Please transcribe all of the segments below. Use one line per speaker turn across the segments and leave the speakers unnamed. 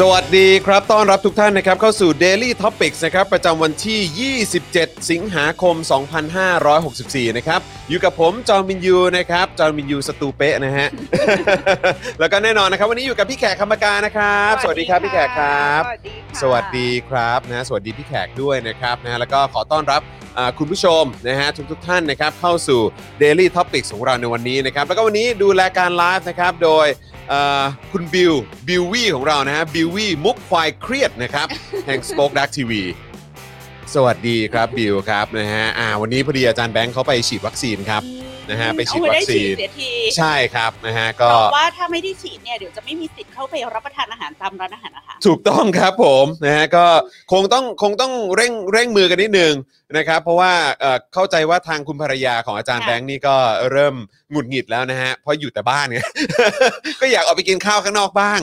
สวัสดีครับ ต้อนรับทุกท่านนะครับเข้าสู่ Daily Topics นะครับประจำวันที่ 27 สิงหาคม 2564 นะครับ อยู่กับผมจอห์นบินยูนะครับ จอห์นบินยูสตูเป๊ะนะฮ ะ แล้วก็แน่นอนนะครับ วันนี้อยู่กับพี่แขกคำปากานะครับ สวัสดีครับพี่แขกครับ สวัสดีครับนะสวัสดีพี่แขกด้วยนะครับนะแล้วก็ขอต้อนรับอ่าคุณผู้ชมนะฮะทุกทท่านนะครับเข้าสู่ Daily Topics ของเราในวันนี้นะครับแล้วก็วันนี้ดูแลการไลฟ์นะครับโดยเอ่อคุณบิวบิววี่ของเรานะฮะบิววี่มุกควายเครียดนะครับ แห่ง Spoke Dark TV สวัสดีครับบิวครับนะฮะอ่าวันนี้พอดีอาจารย์แบงค์เขาไปฉีดวัคซีนครับ นะฮะไปฉีดวัคซีน
เสียที
ใช่ครับนะฮะ
บ
ก็
อกว่าถ้าไม่ได้ฉีดเนี่ยเดี๋ยวจะไม่มีสิทธิ์เข้าไปรับประทานอาหารตามร้านอาหารนะคะ
ถูกต้องครับผมนะฮะก็คงต้องคงต้องเร่งเร่งมือกันนิดนึงนะครับ เพราะว่าเอ่อเข้าใจว่าทางคุณภรรยาของอาจารย์
ค่ะ
แบงค์นี่ก็เริ่มหงุดหงิดแล้วนะฮะเพราะอยู่แต่บ้านเนี่ย ก็อยากออกไปกินข้าวข้างนอกบ้าง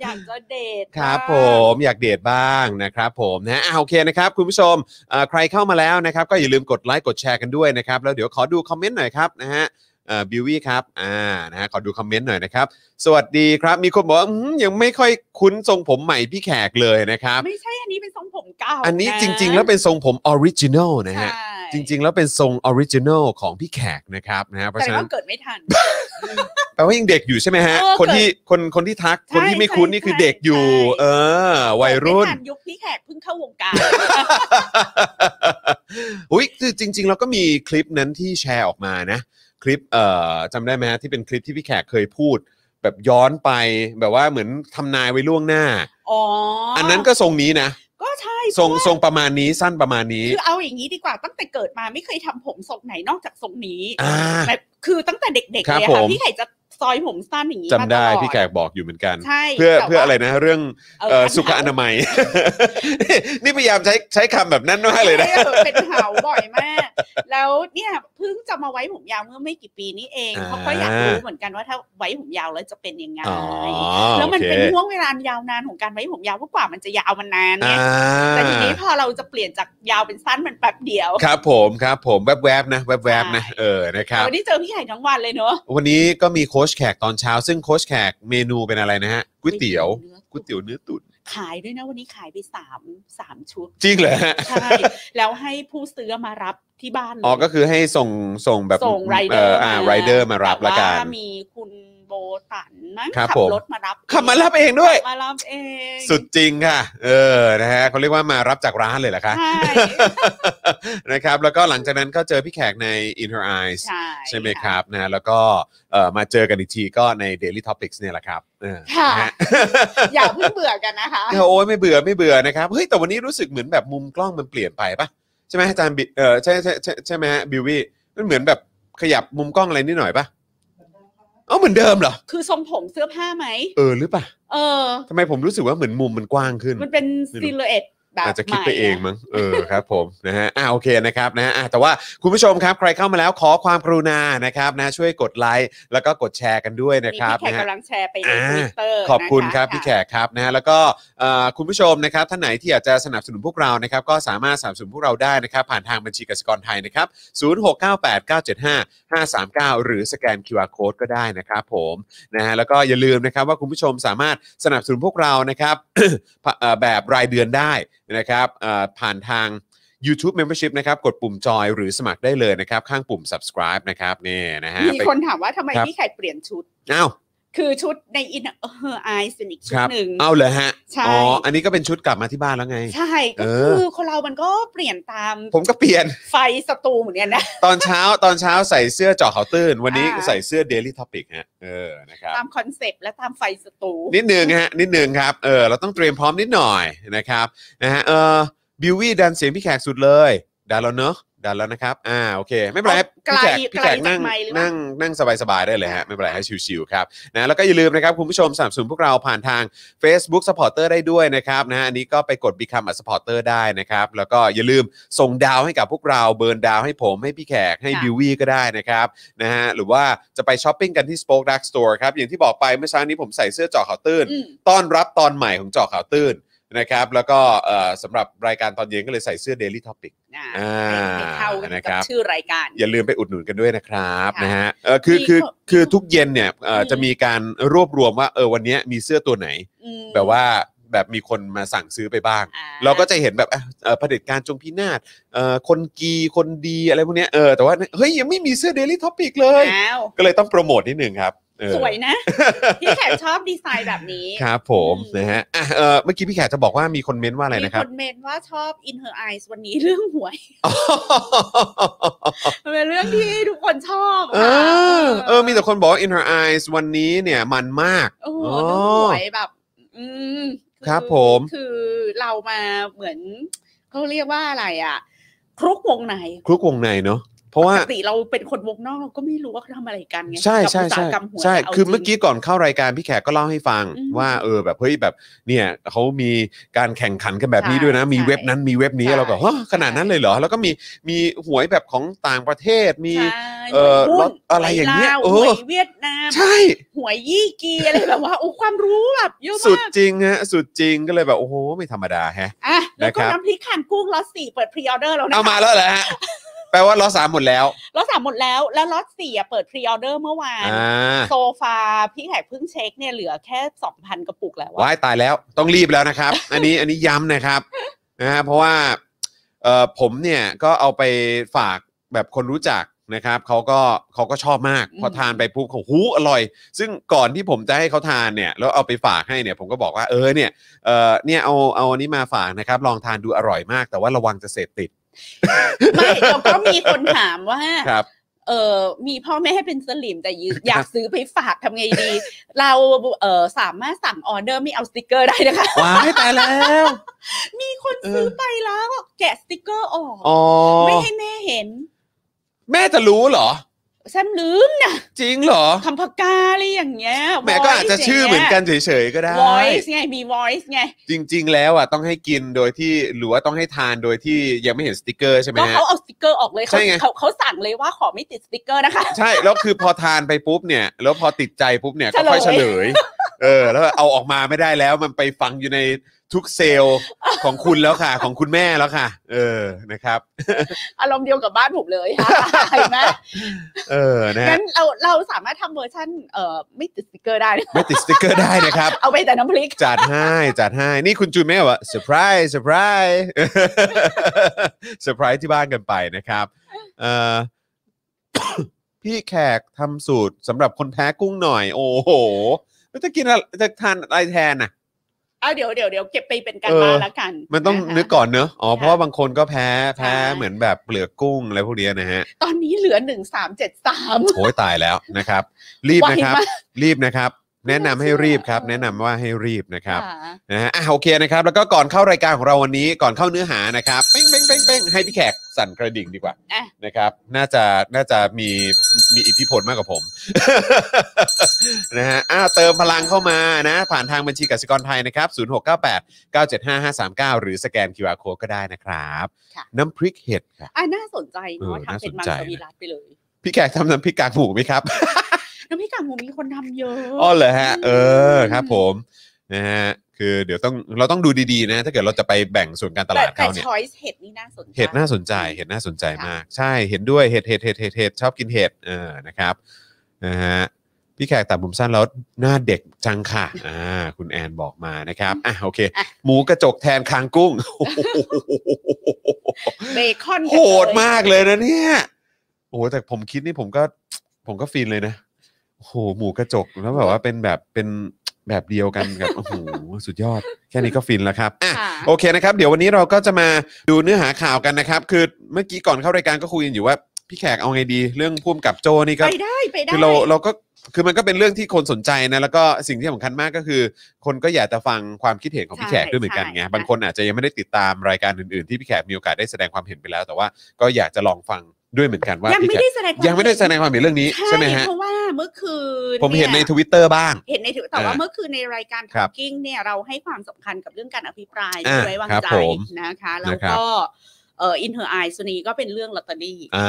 อยากจะเดท
ครับ
าง
ผมอยากเดทบ้างนะครับผมนะฮะอ่ะโอเคนะครับ คุณผู้ชมเอ่อใครเข้ามาแล้วนะครับ ก็อย่าลืมกดไลค์กดแชร์กันด้วยนะครับ แล้วเดี๋ยวขอดูคอมเมนต์หน่อยครับนะฮะบิววี่อ Billy ครับอ่านะฮะขอดูคอมเมนต์หน่อยนะครับ สวัสดีครับ มีคนบอกว่าอื้อหือยังไม่ค่อยคุ้นทรงผมใหม่พี่แขกเลยนะครับ
ไม่ใช่อันนี้เป็นทรงผมเก่า
อันนี้
ะ
จริง ๆ แล้วเป็นทรงผมออริจินอลนะ
ใช่
ฮะจริง ๆ แล้วเป็นทรงออริจินอลของพี่แขกนะครับนะฮะเพราะ
แต่
ฉะนั้น
ก็เกิดไม่ทัน
แปลว่ายังเด็กอยู่ใช่ไหมฮะ
เออ
คน
เกิด
ที่คนคนที่ทัก
ใช่
คนที่ไม่คุ้น
ใช่
นี่คือ
ใช่
เด็กอยู่
ใช่
เออ วัยรุ่น
ไม่ทันยุคพี่แขกเพิ่งเข้าวงการ
อุ้ยคือจริง ๆ เราก็มีคลิปนั้นที่แชร์ออกมานะ คลิปเอ่อจำได้ไหมฮะที่เป็นคลิปที่พี่แขกเคยพูด แบบย้อนไปแบบว่าเหมือนทำนายไว้ล่วงหน้า
อ๋อ
อั
อั
นนั้นก็ทรงนี้นะ
ก็ใช่
ทรงทรงประมาณนี้สั้นประมาณนี้
คือเอาอย่างนี้ดีกว่าตั้งแต่เกิดมาไม่เคยทำผมทรงไหนนอกจากทรงนี้
อ่า
แบบคือตั้งแต่เด็กๆ
ครับ
เลย
ผ
อะ
ม
ค่ะพี่แขกจะซอยผมสั้นอย่างนี้
จำ
มาตลอด
ได้พี่แขกบอกอยู่เหมือนกัน
ใช่
เพื่อ
แต่
เพื่อ
ว่า
อะไรนะเรื่อง
เอ่อ
เอ่อ
ปัญห
สุขอนามัย นี่พยายามใช้ใช้คำแบบนั้นมากเลยนะ
ใช่ออเป็นเหาบ่อยมาก แล้วเนี่ยเพิ่งจะมาไว้ผมยาวเมื่อไม่กี่ปีนี้เอง
อ่า
เขาะก็อยากรู้เหมือนกันว่าถ้าไว้ผมยาวแล้วจะเป็นยังไง
อ๋อ
แล้วมัน
โอค
เป็นห่วงเวลายาวนานของการไว้ผมยาวเพราะกว่ามันจะยาวมันนานเนี่ย
อ่า
แต่ทีนี้พอเราจะเปลี่ยนจากยาวเป็นสั้นมันแป๊บเดียว
ครับผมครับผมแวบๆนะแวบๆนะ
ใช่
เออนะครับ
วันนี้เจอพี่ใหญ่ทั้งวันเลยเนอะ
วันนี้ก็มีโค้ชแขกตอนเช้า ซึ่งโค้ชแขกเมนูเป็นอะไรนะฮะก๋วยเตี๋ยวก๋วยเตี๋ยวเนื้อตุ๋น
ขายด้วยนะวันนี้ขายไปสามสามชุด
จริงเหรอฮะ
ใช่ แล้วให้ผู้ซื้อมารับที่บ้านเลย
อ๋อก็คือให้ส่งส่งแบบ
ส่งไรเด
เอ
อ
อ
ร์
อ่าไรเดอร์มารับละกัน
แต่ว่ามีคุณโบตันมั้ง
ครับ
ขั
ผม
รถมารับ
ขับมารับเองด้วย
ขับมารับเอง
สุดจริงค่ะ เออนะฮะเขาเรียกว่ามารับจากร้านเลยเหรอคะ
ใช่
นะครับแล้วก็หลังจากนั้นก็เจอพี่แขกใน In Her Eyes
ใช่
ใช่ไหมครับนะแล้วก็เอ่อมาเจอกันอีกทีก็ใน Daily Topics เนี่ยแหละครับเออ
ค่ะ
นฮ
อย่าเพิ่งเบื่อกันนะคะ
เออโอ้ยไม่เบื่อไม่เบื่อนะครับเฮ้ยแต่วันนี้รู้สึกเหมือนแบบมุมกล้องมันเปลี่ยนไปปะใช่ไหมอาจารย์บิเออใช่ใช่ใช่ใช่ไหมฮะบิววี่มันเหมือนแบบขยับมุมกล้องอะไรนิดหน่อยปะเออเหมือนเดิมเหรอ
คือทรงผมเสื้อผ้าไหม
เออหรือปะ
เออ
ทำไมผมรู้สึกว่าเหมือนมุมมันกว้างขึ้น
มันเป็นซิลูเอตแบบ
อาจจะคิด
ใหม่
ไปเอง
ะ
มั้ง เออครับผมนะฮะ อ่าโอเคนะครับนะฮะอ่ะแต่ว่าคุณผู้ชมครับใครเข้ามาแล้วขอความกรุณานะครับนะช่วยกดไลค์แล้วก็กดแชร์กันด้วยนะ
มี
ครับ
พี่
นะ
แขก
ฮะ
กำลังแชร์ไปใน
อ่า
ทวิตเตอร์
ขอบคุณครับพี่แขกครับนะฮะแล้วก็เอ่อคุณผู้ชมนะครับท่านไหนที่อยากจะสนับสนุนพวกเรานะครับก็สามารถสนับสนุนพวกเราได้นะครับ ผ่านทางบัญชีกสิกรไทยนะครับ0698975539 หรือสแกน QR Code ก็ได้นะครับผมนะฮะแล้วก็อย่าลืมนะครับว่าคุณผู้ชมสามารถสนับสนุนพวกเรานะครับ เอ่อแบบรายเดือนได้นะครับเอ่อผ่านทาง YouTube Membership นะครับกดปุ่มจอยหรือสมัครได้เลยนะครับ ข้างปุ่ม subscribe นะครับนี่นะฮะ
มี
ไป
คนถามว่าทำไม
ครับ
พี่แขกเปลี่ยนชุด
อ้าว
คือชุดในอินเออไอซ์เป็นอีกชุ
ค
ด
รับ
หนึ่ง
เอาเลยฮะ
ใช่
อ๋ออันนี้ก็เป็นชุดกลับมาที่บ้านแล้วไง
ใช่ก็
เออ
คือคนเรามันก็เปลี่ยนตาม
ผมก็เปลี่ยน
ไฟสตูเหมือนกันนะ
ตอนเช้าตอนเช้าใส่เสื้อเจาะเขาวตื้น วันนี้
อ่า
ใส่เสื้อ Daily Topic ฮะเออนะครับ
ตามคอนเซปต์และตามไฟสตู
นิดนึงฮะนิดนึงครับเออเราต้องเตรียมพร้อมนิดหน่อยนะครับนะฮะเออบิววี่ดันเสียงพี่แขกสุดเลยดันแล้วเนอะดันแล้วนะครับอ่าโอเค ไม่เป็นไรครับ
ไกล
พี่แขกพี่แขก
ไกลจาก
นั่ง
ไมค์หรือเปล่านั่
นั่งนั่งสบายๆได้เลยฮะไม่เป็นไรฮะชิวๆครับนะแล้วก็อย่าลืมนะครับคุณผู้ชมสนับสนุนพวกเราผ่านทาง Facebook Supporter ได้ด้วยนะครับนะฮะอันนี้ก็ไปกด Become a Supporter ได้นะครับ แล้วก็อย่าลืมส่งดาวให้กับพวกเราเบิร์นดาวให้ผมให้พี่แขกให้
ค่ะ
บิววี่ก็ได้นะครับนะฮะหรือว่าจะไปช้อปปิ้งกันที่ Spoke Dark Store ครับ อย่างที่บอกไปเมื่อเช้านี้ผมใส่เสื้อเจอข่าวตื้น
อืม
ต้อนรับตอนใหม่ของเจอข่าวตื้น นะครับ แล้วก็เอ่อสำหรับรายการตอนเย็นก็เลยใส่เสื้อ Daily Topic
อ่า
อ่า
ให้เข้ากัน
นะค
กั
รั
บบ ชื่อรายการ
อย่าลืมไปอุดหนุนกันด้วยนะครับ
ค่ะ
นะฮะเออคือคือ
มีข้อ
คือทุกเย็นเนี่ยเอ่ออ
ม
จะมีการรวบรวมว่าเออวันเนี้ยมีเสื้อตัวไหน
อืม
แบบว่าแบบมีคนมาสั่งซื้อไปบ้าง
อ่
เราก็จะเห็นแบบอ่ะเอ่อเผด็จการจงพินาศเอ่อคนกีคนดีอะไรพวกเนี้ยเออแต่ว่าเฮ้ยยังไม่มีเสื้อ Daily Topic เลย
อ้าว
ก็เลยต้องโปรโมทนิดหนึ่งครับเออ
สวยนะ พี่แขกชอบดีไซน์แบบนี้
ครับผม
อืม
นะฮะอ่ะเอ่อเมื่อกี้พี่แขกจะบอกว่ามีคนเม้นว่าอะไร
มี
นะครั
ค
บ
นเมนว่าชอบ in her eyes วันนี้เรื่องหวย มันเป็นเรื่องที่ทุกคนชอบ
เอ
ค่ะ
อเออมีแต่คนบอกว่า in her eyes วันนี้เนี่ยมันมาก
โอ้โห
อ๋อ
เรื่องหวยแบบ อืมอ
ครับผม
คือเรามาเหมือนเขาเรียกว่าอะไรอ่ะ ครุกวงใน
คลุกวงในเนาะเพราะว่า
ปกติเราเป็นคนวงนอกเราก็ไม่รู้ว่าเขาทำอะไรกันไง
ใช่ใช่
กับอุตสา
ใช่
หกรรมหว
ใช่
ยาจริง
คือเมื่อกี้ก่อนเข้ารายการพี่แขกก็เล่าให้ฟัง
อืม
ว่าเออแบบเฮ้ยแบบเนี่ยเขามีการแข่งขันกันแบบนี้ด้วยนะ
ใช่
มีเว็บนั้นมีเว็บนี้
ใช่
เราก็ฮะขนาดนั้นเลยเหรอ แล้วก็มีมีหวยแบบของต่างประเทศมี
ใช่
เอ่อ
หวยหุ้น
ล็อตอะไรอย่างเงี้ย
ห
เอ
ว
อ
ลาวหวยเวียดนาม
ใช่
หวยยี่กีอะไรแบบว่าโอ้ความรู้แบบเยอะ
สุด
มาก
จริงฮะสุดจริงก็เลยแบบโอ้โหไม่ธรรมดาแฮะ
อ่ะแล้วก็
นะครับ
น้ำพริกข่านกุ้งล็อตสี่เปิดพรีออเดอร์แล้วนะ
เอา
คะ
มาแล้วแหละฮะ แปลว่าล้อสามหมดแล้ว
ล็อตสามหมดแล้ว แล้วล็อตสี่อะเปิดพรีออเดอร์เมื่อวาน
อ่า
โซฟาพี่แขกเพิ่งเช็คเนี่ยเหลือแค่ 2,000 กระปุกแล้วอะ
ว้ายตายแล้วต้องรีบแล้ว นะครับ อันนี้อันนี้ย้ำนะครับนะฮะเพราะว่าเอ่อผมเนี่ยก็เอาไปฝากแบบคนรู้จักนะครับเขาก็เขาก็ชอบมาก พอทานไปปุ๊บเขาหูอร่อย ซึ่งก่อนที่ผมจะให้เขาทานเนี่ยแล้วเอาไปฝากให้เนี่ย ผมก็บอกว่าเออเนี่ยเออเนี่ยเอาเอาอันนี้มาฝากนะครับ ลองทานดูอร่อยมาก แต่ว่าระวังจะเสพติด
ไม่เราก็มีคนถามว่า
ครับ
เออมีพ่อแม่ให้เป็นส ลิมแต่อยอยากซื้อไปฝากทำไงดี เราเออสามารถสั่งออเดอร์ไม่เอาสติกเกอร์ได้นะคะ
ว้ายตายแล้ว
มีคน
เออ
ซื้อไปแล้ว แกะสติกเกอร์ออก
อ๋อ
ไม่ให้แม่เห็น
แม่จะรู้เหรอ
แซมลืม
จริงเหรอ
คำพกาอะไรอย่างเงี้ย
แหม่ก็อาจจะ
voice
ชื่อเหมือนกันเฉยๆก็ได้
ย่างเงี้ย voice ไงมี voice ไง
จริง ๆ แล้วอ่ะต้องให้กินโดยที่หรือว่าต้องให้ทานโดยที่ยังไม่เห็นสติกเกอร์ใช่ไหม
ก็
ฮะ
เขาเอาสติกเกอร์ออกเลยเขา
ใช่ไง
เขาเขาสั่งเลยว่าขอไม่ติดสติกเกอร์นะคะ
ใช่ แล้วคือพอทานไปปุ๊บเนี่ย แล้วพอติดใจปุ๊บเนี่ย ก็
เฉลย
ค่อยเฉลย เออ แล้วเอาออกมาไม่ได้แล้วมันไปฝังอยู่ในทุกเซลล์ของคุณแล้วค่ะ ของคุณแม่แล้วค่ะ เออนะครับ
อารมณ์เดียวกับบ้านผมเลย ค่ะ เห็นไหม
เออนะฮะ
งั้นเราเราสามารถทำเวอร์ชั่นเอ่อไม่ติดสติกเกอร์ได้ นะ
ไม่ติดสติกเกอร์ได้นะครับ
เอาไปแต่น้ำพริก
จัดให้จัดให้ นี่คุณจูนแม่บอกว่าเซอร์ไพรส์เซอร์ไพร ส์เซอร์ไพรส์ที่บ้านกันไปนะครับเอ่อ พี่แขกทำสูตรสำหรับคนแพ้กุ้งหน่อย โอ้โหแล้วจะกินอะไรจะทานอะไรแทนอ่ะ
เอาเดี๋ยวเดี๋ยวเดี๋ยวเก็บไปเป็นการ
เออ
บ้านละกัน
มันต้อง
ะคะ
นึกก่อนเนอะอ๋อเพราะว่าบางคนก็แพ้แพ้
ใช่
เหมือนแบบเปลือกกุ้งอะไรพวกเนี้ยนะฮะ
ตอนนี้เหลือหนึ่งสามเจ็ดสาม
โอ้ยตายแล้วนะครับ รีบนะครับ รีบนะครับ แนะนำให้รีบครับ แนะนำว่าให้รีบนะครับ นะฮะอ่ะโอเคนะครับ แล้วก็ก่อนเข้ารายการของเราวันนี้ก่อนเข้าเนื้อหานะครับเป้งเป้งเป้งเป้งให้พี่แขกสั่นกระดิ่งดีกว่า
อ่ะ
นะครับ น่าจะน่าจะมีมีอิทธิพลมากกว่าผม นะฮะอ่ะเติมพลังเข้ามานะ ผ่านทางบัญชีกสิกรไทยนะครับ 0698 975 539 หรือสแกน QR Code ก็ได้นะครับ
ค่ะ
น้ำพริกเห็ดครับ
อ่ะน่าสนใจเนาะ
เออ
ทำเป็นมั
น่าง สนใจ
สวิรัตไปเลย
พี่แขกทำน้ำพริกกากหมูไหมครับ
น้ำพริกกากหมูมีคนทำเยอะ
อ๋อเหรอฮะ เออ
อืม
ครับผมนะฮะคือเดี๋ยวต้องเราต้องดูดีๆนะ ถ้าเกิดเราจะไปแบ่งส่วนการตลาด
แต่
เขาเนี่ย
ช้อยส์เห็ดนี่น่าสนใจ
เห็ดน่าสนใจ เห็ดน่าสนใจมาก ใช่ เห็นด้วย เห็ดเห็ดเห็ดเห็ดเห็ดชอบกินเห็ด เออ นะครับ นะฮะ พี่แขกตัดผมสั้นแล้วหน้าเด็กจังค่ะ อ่า คุณแอนบอกมานะครับ อ่ะ โอเค
อ่ะ
หมูกระจกแทนคาง กุ้ง
เบคอน
โหดมากเลยนะเนี่ย โอ้โห แต่ผมคิดนี่ผมก็ ผมก็ฟินเลยนะ โอ้โห หมูกระจกแล้วแบบว่าเป็นแบบ เป็นแบบเดียวกันกับ โอ้โห สุดยอด แค่นี้ก็ฟินแล้วครับอ่ะ
ค่ะ
โอเคนะครับ เดี๋ยววันนี้เราก็จะมาดูเนื้อหาข่าวกันนะครับ คือเมื่อกี้ก่อนเข้ารายการก็คุยกันอยู่ว่า พี่แขกเอาไงดี เรื่องพุ่มกับโจนี่ก็
ไปได้ไปได้
คือเราเราก็คือมันก็เป็นเรื่องที่คนสนใจนะ แล้วก็สิ่งที่สำคัญมากก็คือ คนก็อยากจะฟังความคิดเห็นของพี่แขกด้วยเหมือนกันไง
ใช่
บางคนอาจจะยังไม่ได้ติดตามรายการอื่นๆที่พี่แขกมีโอกาสได้แสดงความเห็นไปแล้ว แต่ว่าก็อยากจะลองฟังด้วยเหมือนกันว่า
ยัง
พี่
ไม่
แขก
ได้แสดงความ
ยังไม่ได้แสดงความเห็นเรื่องนี้ใช่ไหมฮะ
เพราะว่าเมื่อคืน
ผมเห็นใน
ย
ทวิตเตอร์บ้าง
เห็นในถือแต่ว่า
อ่า
เมื่อคืนในรายการ
ครั
ทั
บ
กกิ้งเนี่ยเราให้ความสำคัญกับเรื่องการอภิปราย
อ่า
ไม่ไว้วาง
ครับ
ใจ
ผม
นะคะ
นะ
แล้ว
ครับ
ก็ เอ่อ In Her Eyes ตัวนี้ก็เป็นเรื่องลอตเตอรี่
อ่า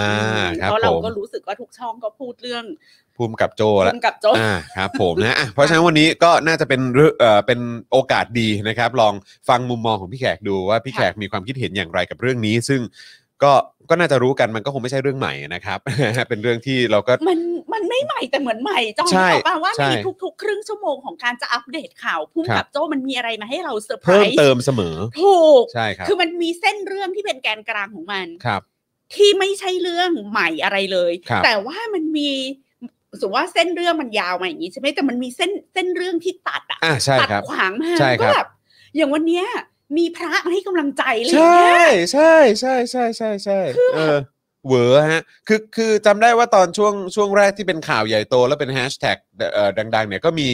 ครับ
เพราะเรา
ผม
ก็รู้สึกว่าทุกช่องก็พูดเรื่อง
ภูมิกับโจละ
คุณกับโจ
อ่าครับผมนะอ่ะเพราะฉะนั้นวันนี้ก็น่าจะเป็นเรื่องเอ่อเป็นโอกาสดีนะครับ ลองฟังมุมมองของพี่แขกดูว่าพี่แขกมีความคิดเห็นอย่างไรกับเรื่องนี้ ซึ่งก็ก็น่าจะรู้กันมันก็คงไม่ใช่เรื่องใหม่นะครับ เป็นเรื่องที่เราก็
มันมันไม่ใหม่แต่เหมือนใหม่จอม
ใช่
บอกป่าว่า
ใช่
ในทุกๆ ครึ่งชั่วโมงของการจะอัปเดตข่าวพุ่มกับโจ้มันมีอะไรมาให้เราเซอร์ไพร
เพิ่ม
ส์
เติมเสมอ
ถูก
ใช่ครับ
คือมันมีเส้นเรื่องที่เป็นแกนกลางของมัน
ครับ
ที่ไม่ใช่เรื่องใหม่อะไรเลย
ครับ
แต่ว่ามันมีสมมติว่าเส้นเรื่องมันยาวมาอย่างนี้ใช่ไหมแต่มันมีเส้นเส้นเรื่องที่ตัดอะ
อ่าใช่
ตัด
ครับ
ขวางมา
ใช่ค
ก็
รับ
แบบอย่างวันเนี้ยมีพระมาให้กำลังใจเลยาง
ใช่
เงี้ย
ใช่ใช่ใช่ใช่ใช่เออเหวอฮะคือคือจำได้ว่าตอนช่วงช่วงแรกที่เป็นข่าวใหญ่โต แล้วเป็นแฮชแท็กเอ่อดังๆเนี่ยก็มี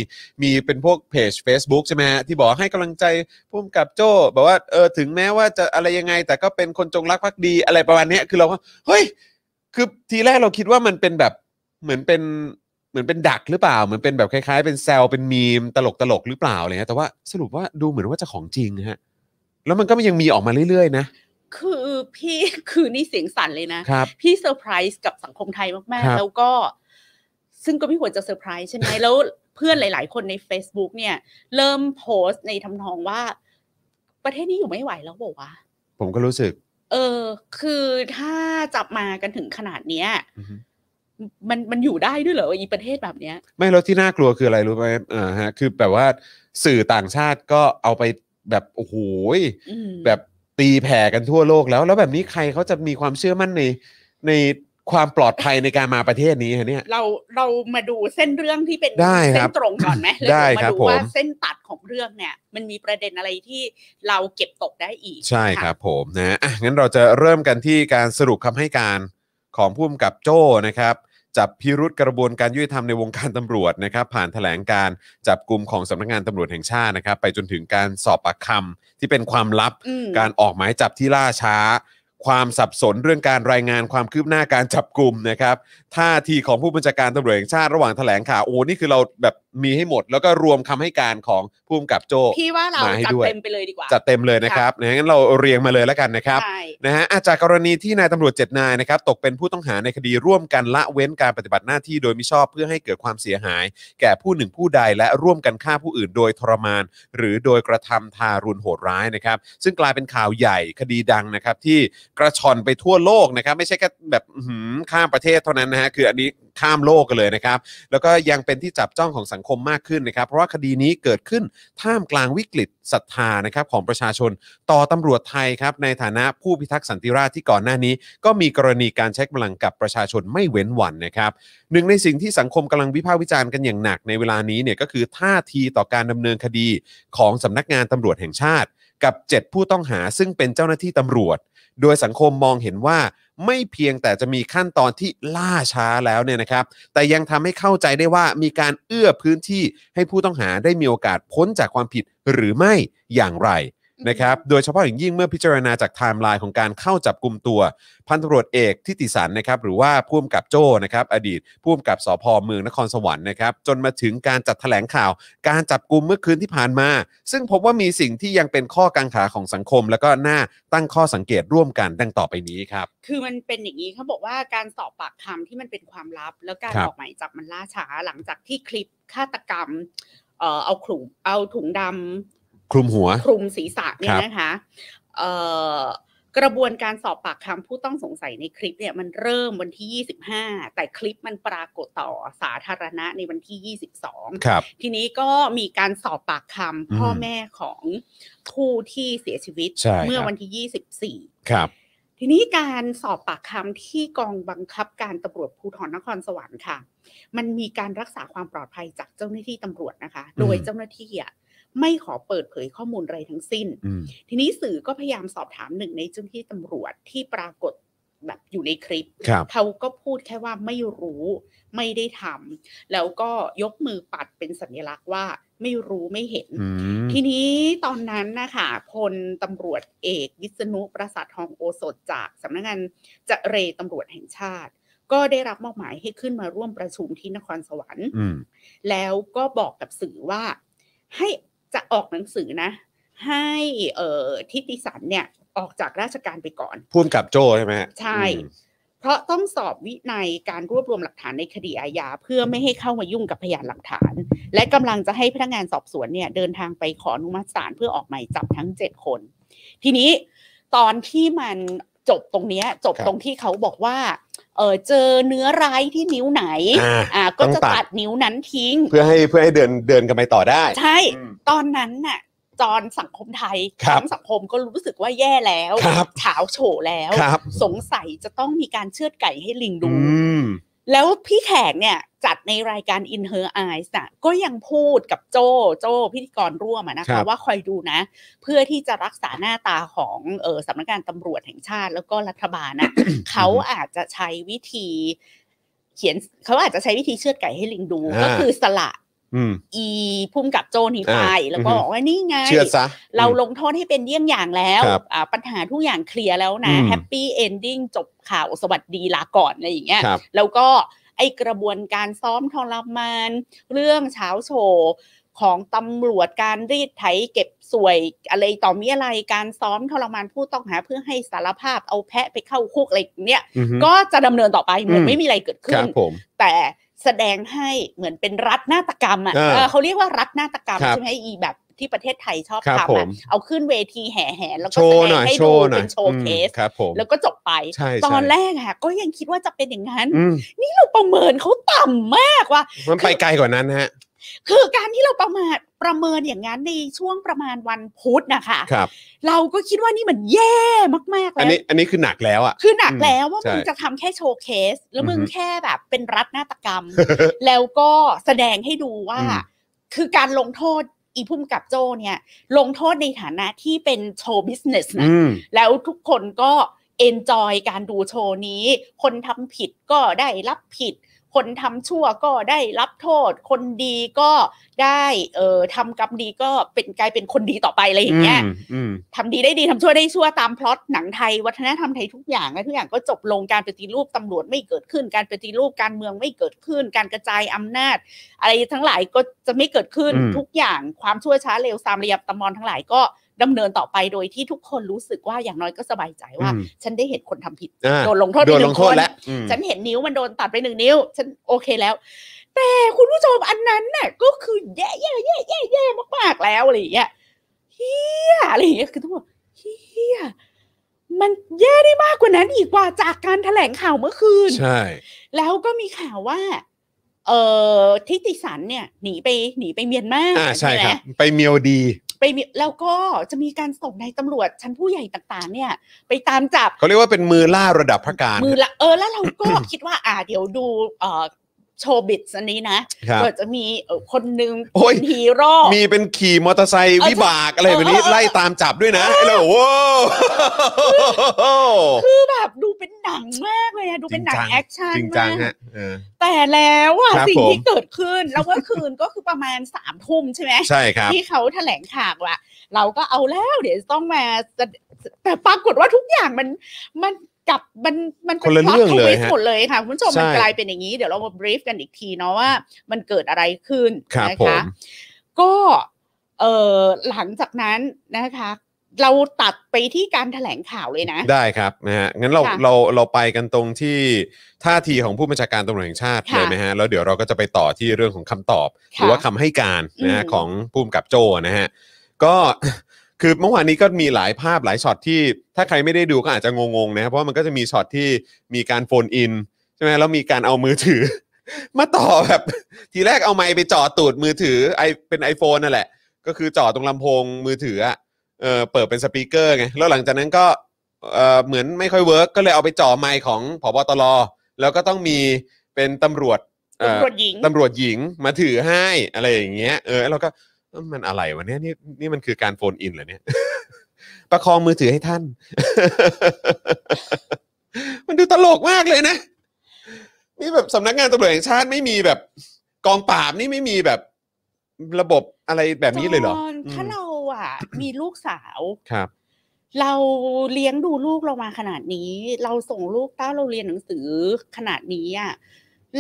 มีเป็นพวกเพจ Facebook ใช่ไหมฮะที่บอกให้กำลังใจพุ่มกับโจ้บอกว่าเออถึงแม้ว่าจะอะไรยังไง แต่ก็เป็นคนจงรักภักดีอะไรประมาณเนี้ยคือเราก็เฮ้ย คือทีแรกเราคิดว่ามันเป็นแบบเหมือนเป็นเหมือนเป็นดักหรือเปล่าเหมือนเป็นแบบคล้ายๆ เป็นแซวเป็นมีมตลกตลกๆหรือเปล่าอะไรเงี้ยแต่ว่าสรุปว่าดูเหมือนว่าจะของจริงฮะแล้วมันก็ยังมีออกมาเรื่อยๆนะ
คือพี่ คือนี่เสียงสั่นเลยนะ
ครับ
พี่เซอร์ไพรส์กับสังคมไทยมาก
ครั
ๆ
บ
แล้วก็ซึ่งก็ไม่ควรจะเซอร์ไพรส์ใช่ไหม แล้วเพื่อนหลาย ๆ คนใน Facebook เนี่ย เริ่มโพสต์ในทำนองว่า ประเทศนี้อยู่ไม่ไหวแล้วบอกว่า
ผมก็รู้สึก
เออ คือถ้าจับมากันถึงขนาดเนี้ย
อือฮึ
มันมันอยู่ได้ด้วยเหรออีประเทศแบบเนี้ย
ไม่แล้วที่น่ากลัวคืออะไรรู้ไหมอ่าฮะ คือแบบว่าสื่อต่างชาติก็เอาไปแบบโอ้โหย
อืม
แบบตีแผ่กันทั่วโลกแล้ว แล้วแบบนี้ใครเขาจะมีความเชื่อมั่นในในความปลอดภัยในการมาประเทศนี้ฮะเนี่ย
เราเรามาดูเส้นเรื่องที่เป็น
ได้ครับ
เส้นตรงก่อนไหมแล้ว
ได้
เยว
ค
มา
รับ
ดูว่า
ผม
เส้นตัดของเรื่องเนี่ย มันมีประเด็นอะไรที่เราเก็บตกได้อีก
ใช่
ะ
ครับผมนะอ่ะงั้นเราจะเริ่มกันที่การสรุปคำให้การของผู้กำกับโจ้นะครับจับพิรุษกระบวนการยุติธรรมในวงการตำรวจนะครับ ผ่านแถลงการจับกลุ่มของสำนักงานตำรวจแห่งชาตินะครับ ไปจนถึงการสอบปากคำที่เป็นความลับ
อืม
การออกหมายจับที่ล่าช้า ความสับสนเรื่องการรายงานความคืบหน้าการจับกลุ่มนะครับท่าทีของผู้บัญชาการตำรวจแห่งชาติระหว่างแถลงข่าวโอ้นี่คือเราแบบมีให้หมด แล้วก็รวมคำให้การของผู้กำกับโจ้
พี่ว่าเรา
มาให้
จัด
ด้วย
เต็มไปเลยดีกว่า
จัดเต็มเลยนะครับนะฮะงั้นเราเรียงมาเลยแล้วกันนะครับ
ใช่
นะฮะอ่ะจากกรณีที่นายตำรวจ 7 นายนะครับตกเป็นผู้ต้องหาในคดีร่วมกันละเว้นการปฏิบัติหน้าที่โดยมิชอบเพื่อให้เกิดความเสียหาย แก่ผู้หนึ่งผู้ใดและร่วมกันฆ่าผู้อื่นโดยทรมาน หรือโดยกระทำทารุณโหดร้ายนะครับ ซึ่งกลายเป็นข่าวใหญ่คดีดังนะครับ ที่กระชอนไปทั่วโลกนะครับ ไม่ใช่แค่แบบอื้อหือข้ามประเทศเท่านั้นนะฮะคืออันนี้ข้ามโลกกันเลยนะครับ แล้วก็ยังเป็นที่จับจ้องของสังคมมากขึ้นนะครับ เพราะว่าคดีนี้เกิดขึ้นท่ามกลางวิกฤตศรัทธานะครับของประชาชน ต่อตำรวจไทยครับในฐานะผู้พิทักษ์สันติราษฎร์ที่ก่อนหน้านี้ ก็มีกรณีการใช้กำลังกับประชาชนไม่เว้นวันนะครับหนึ่งในสิ่งที่สังคมกำลังวิพากษ์วิจารณ์กันอย่างหนักในเวลานี้เนี่ยก็คือท่าทีต่อการดำเนินคดีของสำนักงานตำรวจแห่งชาติ กับ 7 ผู้ต้องหาซึ่งเป็นเจ้าหน้าที่ตำรวจ โดยสังคมมองเห็นว่าไม่เพียงแต่จะมีขั้นตอนที่ล่าช้าแล้วเนี่ยนะครับ แต่ยังทำให้เข้าใจได้ว่ามีการเอื้อพื้นที่ให้ผู้ต้องหาได้มีโอกาสพ้นจากความผิดหรือไม่อย่างไร นะครับ โดยเฉพาะอย่างยิ่งเมื่อพิจารณาจากไทม์ไลน์ของการเข้าจับกลุ่มตัว พันตำรวจเอกทิติสันนะครับ หรือว่าพ่วมกับโจ้นะครับ อดีตพ่วมกับสพเมืองนครสวรรค์นะครับ จนมาถึงการจัดแถลงข่าว การจับกลุ่มเมื่อคืนที่ผ่านมา ซึ่งพบว่ามีสิ่งที่ยังเป็นข้อกังขาของสังคม แล้วก็น่าตั้งข้อสังเกตร่วมกันดังต่อไปนี้ครับ
คือมันเป็นอย่างนี้เขาบอกว่าการสอบปากคำที่มันเป็นความลับ แล้วการ
ครับ
ออกหมายจับมันล่าช้าหลังจากที่คลิปฆาตกรรม เอ่อเอาขลุมเอาถุงดำ
คลุมหัว
คลุมศีรษะเนี่
ครั
ย
บ
นะคะเอ่อกระบวนการสอบปากคำผู้ต้องสงสัยในคลิปเนี่ยมันเริ่มวันที่ 25 แต่คลิปมันปรากฏต่อสาธารณะในวันที่ 22
ครับ
ทีนี้ก็มีการสอบปากคำพ่อแม่ของผู้ที่เสียชีวิต
ใช่ครับ
เมื่อวันที่
ค
24
รับ
ทีนี้การสอบปากคำที่กองบังคับการตำรวจภูธรนครสวรรค์ค่ะ มันมีการรักษาความปลอดภัยจากเจ้าหน้าที่ตำรวจนะคะ โดยเจ้าหน้าที่อ่ะไม่ขอเปิดเผยข้อมูลอะไรทั้งสิ้น
อืม
ทีนี้สื่อก็พยายามสอบถามหนึ่งในเจ้าหน้าที่ตำรวจที่ปรากฏแบบอยู่ในคลิป
ครับ
เขาก็พูดแค่ว่าไม่รู้ไม่ได้ทำแล้วก็ยกมือปัดเป็นสัญลักษณ์ว่าไม่รู้ไม่เห็น
อืม
ทีนี้ตอนนั้นนะคะพลตำรวจเอกวิษณุประสาททองโอสถจากสำนักงานจเรตำรวจแห่งชาติ ก็ได้รับมอบหมายให้ขึ้นมาร่วมประชุมที่นครสวรรค์
อืม
แล้วก็บอกกับสื่อว่า ให้จะออกหนังสือนะ ให้เอ่อทิติสันเนี่ย ออกจากราชการไปก่อน
พูมกับโจใช่ไหมฮะ
ใช่
อืม
เพราะต้องสอบวินัยการรวบรวมหลักฐานในคดีอาญาเพื่อไม่ให้เข้ามายุ่งกับพยานหลักฐาน และกำลังจะให้พนักงานสอบสวนเนี่ยเดินทางไปขออนุมัติศาลเพื่อออกหมายจับทั้ง 7 คน ทีนี้ตอนที่มันจบตรงเนี้ยจบตรงที่เขาบอกว่าเออเจอเนื้อร้ายที่นิ้วไหน
อ่า
อ่าก็
ต้องตั
จะ
ด
ตัดนิ้วนั้นทิ้ง
เพื่อให้เพื่อให้เดินเดินกันไปต่อได้
ใช่
อืม
ตอนนั้นน่ะ จอนสังคมไทย
ครับ
ทั้งสังคมก็รู้สึกว่าแย่แล้ว
ครับ
เฉาวโฉแล้ว
ครับ
สงสัยจะต้องมีการเชือดไก่ให้ลิงดู
อืม
แล้วพี่แขกเนี่ยจัดในรายการ In Her Eyes น่ะก็ยังพูดกับโจโจพิธีกรร่วมอะนะ
ครั
คะ
บ
ว่าคอยดูนะ เพื่อที่จะรักษาหน้าตาของเออสำนักงานตำรวจแห่งชาติแล้วก็รัฐบาล นะ เขาอาจจะใช้วิธี เขียนเขาอาจจะใช้วิธีเชือดไก่ให้ลิงดู
อ่า
ก็คือสละ
อืม
อีพุ่มกับโจนี้ไป
อ่า
แล้วก็
อือฮึ
บอกว่านี่ไง
เชื่อซะ
เราลงโทษให้เป็นเยี่ยงอย่างแล้ว
ครับ
อ่าปัญหาทุกอย่างเคลียร์แล้วนะ
อืม
แฮปปี้เอนดิ้งจบข่าวสวัสดีลาก่อนอะไรอย่างเงี้ย
ครับ
แล้วก็ไอกระบวนการซ้อมทรมาน เรื่องเช้าโชว์ของตำรวจการรีดไถเก็บสวยอะไรต่อมีอะไรการซ้อมทรมานผู้ต้องหาเพื่อให้สารภาพเอาแพะไปเข้าคุกอะไรอย่างเนี้ย
อือฮึ
ก็จะดำเนินต่อไปเหมือ
อื
น
ม
ไม่มีอะไรเกิด
ค
ขึ้
รั
น
บผม
แต่แสดงให้เหมือนเป็นรัฐนาฏกรรม
เอ
อะ่ะ
อ
เออเขาเรียกว่ารัฐนาฏกรรม
ครับ
ใช่ไหมอีแบบที่ประเทศไทยชอบ
ครับ
ทำ
ผ
อะ
ม
เอาขึ้นเวทีแห่แหนแล้ว
โช
ก็แส
ว์
ด
ห
ง
น่อย
ให้
โช
ดู
ว์หน่อ
เป็
ย
นโชว์เคส
อืมครับผม
แล้วก็จบไป
ใช่
ตอน
ใช่
แรกอะก็ยังคิดว่าจะเป็นอย่างนั้น
อืม
นี่เราประเมินเขาต่ำมากว่า
มันไปไกลกว่านั้นฮะ
คือการที่เราประมาทประเมินอย่างนั้นในช่วงประมาณวันพุธนะคะ
ครับ
เราก็คิดว่านี่มันแย่มากๆ
อั
แล้
น
ว
นี้อันนี้คือหนักแล้วอ่ะ
คือหนักแล้วว่า
ใช่
มึงจะทำแค่โชว์เคส แล้วมึง
อือฮึ
แค่แบบเป็นรัฐนาฏกรรม แล้วก็แสดงให้ดูว่า
อืม
คือการลงโทษอีพุ่มกับโจเนี่ย ลงโทษในฐานะที่เป็นโชว์บิสเนสนะ
อืม
แล้วทุกคนก็เอนจอยการดูโชว์นี้ คนทำผิดก็ได้รับผิด คนทำชั่วก็ได้รับโทษ คนดีก็ได้เอ่อทำกรรมดีก็เป็นกลายเป็นคนดีต่อไปอะไรอย่างเงี้ย
อืมอืม
ทำดีได้ดีทำชั่วได้ชั่วตามพล็อตหนังไทย วัฒนธรรมไทยทุกอย่างและทุกอย่างก็จบลงการปฏิรูปตำรวจไม่เกิดขึ้น การปฏิรูปการเมืองไม่เกิดขึ้น การกระจายอำนาจ อะไรทั้งหลายก็จะไม่เกิดขึ้น
อืม
ทุกอย่างความชั่วช้าเร็วตามระยับตำมอนทั้งหลายก็ดำเนินต่อไปโดยที่ทุกคนรู้สึกว่าอย่างน้อยก็สบายใจว่า
อืม
ฉันได้เห็นคนทำผิด
อ่า
โดนลงโทษ
โด
ไป
นล
หนึ่
ง
ง
โท
ค
ษ
น
แล้วอืม
ฉันเห็นนิ้วมันโดนตัดไปหนึ่งนิ้ว ฉันโอเคแล้ว แต่คุณผู้ชมอันนั้นน่ะก็คือแย่แย่แย่แย่แย่มากๆแล้วอะไรอย่างเงี้ยเฮียอะไรอย่างเงี้ยคือทุกคนเฮียมันแย่ได้มากกว่านั้นอีกกว่าจากการแถลงข่าวเมื่อคืน
ใช่
แล้วก็มีข่าวว่า เอ่อทิติสันเนี่ยหนีไปหนีไปเมียนมา
อ่าใช่
ไหม
ครับ ไปเมียวดี
ไปมีแล้วก็จะมีการส่งนายตำรวจชั้นผู้ใหญ่ต่างๆ เนี่ย ไปตามจับ
เขาเรียกว่าเป็นมือล่าระดับพระการ
มือละเออแล้วเราก็ คิดว่าอ่าเดี๋ยวดูเอ่อโชว์บิดอันนี้นะครับ ก็จะมีเอ่อคนหนึ่ง
โอ้ย
เป็นฮีโร่
มีเป็นขี่มอเตอร์ไซค์วิบากอะไรแบบนี้
เออเออเออ
ไล่ตามจับด้วยนะแล้วโว้ว
คือแบบดูเป็นหนังมากเลยอะดูเป็นหนั
จ
ง
ริงจัง
แอคชั่น
จริงจัง
มา
ฮะ
ก
เออ
แต่แล้วอะ
ครับ
สิ่ง
ผม
ที่เกิดขึ้นแล้วเมื่อคืนก็คือประมาณสามทุ่มใช่ไหม
ใช่ครับ
ที่เขาแถลงข่าวอะเราก็เอาแล้วเดี๋ยวจะต้องมาแสดแต่ปรากฏว่าทุกอย่างมันมันกลับมันมันป็
คนละ
plot
เรื่องเลย
twist
ฮะ
หมดเลยค่ะคุณผู้ชม
ใช่
มันกลายเป็นอย่างนี้ เดี๋ยวเรามาบรีฟกันอีกทีเนาะว่า มันเกิดอะไรขึ้น
ครับ
นะ
ผ
คะ
ม
ก็เออหลังจากนั้นนะคะ เราตัดไปที่การแถลงข่าวเลยนะ
ได้ครับนะฮะงั้นเรา
ค่ะ
เราเราไปกันตรงที่ท่าทีของผู้บัญชาการตำรวจแห่งชาติ
ค่ะ
เลยไหมฮะแล้วเดี๋ยวเราก็จะไปต่อที่เรื่องของคำตอบ หรือว่าคำให้การนะฮะ
อืม
ของผู้กำกับโจนะฮะก็ คือเมื่อวานนี้ก็มีหลายภาพหลายช็อตที่ถ้าใครไม่ได้ดูก็อาจจะงงๆนะเพราะว่ามันก็จะมีช็อตที่มีการโฟนอินใช่ไหมแล้วมีการเอามือถือ มาต่อแบบ ทีแรกเอาไมค์ไปจ่อตูดมือถือไอเป็น iPhone นั่นแหละ ก็คือจ่อตรงลำโพงมือถืออะเออเปิดเป็นสปีกเกอร์ไงแล้วหลังจากนั้นก็ เอ่อเหมือนไม่ค่อยเวิร์กก็เลยเอาไปจ่อไมค์ของผบตรแล้วก็ต้องมีเป็นตำรวจเอ่อ
ตำรวจหญิง
ตำรวจหญิงมาถือให้อะไรอย่างเงี้ยเออแล้วเราก็เอ้ามันอะไรวะเนี่ยนี่นี่มันคือการโฟนอินเหรอเนี่ย ประคองมือถือให้ท่าน มันดูตลกมากเลยนะ นี่แบบสำนักงานตำรวจแห่งชาติไม่มีแบบกองปราบนี่ไม่มีแบบระบบอะไรแบบนี้เลยเหรอ
จนถ้า
อืม
เราอะมีลูกสาว
ครับ
เราเลี้ยงดูลูกเรามาขนาดนี้ เราส่งลูกเต้าเราเรียนหนังสือขนาดนี้อ่ะ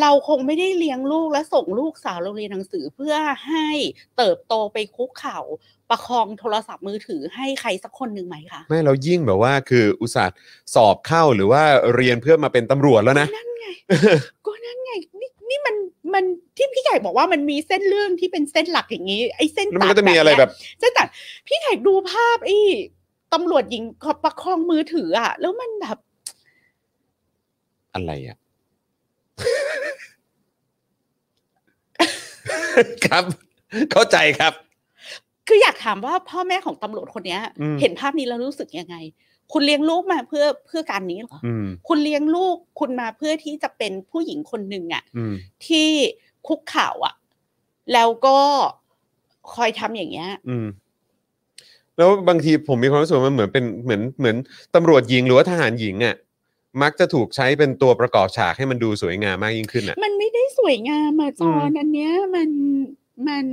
เราคงไม่ได้เลี้ยงลูกและส่งลูกสาวโรงเรียนหนังสือเพื่อให้เติบโตไปคุกเข่าประคองโทรศัพท์มือถือให้ใครสักคนหนึ่งไหมคะ
ไม่เรายิ่งแบบว่าคืออุตส่าห์สอบเข้าหรือว่าเรียนเพื่อมาเป็นตำรวจแล้วนะ
นั่นไง ก็นั่นไงนี่นี่มันมันที่พี่ใหญ่บอกว่ามันมีเส้นเรื่องที่เป็นเส้นหลักอย่างนี้ไอ้เส้น
แล้วมันก็
ตั
จะ
ด
มีอะไร
เนี้ย
แบบ
ใช่แต่พี่แขกดูภาพไอ้ตำรวจหญิงขอประคองมือถืออ่ะ แล้วมันแบบ
อะไรอ่ะ ครับ เข้าใจครับ
คืออยากถามว่าพ่อแม่ของตำรวจคนเนี้ย
อืม
เห็นภาพนี้แล้วรู้สึกยังไง คุณเลี้ยงลูกมาเพื่อเพื่อการนี้เหรอ
อืม
คุณเลี้ยงลูกคุณมาเพื่อที่จะเป็นผู้หญิงคนหนึ่งอ่ะ
อืม
ที่คุกเข่าอ่ะ แล้วก็คอยทำอย่างเงี้ย
อืม แล้วบางทีผมมีความรู้สึกว่ามันเหมือนเป็นเหมือนเหมือนตำรวจหญิงหรือว่าทหารหญิงอะ่ะมักจะถูกใช้เป็นตัวประกอบฉากให้มันดูสวยงามมากยิ่งขึ้นอ่ะ
มันไม่ได้สวยงามอะจ
อื
อ
ม
นอันเนี้ยมันมัน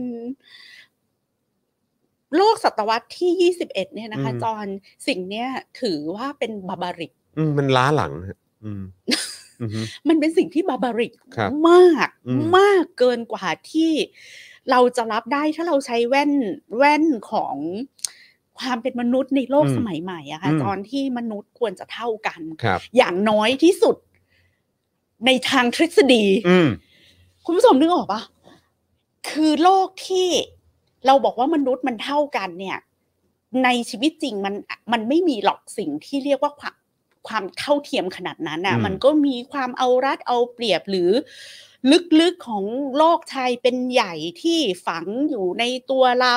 โลกศตวรรษที่ยี่สิบเอ็ดเนี่ยนะคะ จอนสิ่งเนี้ยถือว่าเป็นบาบาริก
อืมมันล้าหลังฮะอืม อือฮึ
มันเป็นสิ่งที่บาบาริก
ครับ
มาก
อืม
มากเกินกว่าที่เราจะรับได้ถ้าเราใช้แว่นแว่นของความเป็นมนุษย์ในโลก
อืม
สมัยใหม่อะค่ะ
อืม
ตอนที่มนุษย์ควรจะเท่ากัน
ครับ
อย่างน้อยที่สุดในทางทฤษฎี
อืม
คุณผู้ชมนึกออกปะคือโลกที่เราบอกว่ามนุษย์มันเท่ากันเนี่ย ในชีวิตจริงมันมันไม่มีหรอกสิ่งที่เรียกว่าความความเท่าเทียมขนาดนั้นน่ะ
อืม
มันก็มีความเอารัดเอาเปรียบหรือ ลึกๆของโลกชายเป็นใหญ่ที่ฝังอยู่ในตัวเรา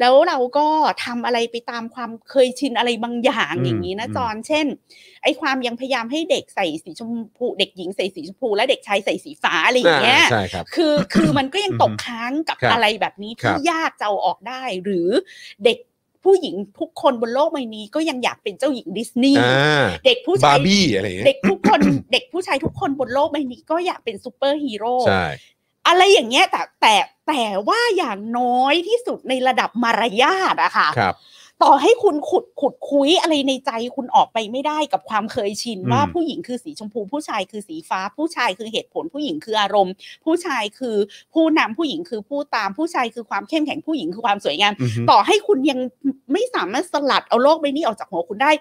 แล้วเราก็ทำอะไรไปตามความเคยชินอะไรบางอย่าง
อืม
อย่างนี้นะ
อืม
จอนเช่น ไอ้ความยังพยายามให้เด็กใส่สีชมพูเด็กหญิงใส่สีชมพู และเด็กชายใส่สีฟ้าอะไรอย่างเงี้ย
อ่าใช่ครับ
คือคือมันก็ยัง
อือฮึ
ตกค้างกับ
ครับ
อะไรแบบนี้
ครั
ที่
บ
ยากจะเอาออกได้ หรือเด็กผู้หญิงทุกคนบนโลกใบนี้ก็ยังอยากเป็นเจ้าหญิงดิสนีย์
อ่า
เด็กผู้
บา
ชาย
ร์บี้อะไรอย่างเงี้
เด็
ย
กทุกคน เด็กผู้ชายทุกคนบนโลกใบนี้ก็อยากเป็นซูเปอร์ฮีโร่
ใช่
อะไรอย่างเงี้ยแต่แต่แต่ว่าอย่างน้อยที่สุดในระดับมารยาทอะค่ะ
ครับ
ต่อให้คุณขุดขุดคุยอะไรในใจคุณออกไปไม่ได้กับความเคยชิน
อืม
ว่าผู้หญิงคือสีชมพู ผู้ชายคือสีฟ้า ผู้ชายคือเหตุผล ผู้หญิงคืออารมณ์ ผู้ชายคือผู้นำผู้หญิงคือผู้ตาม ผู้ชายคือความเข้มแข็งผู้หญิงคือความสวยงาม
อือฮึ
ต่อให้คุณยังไม่สามารถสลัดเอาโลกใบนี้ออกจากหัวคุณได้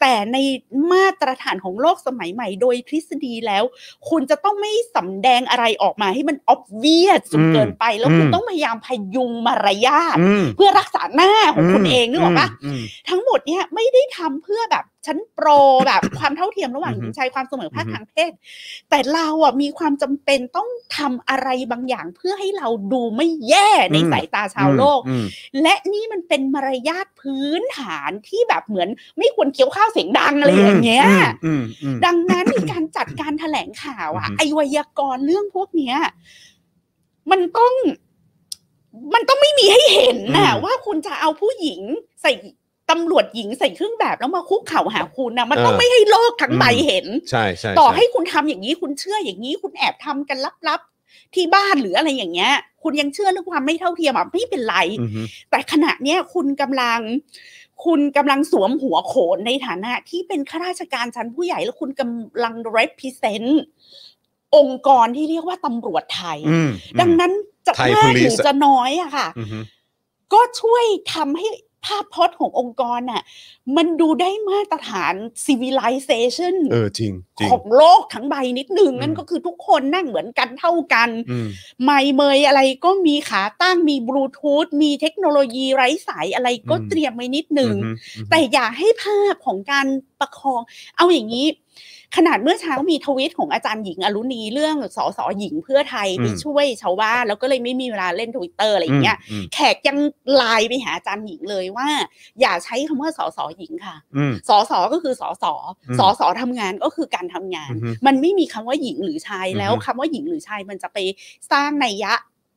แต่ในมาตรฐานของโลกสมัยใหม่โดยทฤษฎีแล้ว คุณจะต้องไม่สำแดงอะไรออกมาให้มัน obvious จนเกินไป แล้วคุณต้องพยายามพยุงมารยาท
อืม
เพื่อรักษาหน้าของคุณเองนึกออกปะ
ม
ทั้งหมดเนี่ยไม่ได้ทำเพื่อแบบฉันโปร แบบ ความเท่าเทียมระหว่าง
อือ
ห
ฮึ
ญิงชายความเสมอภาค
อือฮึ
ทางเพศ แต่เราอ่ะมีความจำเป็นต้องทำอะไรบางอย่างเพื่อให้เราดูไม่แย่ในสายตาชาวโลก
อืม
และนี่มันเป็นมารยาทพื้นฐานที่แบบเหมือนไม่ควรเคี้ยวข้าวเสียงดังอะไรอย่างเงี้ย
อืมอืม
ดังนั้น ในการจัดการแถลงข่าวอะ
อือฮึ
ไอไวยากรณ์เรื่องพวกเนี้ย มันต้อง มันต้องไม่มีให้เห็นนะว่าคุณจะเอาผู้หญิงใส่ตำรวจหญิงใส่เครื่องแบบแล้วมาคุกเข่าหาคุณนะมันต้องไม่ให้โลกทั้งใบเห็น
ใช่ใช่
ต่อ
ช่
ให้คุณทำอย่างนี้คุณเชื่ออย่างนี้ คุณแอบทำกันลับๆที่บ้านหรืออะไรอย่างเงี้ย คุณยังเชื่อเรื่องความไม่เท่าเทียมอ่ะไม่เป็นไร
อือฮึ
แต่ขณะเนี้ยคุณกำลัง คุณกำลังสวมหัวโขนในฐานะที่เป็นข้าราชการชั้นผู้ใหญ่แล้วคุณกำลัง represent องค์กรที่เรียกว่าตำรวจไทย
อืม
ดังนั้นจะ
ไทย
มากหรือ
police อะ
จะน้อยอะค่ะ
อืมอืม
ก็ช่วยทำให้ภาพพจน์ขององค์กรน่ะมันดูได้มาตรฐาน civilization
เออจริงจริง
ของโลกทั้งใบนิดนึง
อืม
นั่นก็คือทุกคนนั่งเหมือนกันเท่ากัน
อืม
ไม่เมยอะไรก็มีขาตั้งมีบลูทูธมีเทคโนโลยีไร้สายอะไรก็
อืม
เตรียมไว้นิดหนึ่ง
อืมอืม
แต่อย่าให้ภาพของการประคอง เอาอย่างนี้ ขนาดเมื่อเช้ามีทวิตของอาจารย์หญิงอรุณีเรื่องสอสอหญิงเพื่อไทย
อืม
ไปช่วยชาวบ้านแล้วก็เลยไม่มีเวลาเล่นทวิตเตอร์อะไรอย่างเงี้ย
อืม
แขกยังไลน์ไปหาอาจารย์หญิงเลยว่า อย่าใช้คำว่าสอสอหญิงค่ะ
อืม
สอสอก็คือสอสอ
อืม
สอสอทำงานก็คือการทำงาน
อืม
มันไม่มีคำว่าหญิงหรือชายแล้ว
อือฮึ
คำว่าหญิงหรือชายมันจะไปสร้างนัยยะ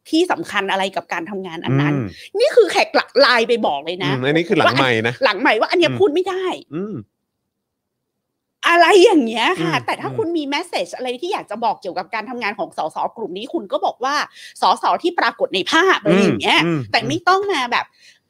ที่สำคัญอะไรกับการทำงานอันนั้น
อืม
นี่คือแขกหลักไลน์ไปบอกเลยนะ
อืมอันนี้คือหลังใหม่นะ
หลังใหม่ว่าอันเนี้ย
อืม
พูดไม่ได้
อืม
อะไรอย่างเงี้ยค่ะ
อืม
แต่ถ้า
อืม
คุณมีแมสเซจอะไรที่อยากจะบอกเกี่ยวกับการทำงานของสสกลุ่มนี้คุณก็บอกว่าสสที่ปรากฏในภาพอะไรอย่างเงี้ย
อื
แต่ไม่ต้องมาแบบ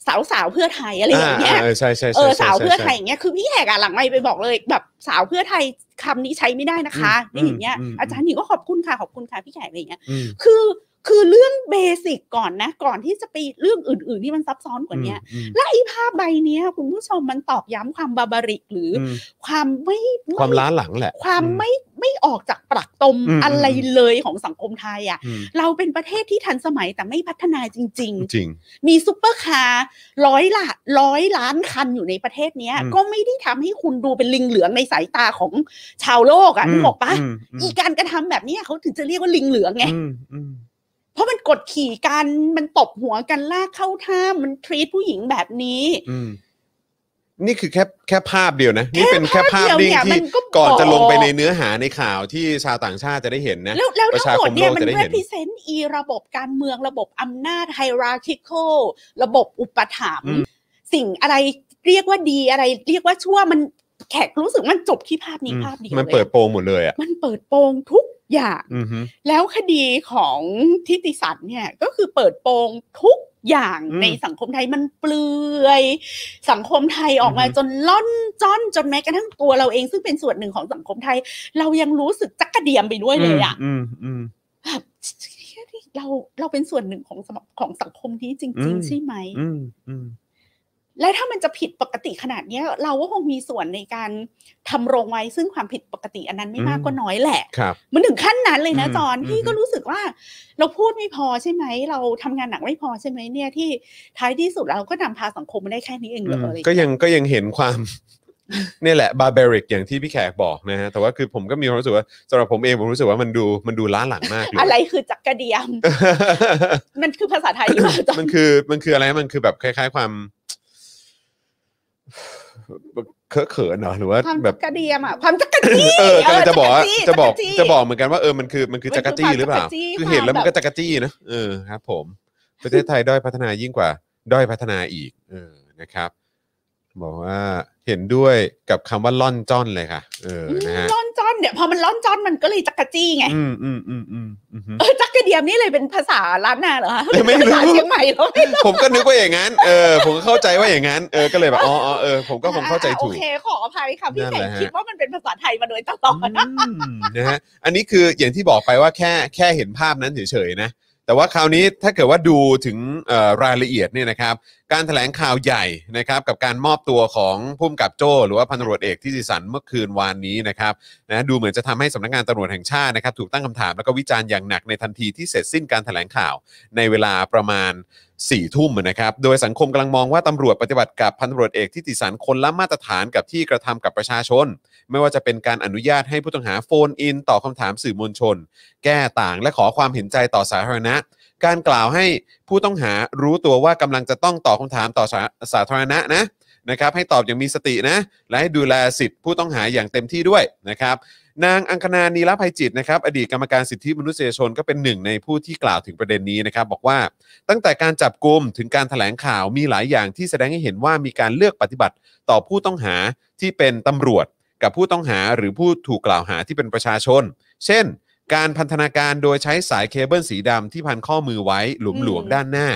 สาวสาวๆเพื่อไทยอะไรอย่างเงี้ย
าาเออใช่ใช่
เอ
ใช่
อ
ใช่
สาวเพื่อไท
ใช่
ยอย่างเงี้ยคือพี่แขกอะหลังไม่ไปบอกเลยแบบสาวเพื่อไทย คำนี้ใช้ไม่ได้นะคะ
อืม
นี่อย่างเงี้ย
อืมอืม
อาจารย์หนิงก็ขอบคุณค่ะขอบคุณค่ะพี่แขกอะไรอย่างเงี้ย
อืม
คือคือเรื่องเบสิกก่อนนะ ก่อนที่จะไปเรื่องอื่น ๆ ที่มันซับซ้อนกว่าเนี้ย
อืม
และไอ้ภาพใบเนี้ย คุณผู้ชมมันตอกย้ำความบาบาริกหรือ
อืม
อความไม่ไ
ความล้าหลังแหละ
ความไม่ไม่ออกจากปรักตม
อืม
อะไรเลยของสังคมไทยอ่ะ
อืม
เราเป็นประเทศที่ทันสมัยแต่ไม่พัฒนาจริง
จริง
ๆ มีซุปเปอร์คาร์ร้อยละร้อยล้านคันอยู่ในประเทศเนี้ย
อืม
ก็ไม่ได้ทำให้คุณดูเป็นลิงเหลืองในสายตาของชาวโลกอ่ะนึกออกปะ
มอืม
อีการกระทำแบบเนี้ยเขาถึงจะเรียกว่าลิงเหลืองไง
อืมอืม
เพราะมันกดขี่กันมันตบหัวกันลากเข้าท่ามันทรีตผู้หญิงแบบนี้
อืมนี่คือแค่แค่ภาพเดียวนะ นี่เป็น
แค่
แค่ภา
ภา
พ
พเดียว
นิ่ง
เนี่ยมั
ที่
นก็บอก
ก่อนจะลงไปในเนื้อหาในข่าวที่ชาวต่างชาติจะได้เห็นนะ
แล้วแล้ว
ประ
ทั้
ชาง
ห
ค
ม
ม
ดเนี่ย
โลก
มัน
จะได้เห็น
represent อีระบบการเมืองระบบอำนาจ hierarchical ระบบอุปถัมภ์สิ่งอะไรเรียกว่าดีอะไร เรียกว่าชั่วมันแขกรู้สึกมันจบที่ภาพนี้
อืม
ภาพเดียว
มัน
ลย
เปิดโปงหมดเลยอ่ะ
มันเปิดโปงทุกอย่าง
อือฮึ
แล้วคดีของทิติสันเนี่ยก็คือเปิดโปงทุกอย่างในสังคมไทยมันเปลือย สังคมไทยออกมาจนล่อนจ้อนจนแม้กระทั่งตัวเราเองซึ่งเป็นส่วนหนึ่งของสังคมไทย เรายังรู้สึกจักกระเดียมไปด้วยเลยอะ
อืมอืม
แบบเชี่ยนี่เราเราเป็นส่วนหนึ่งของสมของสังคมนี้จ
อื
ริง
ม
ๆ ใช่ไหม
อืมอืม
และถ้ามันจะผิดปกติขนาดเนี้ย เราก็คงมีส่วนในการทำรงไว้ซึ่งความผิดปกติอันนั้นไม่มากก็น้อยแหละ
ครับ
มันถึงขั้นนั้นเลยนะ
อืม
จอน
อืม
ที่ก็รู้สึกว่า เราพูดไม่พอใช่ไหม เราทำงานหนักไม่พอใช่ไหมเนี่ยที่ท้ายที่สุดเราก็นำพาสังคมมาได้แค่นี้เองเหรออะไร
ก็ยังก็ยังเห็นความ เนี่ยแหละบาเบริกอย่างที่พี่แขกบอกนะฮะแต่ว่าคือผมก็มีความรู้สึกว่าสำหรับผมเองผมรู้สึกว่ามันดูมันดูล้าหลังมากเลย
อะไรคือจักกระเดียม มันคือภาษาไทยหรือเปล่าจอ
มัน นคือมันคืออะไรมันคือแบบคล้าย ๆ ความ เคอะเขินเหรอหรือว่า
ความ
แบ
จั
บ
กกระเดียมอะความจักกระจี้
เออกำลังจะบอกว่า
เ
จะบอก
จี้
จะบอกเหมือนกันว่าเออมันคือมันคือ
มันคือ
จักรจี้หรือเปล่า
ความจักรจี้
คือเห็นแล้ว
ความ
มัน
แบบ
ก็จักรจี้นะเออครับ ผมประเทศไทยด้อยพัฒนายิ่งกว่า ด้อยพัฒนาอีก เออนะครับ บอกว่าเห็นด้วยกับคำว่าล่อนจ้อนเลยค่ะ เออ
อืม
นะฮะ
ล่อนจ้อนเนี่ยพอมันล่อนจ้อนมันก็เลยจักกะจี้ไง
อืมอืมอืมอืมอืม
เออจักกะเดียมนี่เลยเป็นภาษาล้านนาเหรอฮะ
ไม่รู้
ภาษาเชียงใหม่ เหรอ
ผมก็นึกว่าอย่างนั้นเออผมก็เข้าใจว่าอย่างนั้นเออก็เลยแบบอ๋ออ๋อเออผมก็คงเข้าใจถูก
อ่ะโอเคขออภัยค่ะพี่
นั่น
แข
แห
ก
ละฮะ
คิดว่ามันเป็นภาษาไทยมาโดยตลอด
อืม นะฮะอันนี้คืออย่างที่บอกไปว่าแค่แค่เห็นภาพนั้นเฉยๆนะ แต่ว่าคราวนี้ถ้าเกิดว่าดูถึงเอ่อรายละเอียดเนี่ยนะครับ การแถลงข่าวใหญ่นะครับ กับการมอบตัวของพุ่มกับโจ้หรือว่าพันตำรวจเอกที่สิสันเมื่อคืนวานนี้นะครับนะดูเหมือนจะทำให้สำนักงานตำรวจแห่งชาตินะครับ ถูกตั้งคำถามแล้วก็วิจารณ์อย่างหนักในทันทีที่เสร็จสิ้นการแถลงข่าวในเวลาประมาณ สี่ทุ่มนะครับ โดยสังคมกำลังมองว่าตำรวจปฏิบัติกับพันตำรวจเอกที่ติสันคนละมาตรฐานกับที่กระทำกับประชาชน ไม่ว่าจะเป็นการอนุญาตให้ผู้ต้องหาโฟนอินต่อบคำถามสื่อมวลชน แก้ต่างและขอความเห็นใจต่อสาธารณะ การกล่าวให้ผู้ต้องหารู้ตัวว่ากำลังจะต้องตอบคำถามต่อสาสาธารณะนะนะครับ ให้ตอบอย่างมีสตินะ และให้ดูแลสิทธิผู้ต้องหาอย่างเต็มที่ด้วยนะครับ นางอังคณานีรภัยจิตนะครับ อดีตกรรมการสิทธิมนุษยชนก็เป็นหนึ่งในผู้ที่กล่าวถึงประเด็นนี้นะครับ บอกว่า ตั้งแต่การจับกลุ่มถึงการแถลงข่าวมีหลายอย่างที่แสดงให้เห็นว่ามีการเลือกปฏิบัติต่อผู้ต้องหาที่เป็นตำรวจ กับผู้ต้องหาหรือผู้ถูกกล่าวหาที่เป็นประชาชน เช่น การพันธนาการโดยใช้สายเคเบิลสีดำที่พันข้อมือไว้หลวมๆด้านหน้า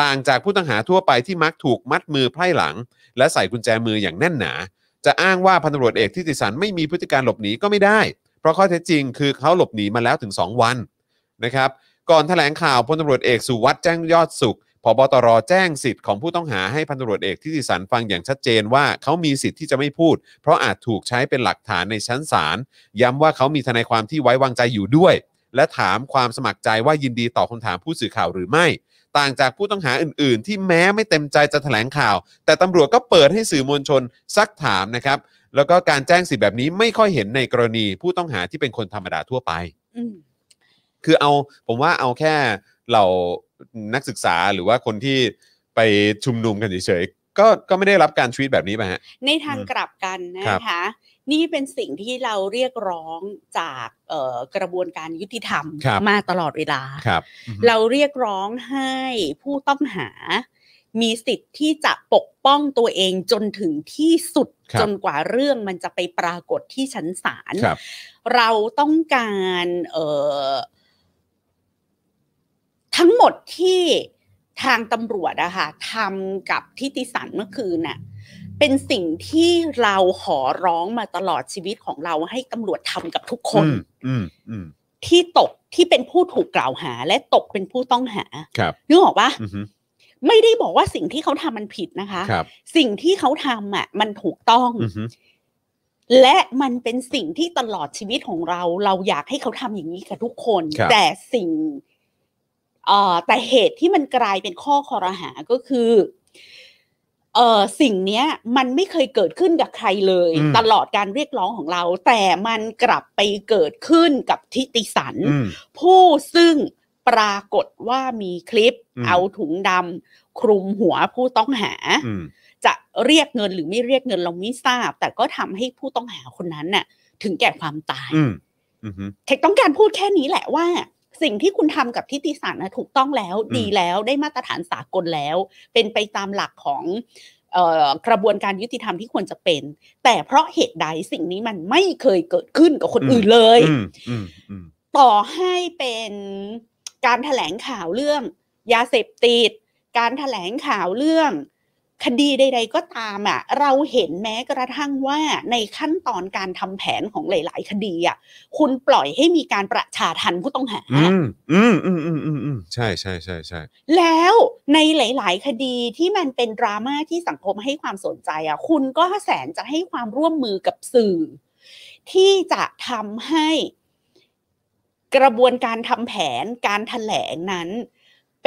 ต่างจากผู้ต้องหาทั่วไปที่มักถูกมัดมือไพร่หลัง และใส่กุญแจมืออย่างแน่นหนา จะอ้างว่าพันตำรวจเอกที่ติสันไม่มีพฤติการหลบหนีก็ไม่ได้ เพราะข้อเท็จจริงคือเขาหลบหนีมาแล้วถึง 2 วันนะครับ ก่อนแถลงข่าวพลตำรวจเอกสุวัสด์แจ้งยอดสุขพบตรแจ้งสิทธิ์ของผู้ต้องหาให้พันตำรวจเอกที่ติสันฟังอย่างชัดเจนว่าเขามีสิทธิ์ที่จะไม่พูด เพราะอาจถูกใช้เป็นหลักฐานในชั้นศาลย้ำว่าเขามีทนายความที่ไว้วางใจอยู่ด้วย และถามความสมัครใจว่ายินดีต่อบคำถามผู้สื่อข่าวหรือไม่ ต่างจากผู้ต้องหาอื่น ๆ ที่แม้ไม่เต็มใจจะแถลงข่าว แต่ตำรวจก็เปิดให้สื่อมวลชนซักถามนะครับ แล้วก็การแจ้งสิทธิ์แบบนี้ไม่ค่อยเห็นในกรณีผู้ต้องหาที่เป็นคนธรรมดาทั่วไป
อืม
คือเอาผมว่าเอาแค่เหล่านักศึกษาหรือว่าคนที่ไปชุมนุมกันเฉยๆก็ก็ไม่ได้รับการทวีตแบบนี้ไปะฮะ
ในทาง
อืม
กลับกันนะครับ คะ นี่เป็นสิ่งที่เราเรียกร้องจากเอ่อกระบวนการยุติธรรม
ครับ
มาตลอดเวลา
ครับ
เราเรียกร้องให้ผู้ต้องหา มีสิทธิ์ที่จะปกป้องตัวเองจนถึงที่สุดจนกว่าเรื่องมันจะไปปรากฏที่ชั้นศาล
ครับ
เราต้องการเอ่อทั้งหมดที่ทางตำรวจอะค่ะทำกับทิติสันเมื่อคืนน่ะ เป็นสิ่งที่เราขอร้องมาตลอดชีวิตของเราให้ตำรวจทำกับทุกคน
อืมอืมอืม
ที่ตกที่เป็นผู้ถูกกล่าวหา และตกเป็นผู้ต้องหา
ครับ
นึกออกปะ
อือฮึ
ไม่ได้บอกว่าสิ่งที่เขาทำมันผิดนะคะ
ครับ
สิ่งที่เขาทำอ่ะมันถูกต้อง
อือฮึ
และมันเป็นสิ่งที่ตลอดชีวิตของเรา เราอยากให้เขาทำอย่างนี้กับทุกคน
ครับ
แต่สิ่งเอ่อแต่เหตุที่มันกลายเป็นข้อคอรหาก็คือเอ่อสิ่งเนี้ย มันไม่เคยเกิดขึ้นกับใครเลย
อืม
ตลอดการเรียกร้องของเรา แต่มันกลับไปเกิดขึ้นกับทิติสัน
อืม
ผู้ซึ่งปรากฏว่ามีคลิป
อืม
เอาถุงดำคลุมหัวผู้ต้องหา
อืม
จะเรียกเงินหรือไม่เรียกเงินเราไม่ทราบ แต่ก็ทำให้ผู้ต้องหาคนนั้นน่ะ ถึงแก่ความตาย
อืมอืม
เทคต้องการพูดแค่นี้แหละว่า สิ่งที่คุณทำกับทิติสารนะถูกต้องแล้ว
อืม
ดีแล้วได้มาตรฐานสากลแล้ว เป็นไปตามหลักของเอ่อกระบวนการยุติธรรมที่ควรจะเป็น แต่เพราะเหตุใดสิ่งนี้มันไม่เคยเกิดขึ้นกับคนอื่นเลย
อืมอืมอืม
ต่อให้เป็นการแถลงข่าวเรื่อง ยาเสพติด การแถลงข่าวเรื่อง คดีใด ๆ ก็ตามอ่ะ เราเห็นแม้กระทั่งว่าในขั้นตอนการทำแผนของหลาย ๆ คดีอ่ะ คุณปล่อยให้มีการประชาทันผู้ต้องหา
อืมอืมอืมอืมอืมอืมใช่ใช่ใช่ใช่
แล้วในหลาย ๆ คดีที่มันเป็นดราม่าที่สังคมให้ความสนใจอ่ะ คุณก็แสนจะให้ความร่วมมือกับสื่อ ที่จะทำให้กระบวนการทำแผนการแถลงนั้น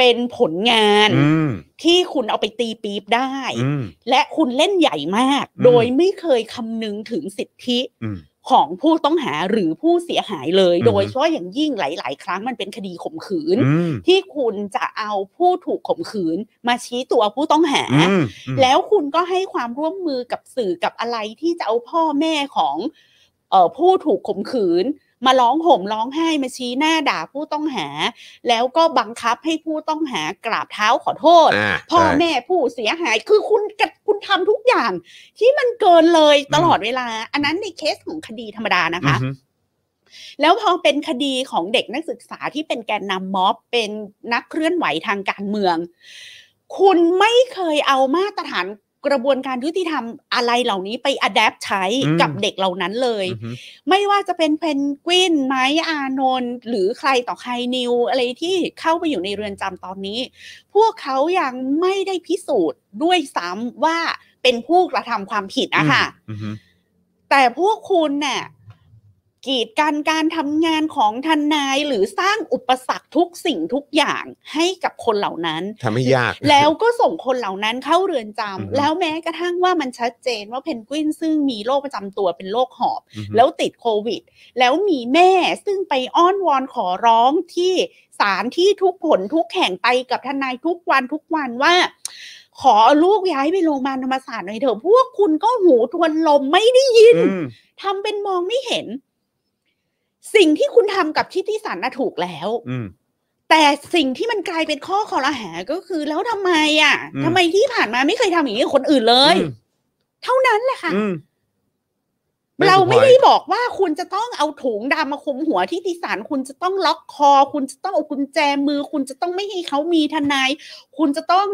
เป็นผลงาน
อืม
ที่คุณเอาไปตีปี๊บได้
อืม
และคุณเล่นใหญ่มาก
อืม
โดยไม่เคยคำนึงถึงสิทธิ
อืม
ของผู้ต้องหาหรือผู้เสียหายเลย
อือฮึ
โดยเฉพาะอย่างยิ่งหลาย ๆ ครั้งมันเป็นคดีข่มขืน
อืม
ที่คุณจะเอาผู้ถูกข่มขืน มาชี้ตัวผู้ต้องหา
อืม
แล้วคุณก็ให้ความร่วมมือกับสื่อกับอะไรที่จะเอาพ่อแม่ของเอ่อผู้ถูกข่มขืน มาร้องห่มร้องไห้มาชี้หน้าด่าผู้ต้องหา แล้วก็บังคับให้ผู้ต้องหากราบเท้าขอโทษ
อ่า
พ่อ
ใช่
แม่ผู้เสียหายคือคุณกับคุณทำทุกอย่าง ที่มันเกินเลย
อืม
ตลอดเวลา อันนั้นในเคสของคดีธรรมดานะคะ
อืม
แล้วพอเป็นคดีของเด็กนักศึกษาที่เป็นแกนนำม็อบ เป็นนักเคลื่อนไหวทางการเมือง คุณไม่เคยเอามาตรฐานกระบวนการยุติธรรมอะไรเหล่านี้ไปอัดแอปใช้
อืม
กับเด็กเหล่านั้นเลย
อืม
ไม่ว่าจะเป็นเพนกวินไม้อานนท์หรือใครต่อใครนิว อะไรที่เข้าไปอยู่ในเรือนจำตอนนี้ พวกเขายังไม่ได้พิสูจน์ด้วยซ้ำว่าเป็นผู้กระทำความผิดนะคะ
อืมอือฮึ
แต่พวกคุณเนี่ยกีดกันการทำงานของทนายหรือสร้างอุปสรรคทุกสิ่งทุกอย่างให้กับคนเหล่านั้น
ทำให้ยาก
แล้วก็ส่งคนเหล่านั้นเข้าเรือนจำ
อือฮึ
แล้วแม้กระทั่งว่ามันชัดเจนว่าเพนกวินซึ่งมีโรคประจำตัวเป็นโรคหอบ
อืม
แล้วติดโควิด แล้วมีแม่ซึ่งไปอ้อนวอนขอร้องที่ศาลที่ทุกผลทุกแห่งไปกับทนายทุกวันทุกวันว่า ขอเอาลูกย้ายไปโรงพยาบาลธรรมศาสตร์หน่อยเถอะพวกคุณก็หูทวนลมไม่ได้ยิน
อืม
ทำเป็นมองไม่เห็น สิ่งที่คุณทำกับที่ที่ศาลน่ะถูกแล้ว
อืม
แต่สิ่งที่มันกลายเป็นข้อคอรหาก็คือ แล้วทำไมอ่ะ
อืม
ทำไมที่ผ่านมาไม่เคยทำอย่างนี้กับคนอื่นเลย เท่านั้นแหละค่ะ
อืม
เราไม่ได้บอกว่าคุณจะต้องเอาถุงดำมาคลุมหัวที่ติสารคุณจะต้องล็อกคอ คุณจะต้องเอากุญแจมือ คุณจะต้องไม่ให้เขามีทนาย คุณจะต้อง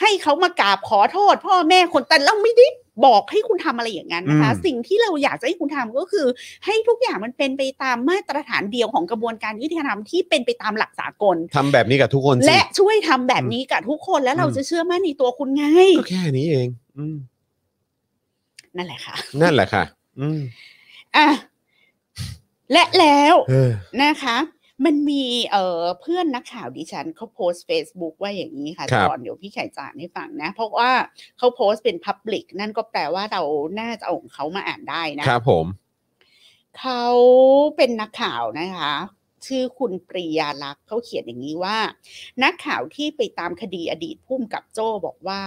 ให้เขามากราบขอโทษ พ่อแม่คนแต่เราไม่ได้บอกให้คุณทำอะไรอย่างนั้นนะคะ
อืม
สิ่งที่เราอยากจะให้คุณทำก็คือ ให้ทุกอย่างมันเป็นไปตามมาตรฐานเดียวของกระบวนการยุติธรรมที่เป็นไปตามหลักสากล
ทำแบบนี้กับทุกคนสิ
และช่วยทำแบบนี้กับทุกคนแล้วเรา
อืม
จะเชื่อมั่นในตัวคุณไง
ก็แค่นี้เอง อืม
นั่นแหละค่ะ
นั่นแหละค่ะ อืม
อ่ะและแล้ว
เออ
นะคะ มันมีเอ่อเพื่อนนักข่าวดิฉันเขาโพสต์ Facebook ว่าอย่างนี้ค่ะ
ครับ
ตอนเดี๋ยวพี่ไข่จ่านให้ฟังนะ เพราะว่าเขาโพสต์เป็น Public นั่นก็แปลว่าเราน่าจะเอาของเขามาอ่านได้นะครับ
ผม
เขาเป็นนักข่าวนะคะ ชื่อคุณปรียาลักษณ์เขาเขียนอย่างนี้ว่า นักข่าวที่ไปตามคดีอดีตพุ่มกับโจ้บอกว่า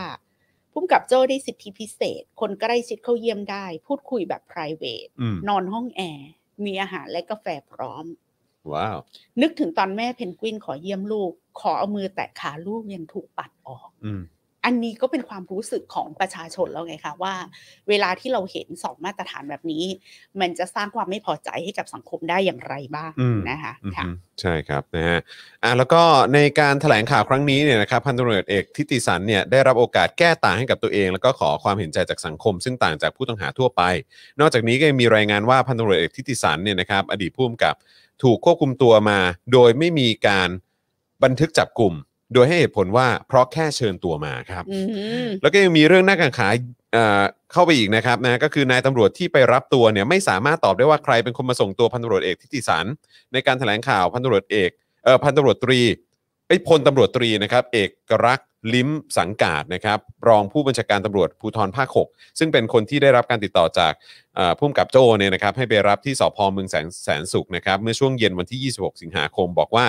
พุ่มกับโจ้ได้สิทธิพิเศษ คนใกล้ชิดเข้าเยี่ยมได้ พูดคุยแบบ p r i v a t
อืม
นอนห้องแอร์มีอาหารและกาแฟพร้อม
ว้าว
นึกถึงตอนแม่เพนกวินขอเยี่ยมลูก ขอเอามือแตะขาลูกยังถูกปัดออก
อืม
อันนี้ก็เป็นความรู้สึกของประชาชนแล้วไงคะว่า เวลาที่เราเห็นสองมาตรฐานแบบนี้ มันจะสร้างความไม่พอใจให้กับสังคมได้อย่างไรบ้าง
อืม
นะคะ
อืม
ค่ะ
ใช่ครับนะฮะอ่ะแล้วก็ในการแถลงข่าวครั้งนี้เนี่ยนะครับพันตำรวจเอกทิติสันเนี่ยได้รับโอกาสแก้ต่างให้กับตัวเอง แล้วก็ขอความเห็นใจจากสังคม ซึ่งต่างจากผู้ต้องหาทั่วไป นอกจากนี้ก็ยังมีรายงานว่าพันตำรวจเอกทิติสันเนี่ยนะครับอดีตผู้กำกับถูกควบคุมตัวมา โดยไม่มีการบันทึกจับกลุ่ม โดยให้เหตุผลว่าเพราะแค่เชิญตัวมาครับ
อืม
แล้วก็ยังมีเรื่องหน้ากังขาเอ่อเข้าไปอีกนะครับนะก็คือนายตำรวจที่ไปรับตัวเนี่ยไม่สามารถตอบได้ว่าใครเป็นคนมาส่งตัวพันตำรวจเอกทิติสันในการแถลงข่าวพันตำรวจเอกเอ่อพันตำรวจตรีไอ้ยพลตำรวจตรีนะครับเอกรักษณ์ลิ้มสังกาดนะครับรองผู้บัญชาการตำรวจภูธรภาคหกซึ่งเป็นคนที่ได้รับการติดต่อจากเอ่อผู้กำกับโจเนี่ยนะครับให้ไปรับที่สพเมืองแสนแสนสุขนะครับเมื่อช่วงเย็นวันที่ 26 สิงหาคมบอกว่า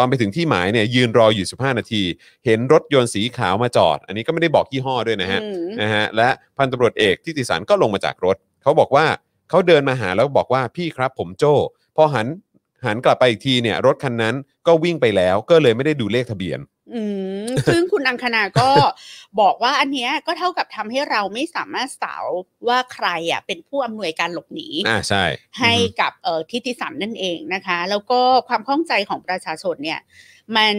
ตอนไปถึงที่หมายเนี่ยยืนรออยู่ 15 นาที เห็นรถยนต์สีขาวมาจอด อันนี้ก็ไม่ได้บอกยี่ห้อด้วยนะฮะ
อืม
นะฮะและพันตำรวจเอกที่ติสารก็ลงมาจากรถ เขาบอกว่าเขาเดินมาหาแล้วบอกว่าพี่ครับผมโจ้พอหันหันกลับไปอีกทีเนี่ยรถคันนั้นก็วิ่งไปแล้วก็เลยไม่ได้ดูเลขทะเบียน
อืม ซึ่งคุณอังคณาก็ บอกว่าอันเนี้ยก็เท่ากับทำให้เราไม่สามารถสาวว่าใครอ่ะเป็นผู้อำนวยการหลบหนี
อ่าใช่
ให้
อืม
กับเอ่อทิติสันนั่นเองนะคะ แล้วก็ความข้องใจของประชาชนเนี่ย มัน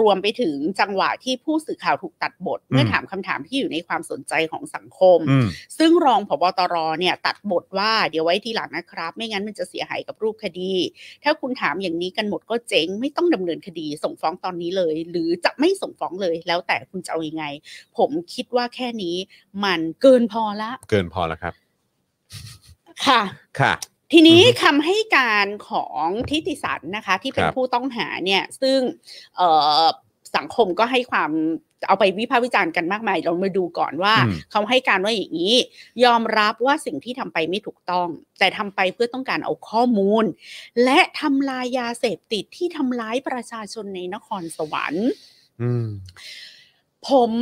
รวมไปถึงจังหวะที่ผู้สื่อข่าวถูกตัดบท เมื่อ
ม
ถามคำถามที่อยู่ในความสนใจของสังคม
อืม
ซึ่งรองผบตรเนี่ยตัดบทว่าเดี๋ยวไว้ทีหลังนะครับ ไม่งั้นมันจะเสียหายกับรูปคดี ถ้าคุณถามอย่างนี้กันหมดก็เจ๊งไม่ต้องดำเนินคดีส่งฟ้องตอนนี้เลย หรือจะไม่ส่งฟ้องเลยแล้วแต่คุณจะเอายังไง ผมคิดว่าแค่นี้มันเกินพอละ
เกินพอแล้วครับ
ค่ะ
ค่ะ
ทีนี้
อือฮึ
คำให้การของทิติสันนะคะ ที่เป็น
ครับ
ผู้ต้องหาเนี่ยซึ่งเอ่อสังคมก็ให้ความเอาไปวิพากษ์วิจารณ์กันมากมายเรามาดูก่อนว่า
อืม
เขาให้การว่าอย่างนี้ ยอมรับว่าสิ่งที่ทำไปไม่ถูกต้อง แต่ทำไปเพื่อต้องการเอาข้อมูล และทำลายยาเสพติดที่ทำร้ายประชาชนในนครสวรรค์
อืม
ผม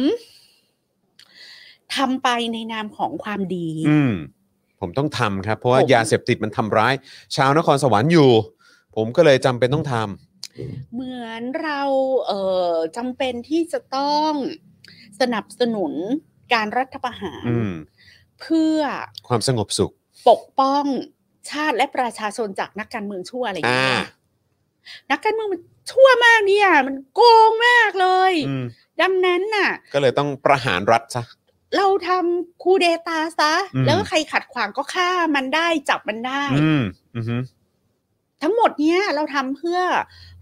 ทำไปในนามของความดี
อืมผมต้องทำครับ เพราะว่า
ผม
ยาเสพติดมันทำร้าย ชาวนครสวรรค์อยู่ ผมก็เลยจำเป็นต้องทำ
เหมือนเราเอ่อจำเป็นที่จะต้องสนับสนุนการรัฐประหาร
อืม
เพื่อ
ความสงบสุข
ปกป้องชาติและประชาชนจากนักการเมืองชั่วอะไรอย่างเงี้ย
อ่า
นักการเมืองมันชั่วมากเนี่ย มันโกงมากเลย
อืม
ดังนั้นน่ะ
ก็เลยต้องประหารรัฐซะ
เราทำคูเดตาซะ
อืม
แล้วใครขัดขวางก็ฆ่ามันได้จับมันได้
อืมอือฮึ
ทั้งหมดเนี้ยเราทำเพื่อ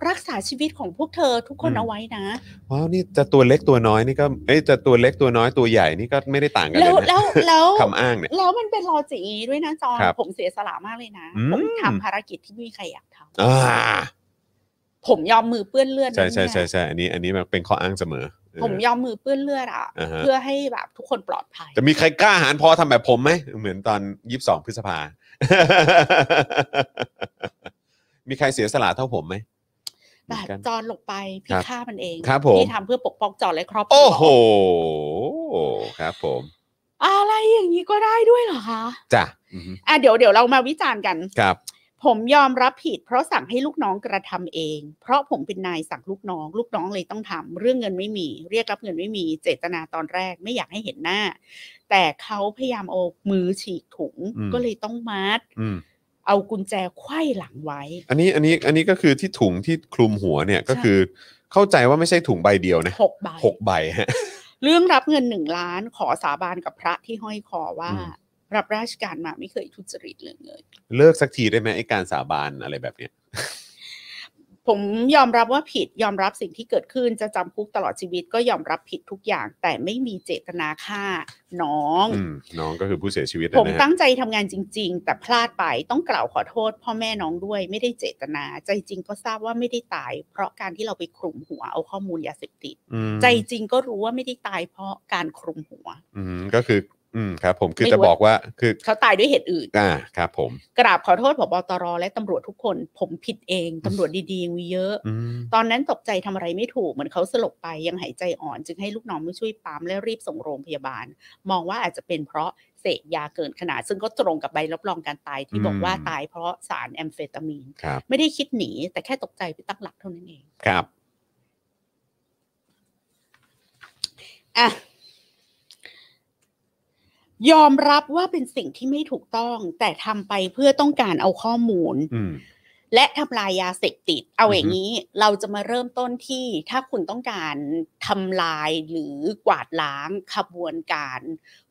รักษาชีวิตของพวกเธอทุกคน
อืม
เอาไว้นะ
ว้าวนี่จะตัวเล็กตัวน้อยนี่ก็เอ้ยจะตัวเล็กตัวน้อยตัวใหญ่นี่ก็ไม่ได้ต่างกันเล
แล้
ยว นะ
แล้วแล้ว
คำอ้างเนี่ย
แล้วมันเป็นลอจิกอย่างนี้ด้วยนะจอน
ครับ
ผมเสียสละมากเลยนะ
อืม
ผมทำภารกิจที่ไม่มีใครอยากท
อ่า
ำผมยอมมือเปื้อนเลือดนะ
ใช่ใช่ใช่ใช่
เนี่ย
อันนี้อันนี้มันเป็นข้ออ้างเสมอเออ
ผมยอมมือเปื้อนเลือดอ่ะ
อ่าฮะ
เพื่อให้แบบทุกคนปลอดภัย
จะมีใครกล้าหารพอทำแบบผมไหมเหมือนตอนยีิบสองพฤษภา มีใครเสียสละเท่าผมไหมเห
แบ
มือบ นกัน
จอนหลบไปพี่
ครับ
ฆ่ามันเอง
ครับผม
พี่ทำเพื่อปกป้องจอนและครอบครัว
โอ้โหครับ ผม
อะไรอย่างนี้ก็ได้ด้วยเหรอคะ
จ้ะอือฮึ
อ่ะเดี๋ยวเดี๋ยวเรามาวิจารณ์กัน
ครับ
ผมยอมรับผิด เพราะสั่งให้ลูกน้องกระทำเอง เพราะผมเป็นนายสั่งลูกน้อง ลูกน้องเลยต้องทำเรื่องเงินไม่มี เรียกรับเงินไม่มี เจตนาตอนแรกไม่อยากให้เห็นหน้า แต่เขาพยายามเอามือฉีกถุง
อืม
ก็เลยต้องมัด
อืม
เอากุญแจไขว้หลังไว้
อันนี้อันนี้อันนี้ก็คือที่ถุงที่คลุมหัวเนี่ยก็
ใช่
คือเข้าใจว่าไม่ใช่ถุงใบเดียวนะ
หกใบ
หกใบฮะ
เรื่องรับเงินหนึ่งล้านขอสาบานกับพระที่ห้อยคอว่า
อืม
รับราชการมาไม่เคยทุจริตเรื่องเงิน
เลิกสักทีได้ไหมไอ้การสาบานอะไรแบบเนี้ย
ผมยอมรับว่าผิดยอมรับสิ่งที่เกิดขึ้นจะจำคุกตลอดชีวิตก็ยอมรับผิดทุกอย่าง แต่ไม่มีเจตนาฆ่าน้อง
อืมน้องก็คือผู้เสียชีวิต
ผม
นะฮะ
ตั้งใจทำงานจริง ๆ แต่พลาดไปต้องกล่าวขอโทษ พ่อแม่น้องด้วยไม่ได้เจตนา ใจจริงก็ทราบว่าไม่ได้ตาย เพราะการที่เราไปคลุมหัวเอาข้อมูลยาเสพติด
อืม
ใจจริงก็รู้ว่าไม่ได้ตายเพราะการคลุมหัว
อืมก็คือ อืมครับ ผมคือ
ไม่รู้
จะบอกว่าคือ
เขาตายด้วยเหตุอื่น
อ่าครับ ผม
กราบขอโทษผบตรและตำรวจทุกคน ผมผิดเองตำรวจดีๆมีเยอะ
อืม
ตอนนั้นตกใจทำอะไรไม่ถูกเหมือนเขาสลบไปยังหายใจอ่อนจึงให้ลูกน้องมาช่วยปั๊มและรีบส่งโรงพยาบาล มองว่าอาจจะเป็นเพราะเสพยาเกินขนาด ซึ่งก็ตรงกับใบรับรองการตายที่บอกว่าตายเพราะสารแอมเฟตามีน
ครับ
ไม่ได้คิดหนีแต่แค่ตกใจไปตั้งหลักเท่านั้นเอง
ครับ
อ่ะ ยอมรับว่าเป็นสิ่งที่ไม่ถูกต้อง แต่ทำไปเพื่อต้องการเอาข้อมูล
อืม
และทำลายยาเสพติด เอา
อือฮึ
อย่างนี้เราจะมาเริ่มต้นที่ถ้าคุณต้องการทำลายหรือกวาดล้างขบวนการ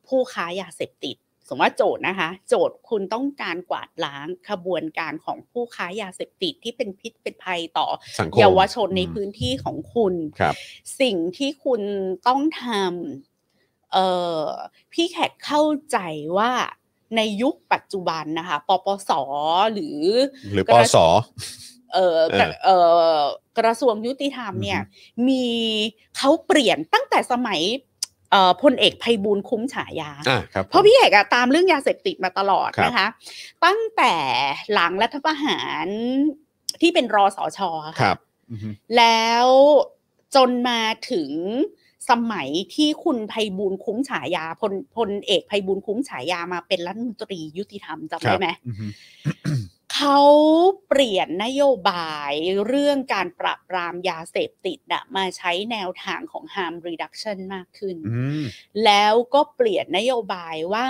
ผู้ค้ายาเสพติด สมมติว่าโจทย์นะคะ โจทย์คุณต้องการกวาดล้างขบวนการของผู้ค้ายาเสพติดที่เป็นพิษเป็นภัยต่อ
สังคม
เยาวชนใน
อืม
พื้นที่ของคุณ
ครับ
สิ่งที่คุณต้องทำเอ่อพี่แขกเข้าใจว่าในยุคปัจจุบันนะคะปปสหรือ
หรือป
กระ
ส
เอ่อ
เออ
เอ่อกระทรวงยุติธรรมเนี่ย มีเขาเปลี่ยนตั้งแต่สมัยเอ่อพลเอกไพบูลย์คุ้มฉายา
อ่ะครับผม
เพราะพี่เอกอะตามเรื่องยาเสพติดมาตลอด
ครับ
นะคะ ตั้งแต่หลังรัฐประหารที่เป็นรอสอชอ
ค
ค่ะ
รับ
แล้วจนมาถึงสมัยที่คุณไพบูลย์คุ้มฉายาพลพลเอกไพบูลย์คุ้มฉายามาเป็นรัฐมนตรียุติธรรมจำ
ครั
ได้
บ
ไหม เขาเปลี่ยนนโยบายเรื่องการปราบปรามยาเสพติดอะมาใช้แนวทางของ harm reduction มากขึ้น
อืม
แล้วก็เปลี่ยนนโยบายว่า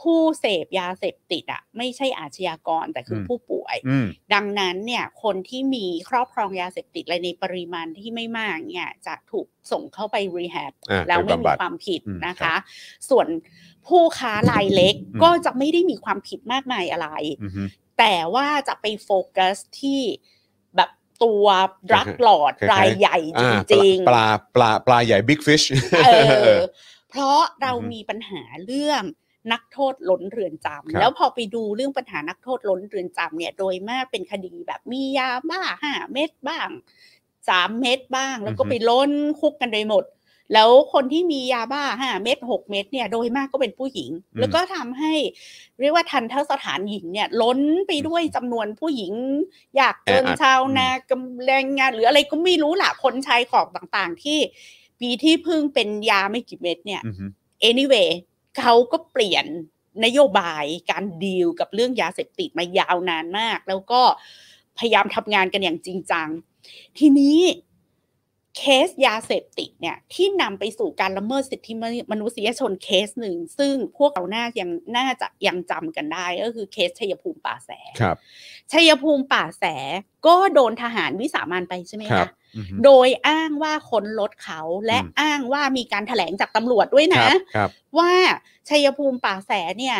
ผู้เสพยาเสพติดอะไม่ใช่อาชญากรแต่คืออ
ม
ผู้ป่วย
อืม
ดังนั้นเนี่ยคนที่มีครอบครองยาเสพติดอะไรในปริมาณที่ไม่มากเนี่ยจะถูกส่งเข้าไปรีแฮบ
อ่า
แล้วไม่
ไปบำบั
มี
ด
ความผิด
อืม
นะ
ครั
คะ
บ
ส่วนผู้ค้ารายเล็ก
อืม
ก็จะไม่ได้มีความผิดมากมายอะไร
อืม
แต่ว่าจะไปโฟกัสที่แบบตัวดรักหลอด
คล้ายๆ
รายใหญ่จ
อ่า
ริง
ปลาปลาปลาใหญ่บิ๊กฟิช
ๆเออเพราะเรา
อือฮึ
มีปัญหาเรื่องนักโทษล้นเรือนจำ
ครับ
แล้วพอไปดูเรื่องปัญหานักโทษล้นเรือนจำเนี่ย โดยมากเป็นคดีแบบมียาบ้าห้าเม็ดบ้างสามเม็ดบ้าง แล้วก็ไปล้นคุกกันไปหมด แล้วคนที่มียาบ้าห้าเม็ดหกเม็ดเนี่ยโดยมากก็เป็นผู้หญิง
อืม
แล้วก็ทำให้เรียกว่าทันทสถานหญิงเนี่ยล้นไปด้วยจำนวนผู้หญิง อยากจน
แออัด
ชาวนากำแรงงาน หรืออะไรก็ไม่รู้ล่ะคนชายขอบต่างๆ ที่ปีที่เพึ่งเป็นยาไม่กี่เม็ดเนี่ย
อืม
anyway เขาก็เปลี่ยนนโยบายการดีลกับเรื่องยาเสพติดมายาวนานมาก แล้วก็พยายามทำงานกันอย่างจริงจัง ทีนี้เคสยาเสพติดเนี่ยที่นำไปสู่การละเมิดสิทธิมนุษยชนเคสหนึ่ง ซึ่งพวกเราน่ายังน่าจะยังจำกันได้ ก็คือเคสชัยภูมิป่าแส
ครับ
ชัยภูมิป่าแสก็โดนทหารวิสามันไปใช่ไหม
ครั
คะ
บอือฮึ
โดยอ้างว่าค้นรถเขาและอ้างว่ามีการถแถลงจากตำรวจด้วย
ค
นะ
รับครับ
ว่าชัยภูมิป่าแสเนี่ย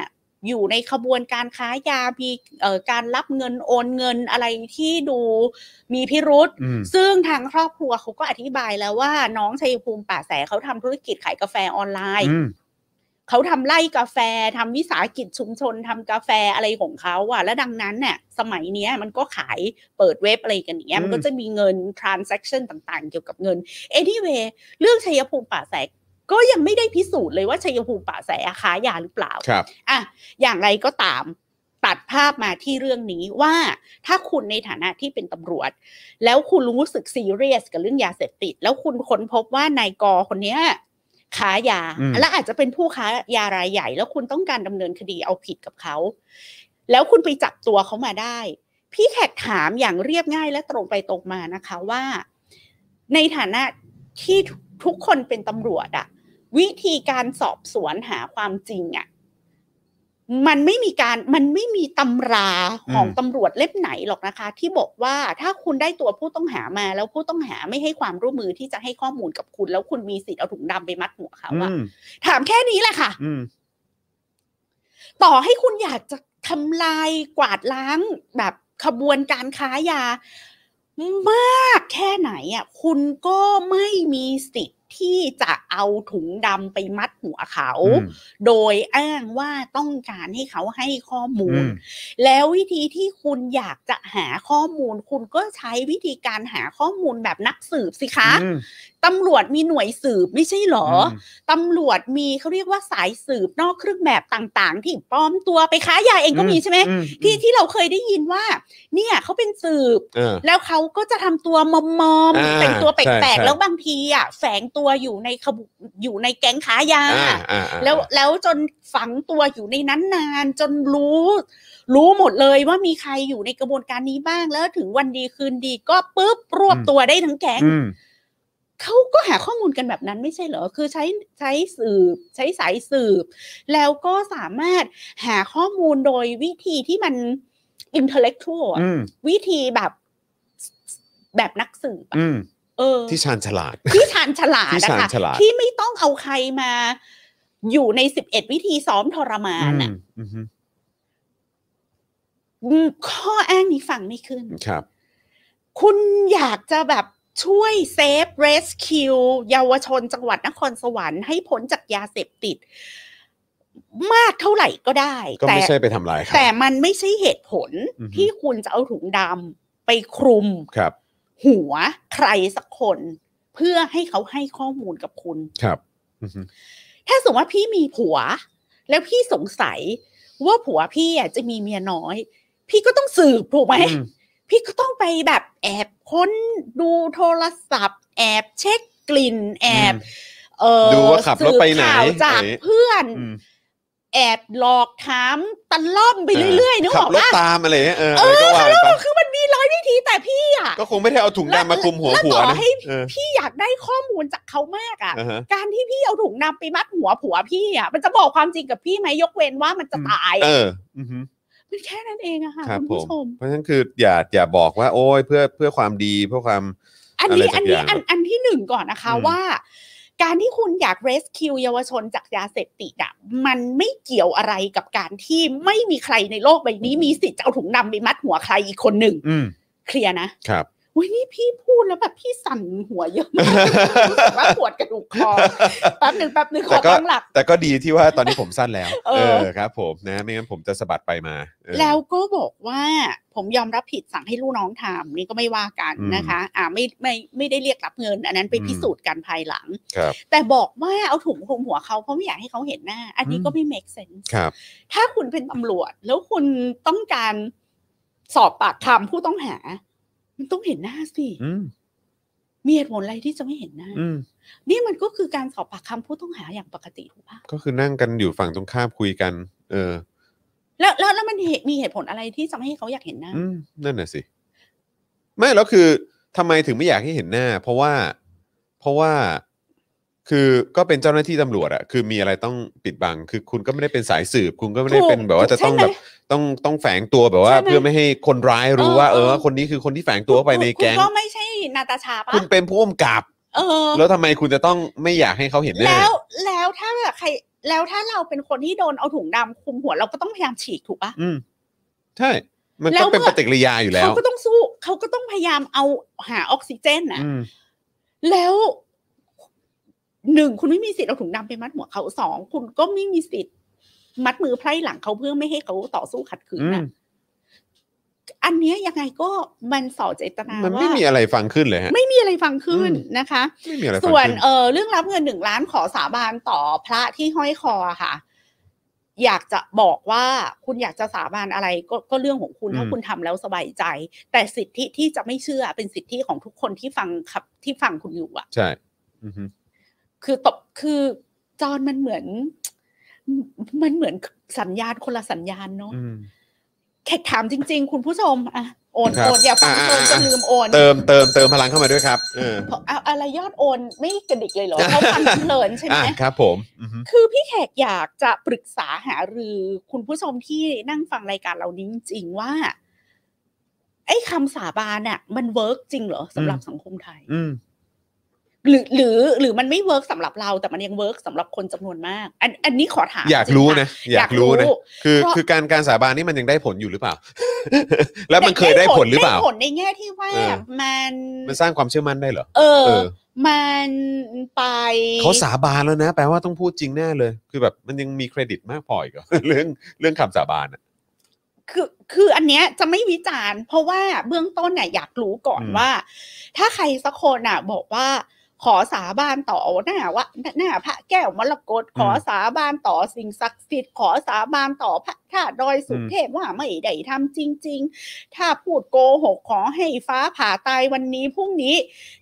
อยู่ในขบวนการค้ายามีเอ่อการรับเงินโอนเงินอะไรที่ดูมีพิรุษ
อืม
ซึ่งทางครอบครัวเขาก็อธิบายแล้วว่า น้องชัยภูมิป่าแสเขาทำธุรกิจขายกาแฟออนไลน์
อืม
เขาทำไร่กาแฟทำวิสาหกิจชุมชนทำกาแฟอะไรของเขาอะและดังนั้นเนี่ยสมัยเนี้ยมันก็ขายเปิดเว็บอะไรกันอย่างเงี้ย
อืม
มันก็จะมีเงิน transaction ต่างๆ เกี่ยวกับเงิน anyway เรื่องชัยภูมิป่าแสกก็ยังไม่ได้พิสูจน์เลยว่าชัยภูมิป่าแสอะค้ายาหรือเปล่า
ครับ
อะอย่างไรก็ตามตัดภาพมาที่เรื่องนี้ว่าถ้าคุณในฐานะที่เป็นตำรวจ แล้วคุณรู้สึกซีเรียสกับเรื่องยาเสพติด แล้วคุณค้นพบว่านายกอคนเนี้ยค้ายา
อืม
และอาจจะเป็นผู้ค้ายารายใหญ่ แล้วคุณต้องการดำเนินคดีเอาผิดกับเขา แล้วคุณไปจับตัวเขามาได้ พี่แขกถามอย่างเรียบง่ายและตรงไปตรงมานะคะว่า ในฐานะที่ทุกคนเป็นตำรวจอะวิธีการสอบสวนหาความจริงอะมันไม่มีการมันไม่มีตำราของ
อืม
ตำรวจเล่มไหนหรอกนะคะ ที่บอกว่าถ้าคุณได้ตัวผู้ต้องหามาแล้วผู้ต้องหาไม่ให้ความร่วมมือที่จะให้ข้อมูลกับคุณ แล้วคุณมีสิทธิ์เอาถุงดำไปมัดหัวเขา
อื
อะ
ม
ถามแค่นี้แหละค่ะ
อืม
ต่อให้คุณอยากจะทำลายกวาดล้างแบบขบวนการค้ายามากแค่ไหนอ่ะคุณก็ไม่มีสิทธิ์ที่จะเอาถุงดำไปมัดหัวเขา โดยอ้างว่าต้องการให้เขาให้ข้อมูล
อืม
แล้ววิธีที่คุณอยากจะหาข้อมูล คุณก็ใช้วิธีการหาข้อมูลแบบนักสืบสิคะ
อืม
ตำรวจมีหน่วยสืบไม่ใช่เหรอ
ม
ตำรวจมีเขาเรียกว่าสายสืบนอกเครื่องแบบต่างๆ ที่ปลอมตัวไปค้ายาเองก็มีใช่ไหม
อืม
ที่ที่เราเคยได้ยินว่า เนี่ยเขาเป็นสืบ
เออ
แล้วเขาก็จะทำตัวมอมๆ
อ่า
เป็นตัว
ใช่
แปลก
ใช่
ๆแล้วบางทีอ่ะแฝงตัวอยู่ในขบุอยู่ในแก๊งค้ายา
อ่าอ่าอ่า
แล้วแล้วจนฝังตัวอยู่ในนั้นนาน จนรู้ รู้หมดเลยว่ามีใครอยู่ในกระบวนการนี้บ้างแล้วถึงวันดีคืนดีก็ปุ๊บรวบตัวได้ทั้งแก๊ง
อืม
เขาก็หาข้อมูลกันแบบนั้นไม่ใช่เหรอ คือใช้ใช้สืบ ใช้สายสืบ แล้วก็สามารถหาข้อมูลโดยวิธีที่มันอินเทเล็กท a l
อืม
วิธีแบบแบบนักสืบอะ
อืม
เออ
ที่ชาญฉลาด
ที่ชาญฉลาด
ที่
นะ
ชาญ
คะ
ฉลาด
ที่ไม่ต้องเอาใครมาอยู่ในสิบเอ็ดวิธีซ้อมทรมานอ่ะ
อืมอืม
อืมข้ออ้างนี้ฟังไม่ขึ้น
ครับ
คุณอยากจะแบบช่วยเซฟ rescue เยาวชนจังหวัดนครสวรรค์ให้พ้นจากยาเสพติด มากเท่าไหร่ก็ได้
ก็
แต่
ไม่ใช่ไปทำลายเขา
แต่มันไม่ใช่เหตุผล
อือฮึ
ที่คุณจะเอาถุงดำไปคลุม
ครับ
หัวใครสักคน เพื่อให้เขาให้ข้อมูลกับคุณ
ครับอือฮึ
ถ้าสมมติว่าพี่มีผัว แล้วพี่สงสัยว่าผัวพี่อ่ะจะมีเมียน้อย พี่ก็ต้องสืบถูกไหม
อืม
พี่ก็ต้องไปแบบแอบค้นดูโทรศัพท์ แอบเช็คกลิ่น แอบเออ
ดูว่าขับรถไปไหน
สืบข่าวจาก
อะไร
เพื่อน
อืม
แอบหลอกถามตะล่อมไปเรื่อยๆนึกอ
ขั
อบ ก
รถ
ว่า
ตามอะไรเงี้ยเอออะไรก็ว่าไป
คือมันมีร้อยวิธีแต่พี่อ่ะ
ก็คงไม่ได้เอาถุง
แล้ว
ดำมาคลุมหัว
แล้ว
ผัว
ต่อ
นะ
ให้
เออ
พี่อยากได้ข้อมูลจากเขามากอ่ะ
อ่าฮะ
การที่พี่เอาถุงนำไปมัดหัวผัวพี่อ่ะมันจะบอกความจริงกับพี่ไหมยกเว้นว่ามันจะ
ม
ตาย
เอออือฮึ
มันแค่นั้นเองอะค่ะ
ครับ
คุณ
ผ
ผู้
ม
ชม
เพราะฉะนั้นคืออย่าอย่าบอกว่าโอ้ยเพื่อเพื่อความดีเพื่อความ
อันนี้
อะไรสั
อั
ก
น
อ
นี้
ย่าง
อันอันที่หนึ่งก่อนนะคะ
อืม
ว่า การที่คุณอยาก rescue เยาวชนจากยาเสพติดอะมันไม่เกี่ยวอะไรกับการที่ไม่มีใครในโลกใบนี้มีสิทธิ์จะเอาถุงดำไปมัดหัวใครอีกคนหนึ่ง
อืม
เคลียร์นะครับ อุ้ยนี่พี่พูดแล้วแบบพี่สั่นหัวเยอะมากรู้สึกว่าปวดกระดูกค อแป๊บหนึ่งแป๊บหนึ่งข
แต่
อ
ก็
ตั้งหลัก
แต่ก็ดีที่ว่าตอนนี้ผมสั้นแล้ว
เออ
เออครับ ผมนะไม่งั้นผมจะสะบัดไปมาเออ
แล้วก็บอกว่าผมยอมรับผิดสั่งให้ลูกน้องทำนี่ก็ไม่ว่ากัน
อืม
นะคะ อ่าไม่ไม่ไม่ได้เรียกรับเงิน อันนั้นไป
อืม
พิสูจน์กันภายหลัง
ครับ
แต่บอกว่าเอาถุงคลุมหัวเขาเพราะไม่อยากให้เขาเห็นหน้า อันนี้
อืม
ก็ไม่ make sense
ครับ
ถ้าคุณเป็นตำรวจ แล้วคุณต้องการสอบปากคำผู้ต้องหา มันต้องเห็นหน้าสิ
อืม
มีเหตุผลอะไรที่จะไม่เห็นหน้า
อืม
นี่มันก็คือการสอบปากคำผู้ต้องหาอย่างปกติถูกปะ
ก็คือนั่งกันอยู่ฝั่งตรงข้ามคุยกัน เออ
แล้วแล้วแล้วมันเหตุมีเหตุผลอะไรที่จะไม่ให้เขาอยากเห็นหน้า
อืมนั่นน่ะสิ ไม่แล้วคือทำไมถึงไม่อยากให้เห็นหน้า เพราะว่า เพราะว่า คือก็เป็นเจ้าหน้าที่ตำรวจอะคือมีอะไรต้องปิดบัง คือคุณก็ไม่ได้เป็นสายสืบ คุณก็ไม่ได้เป็นแบบว่าจะต้องแบบ ต้องต้องแฝงตัวแบบว่า
ใช่ไหม
เพื่อไม่ให้คนร้ายรู้
เออ
ว่า เออ
เออ
ว่าคนนี้คือคนที่แฝงตัวเข้าไปในแก๊ง
คุณก็ไม่ใช่นาตาชาปะ
คุณเป็นผู้กำกับ
เออ
แล้วทำไมคุณจะต้องไม่อยากให้เขาเห็นหน้า
แล้วแล้วถ้าใคร แล้วถ้าเราเป็นคนที่โดนเอาถุงดำคลุมหัวเราก็ต้องพยายามฉีกถูกปะ
อืมใช่ มัน
แล้
ก็
ว
เป็นป
เมื่อ
ฏิกิริยาอยู่แล้ว
เขาก็ต้องสู้เขาก็ต้องพยายามเอาหาออกซิเจนนะ
อืม
แล้วหนึ่งคุณไม่มีสิทธิ์เอาถุงดำไปมัดหัวเขาสองคุณก็ไม่มีสิทธิ์ มัดมือไพร่หลังเขาเพื่อไม่ให้เขาต่อสู้ขัดขืนนะ
อืม
อันเนี้ยยังไงก็มันส่อเจตนา
มัน
ว่า
ไม่มีอะไรฟังขึ้นเลยฮะ
ไม่มีอะไรฟังขึ้น
อืม
นะคะ
ไม่มีอะไรฟัง
ส่วน
ขึ้น
เออเรื่องรับเงินหนึ่งล้านขอสาบานต่อพระที่ห้อยคอค่ะ อยากจะบอกว่าคุณอยากจะสาบานอะไรก็ก็เรื่องของคุณถ้าคุณทำแล้วสบายใจ แต่สิทธิที่จะไม่เชื่อเป็นสิทธิของทุกคนที่ฟังครับที่ฟังคุณอยู่อะ
ใช่ อือฮึ
คือตบคือจอนมันเหมือน มันเหมือนสัญญาณคนละสัญญาณเนาะ
อืม
แขกถามจริง ๆ คุณผู้ชมอะโอน
ครับ
โอนอย่าฟังโอนจนลืมโอน
เติมเติมเติมพลังเข้ามาด้วยครับ เออ
เพราะเอาอะไรยอดโอนไม่กระดิกเลยเหรอเขาะฟังเพลินใช่ไหม
อ่ะครับผมอือฮึ
คือพี่แขกอยากจะปรึกษาหารือคุณผู้ชมที่นั่งฟังรายการเรานี้จริงๆว่า ไอ้คำสาบานน่ะ มันเวิร์กจริงเหรอสำหรับสังคมไทย
อืม
หรือหรือหรือมันไม่เวิร์กสำหรับเรา แต่มันยังเวิร์กสำหรับคนจำนวนมาก อันอันนี้ขอถาม
อยาก
จงๆ
รู้
ค่
นะ อยากรู้นะ คือคือการการสาบานนี่มันยังได้ผลอยู่หรือเป ล่า แล้วมันเคยได้ผลหรือเปล่า
ได้ผลในแง่ที่ว่า
เออ
มัน
มันสร้างความเชื่อมั่นได้เหรอ
เออ
เออ
มันไป
เขาสาบานแล้วนะ แปลว่าต้องพูดจริงแน่เลย คือแบบมันยังมีเครดิตมากพออีกเหรอ เรื่องเรื่องคำสาบานอะ
คือคืออันเนี้ยจะไม่วิจารณ์ เพราะว่าเบื้องต้นเนี่ยอยากรู้ก่อน
อืม
ว่า ถ้าใครสักคนน่ะ บอกว่า ขอสาบานต่อหน้าว่าหน้าพระแก้วมรกตขอสาบานต่อสิ่งศักดิ์สิทธิ์ขอสาบานต่อพระธาตุดอยสุเทพว่าไม่ได้ทำจริง ๆ ถ้าพูดโกหกขอให้ฟ้าผ่าตายวันนี้พรุ่งนี้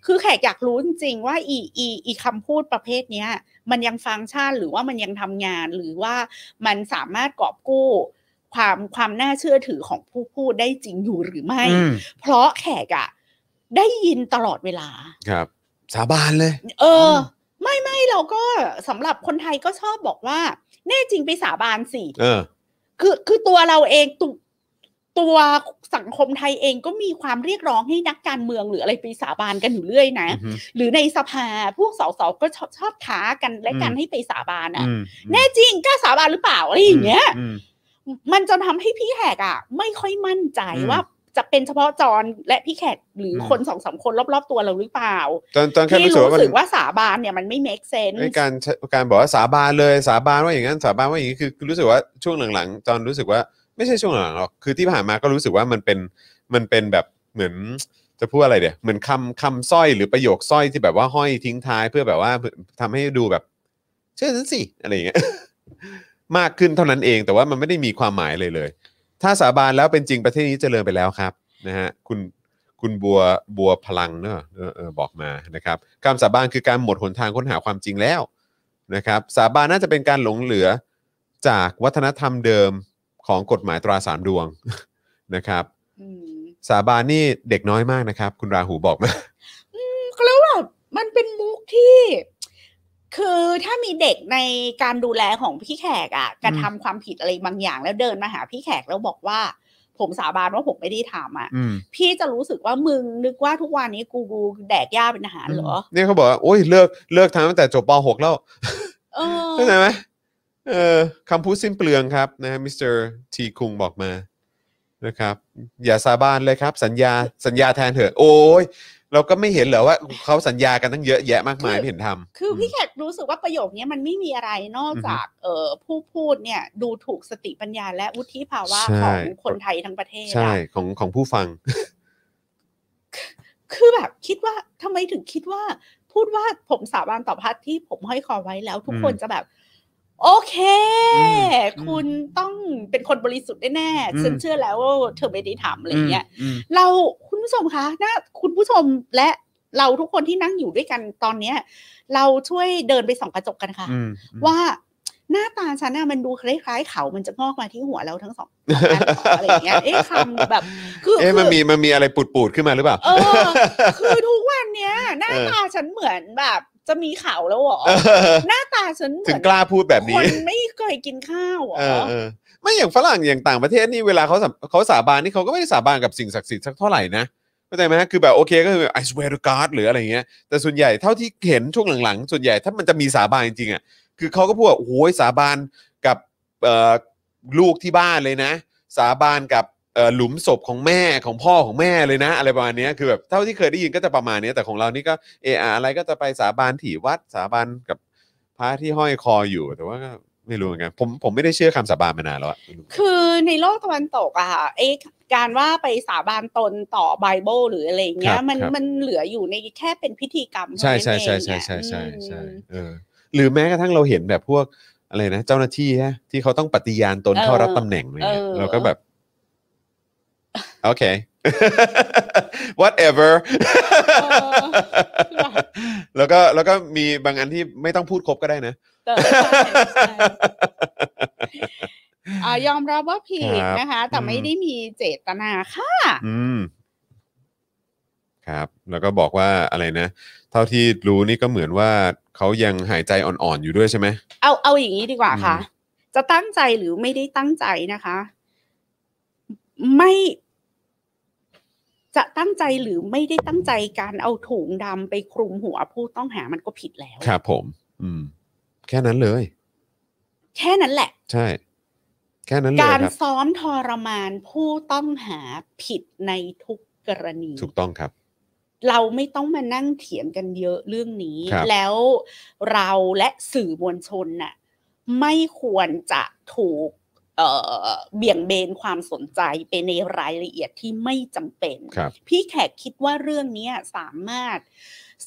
คือแขกอยากรู้จริงๆว่าอีอีอีคำพูดประเภทเนี้ย มันยังฟังก์ชันหรือว่ามันยังทำงานหรือว่ามันสามารถกอบกู้ ความความน่าเชื่อถือของผู้พูดได้จริงอยู่หรือไม่
อืม
เพราะแขกอะได้ยินตลอดเวลา
ครับ สาบานเลย
เอออ
ม
ไม่ไม่เราก็สำหรับคนไทยก็ชอบบอกว่า แน่จริงไปสาบานสิ
เออ
คือคือตัวเราเองตุตัวสังคมไทยเองก็มีความเรียกร้องให้นักการเมืองหรืออะไรไปสาบานกันอยู่เรื่อยนะ
อือฮึ
หรือในสภาพวกสสก็ชอบชอบท้ากันและกัน
อืม
ให้ไปสาบานอ่ะ
อืม
แน่จริงกล้าสาบานหรือเปล่าอะไรอย่างเงี้ย
อืม
มันจะทำให้พี่แขกอ่ะ ไม่ค่อยมั่นใจ
อืม
ว่าจะเป็นเฉพาะจรและพี่แขกหรืออ
ม
คนสองสามคนรอบๆตัวเราหรือเปล่า
จนจนแค่
ที่
รู้สึกว่า
รู้
มัน
สึกว่าสาบานเนี่ยมันไม่ make sense
ไอ้การใช้การบอกว่าสาบานเลยสาบานว่าอย่างนั้นสาบานว่าอย่างนี้คือคือรู้สึกว่าช่วงหลังๆจอนรู้สึกว่าไม่ใช่ช่วงหลังหรอกคือที่ผ่านมาก็รู้สึกว่ามันเป็นมันเป็นแบบเหมือนจะพูดอะไรเดี๋ยวเหมือนคำคำสร้อยหรือประโยคสร้อยที่แบบว่าห้อยทิ้งท้ายเพื่อแบบว่าทำให้ดูแบบ เชื่อฉันสิอะไรอย่างเงี้ย มากขึ้นเท่านั้นเองแต่ว่ามันไม่ได้มีความหมายเลยเลย ถ้าสาบานแล้วเป็นจริงประเทศนี้เจริญไปแล้วครับนะฮะคุณคุณบัวบัวพลังเนอะเออเออบอกมานะครับคำสาบานคือการหมดหนทางค้นหาความจริงแล้วนะครับ สาบานน่าจะเป็นการหลงเหลือจากวัฒนธรรมเดิมของกฎหมายตราสามดวง นะครับ
อืม
สาบานนี่เด็กน้อยมากนะครับ คุณราหูบอกมา
แล้วแบบมันเป็นมุกที่ คือถ้ามีเด็กในการดูแลของพี่แขกอ่ะกระทำความผิดอะไรบางอย่างแล้วเดินมาหาพี่แขกแล้วบอกว่า ผมสาบานว่าผมไม่ได้ทำอ่ะ
อืม
พี่จะรู้สึกว่ามึงนึกว่าทุกวันนี้กูกูแดกหญ้าเป็นอาหารเหรอ
เนี่ยเขาบอกว่าโอ้ยเลิกเลิกทำตั้งแต่จบป .6 แล้ว
เออ
เข้าใจไหมเออคำพูดสิ้นเปลืองครับนะฮะมิสเตอร์ทีคุงบอกมานะครับ อย่าสาบานเลยครับ สัญญาสัญญาแทนเถอะ โอ้ยเราก็ไม่เห็นเหรอว่าเขาสัญญากันตั้งเยอะแยะมากมายไม่เห็นทำ
คือพี่แขกรู้สึกว่าประโยคเนี้ยมันไม่มีอะไรนอกจากเอ่อผู้พูดเนี่ย ดูถูกสติปัญญาและวุฒิภาวะของคนไทยทั้งประเทศ
ใช่
อะ
ของของผู้ฟัง
คือแบบคิดว่าทำไมถึงคิดว่า พูดว่าผมสาบานต่อพัดที่ผมห้อยคอไว้แล้ว ทุกคน
อืม
จะแบบ โอเค
อืม
คุณต้องเป็นคนบริสุทธิ์แน่
อืม
ๆฉันเชื่อแล้วว่าเธอไม่ได้ทำอะไรเงี้ย
อืม
เราคุณผู้ชมคะนะคุณผู้ชมและเราทุกคนที่นั่งอยู่ด้วยกันตอนเนี้ย เราช่วยเดินไปส่องกระจกกันค่ะ
อืมอืม
ว่าหน้าตาฉันน่ะมันดูคล้ายๆ เขามันจะงอกมาที่หัวเราทั้งสองสองด้านของอะไรอย่างเงี้ยเอ๊ะคำแบบ คือ
เอ๊ะมัน
คือ
มีมันมีอะไรปูดปูดๆขึ้นมาหรือเปล่า
เออ คือทุกวันเนี้ย หน้า
เออ
ตาฉันเหมือนแบบ จะมีเขาแล้วเหรอหน้าตาฉันเห
ถึ
มื
ง
อน
กล้าพูดแบบ
ค
นี้
นไม่เคยกินข้าวเหรอ
เออเออไม่อย่างฝรั่งอย่างต่างประเทศนี่เวลาเขาสาเขาสาบานนี่เขาก็ไม่ได้สาบานกับสิ่งศักดิ์สิทธิ์สักเท่าไหร่นะเข้าใจไหมคือแบบโอเคก็คือ I swear to God หรืออะไรเงี้ยแต่ส่วนใหญ่เท่าที่เห็นช่วงหลังๆ ส่วนใหญ่ถ้ามันจะมีสาบานจริงๆอ่ะคือเขาก็พูดว่าโอ้ยสาบานกับเอ่อลูกที่บ้านเลยนะ สาบานกับเอ่อหลุมศพของแม่ของพ่อของแม่เลยนะ อะไรประมาณเนี้ยคือแบบเท่าที่เคยได้ยินก็จะประมาณเนี้ยแต่ของเรานี่ก็เอออะไรก็จะไปสาบานถี่วัดสาบานกับพระที่ห้อยคออยู่แต่ว่าก็ไม่รู้เหมือนกันผมผมไม่ได้เชื่อคำสาบานมานานแล้วอะไม่รู้
คือในโลกตะวันตกอะค่ะเอ๊ะการว่าไปสาบานตนต่อไบเบิลหรืออะไรอย่าง
ค
เงี้ย
รับ
มัน
ครับ
มันเหลืออยู่ในแค่เป็นพิธีกรรมเท่า
ใช่
นั้น
ใช่ใช่
เอง
ใช่
อะ
ใช่ใช่ใช่
อืม
เออหรือแม้กระทั่งเราเห็นแบบพวกอะไรนะ เจ้าหน้าที่ฮะที่เขาต้องปฏิญาณตน
เออ
เข้ารับตำแหน่งอะไรเลย
เออ
เราก็แบบ โอเค whatever
อ
แล้วก็แล้วก็มีบางอันที่ไม่ต้องพูดครบก็ได้นะ
เออใช่ใช่อ่ายอมรับว่าผิด
ครับ
นะคะ แต่
อืม
ไม่ได้มีเจตนาค่ะ
อืม ครับ แล้วก็บอกว่าอะไรนะ เท่าที่รู้นี่ก็เหมือนว่าเขายังหายใจอ่อนๆอยู่ด้วยใช่ไหม
เอาเอาอย่างนี้ดีกว่าค่ะ
อื
จะตั้งใจหรือไม่ได้ตั้งใจนะคะ ไม่ จะตั้งใจหรือไม่ได้ตั้งใจการเอาถุงดำไปคลุมหัวผู้ต้องหามันก็ผิดแล้ว
ครับผม อืม แค่นั้นเลย
แค่นั้นแหละ
ใช่ แค่นั้นเลย
การ
ครับ
ซ้อมทรมานผู้ต้องหาผิดในทุกกรณี
ถูกต้องครับ
เราไม่ต้องมานั่งเถียงกันเยอะเรื่องนี้
ครับ
แล้วเราและสื่อมวลชนน่ะไม่ควรจะถูกเอ่อเบี่ยงเบนความสนใจไปในรายละเอียดที่ไม่จำเป็น
ครับ
พี่แขกคิดว่าเรื่องเนี้ยสามารถ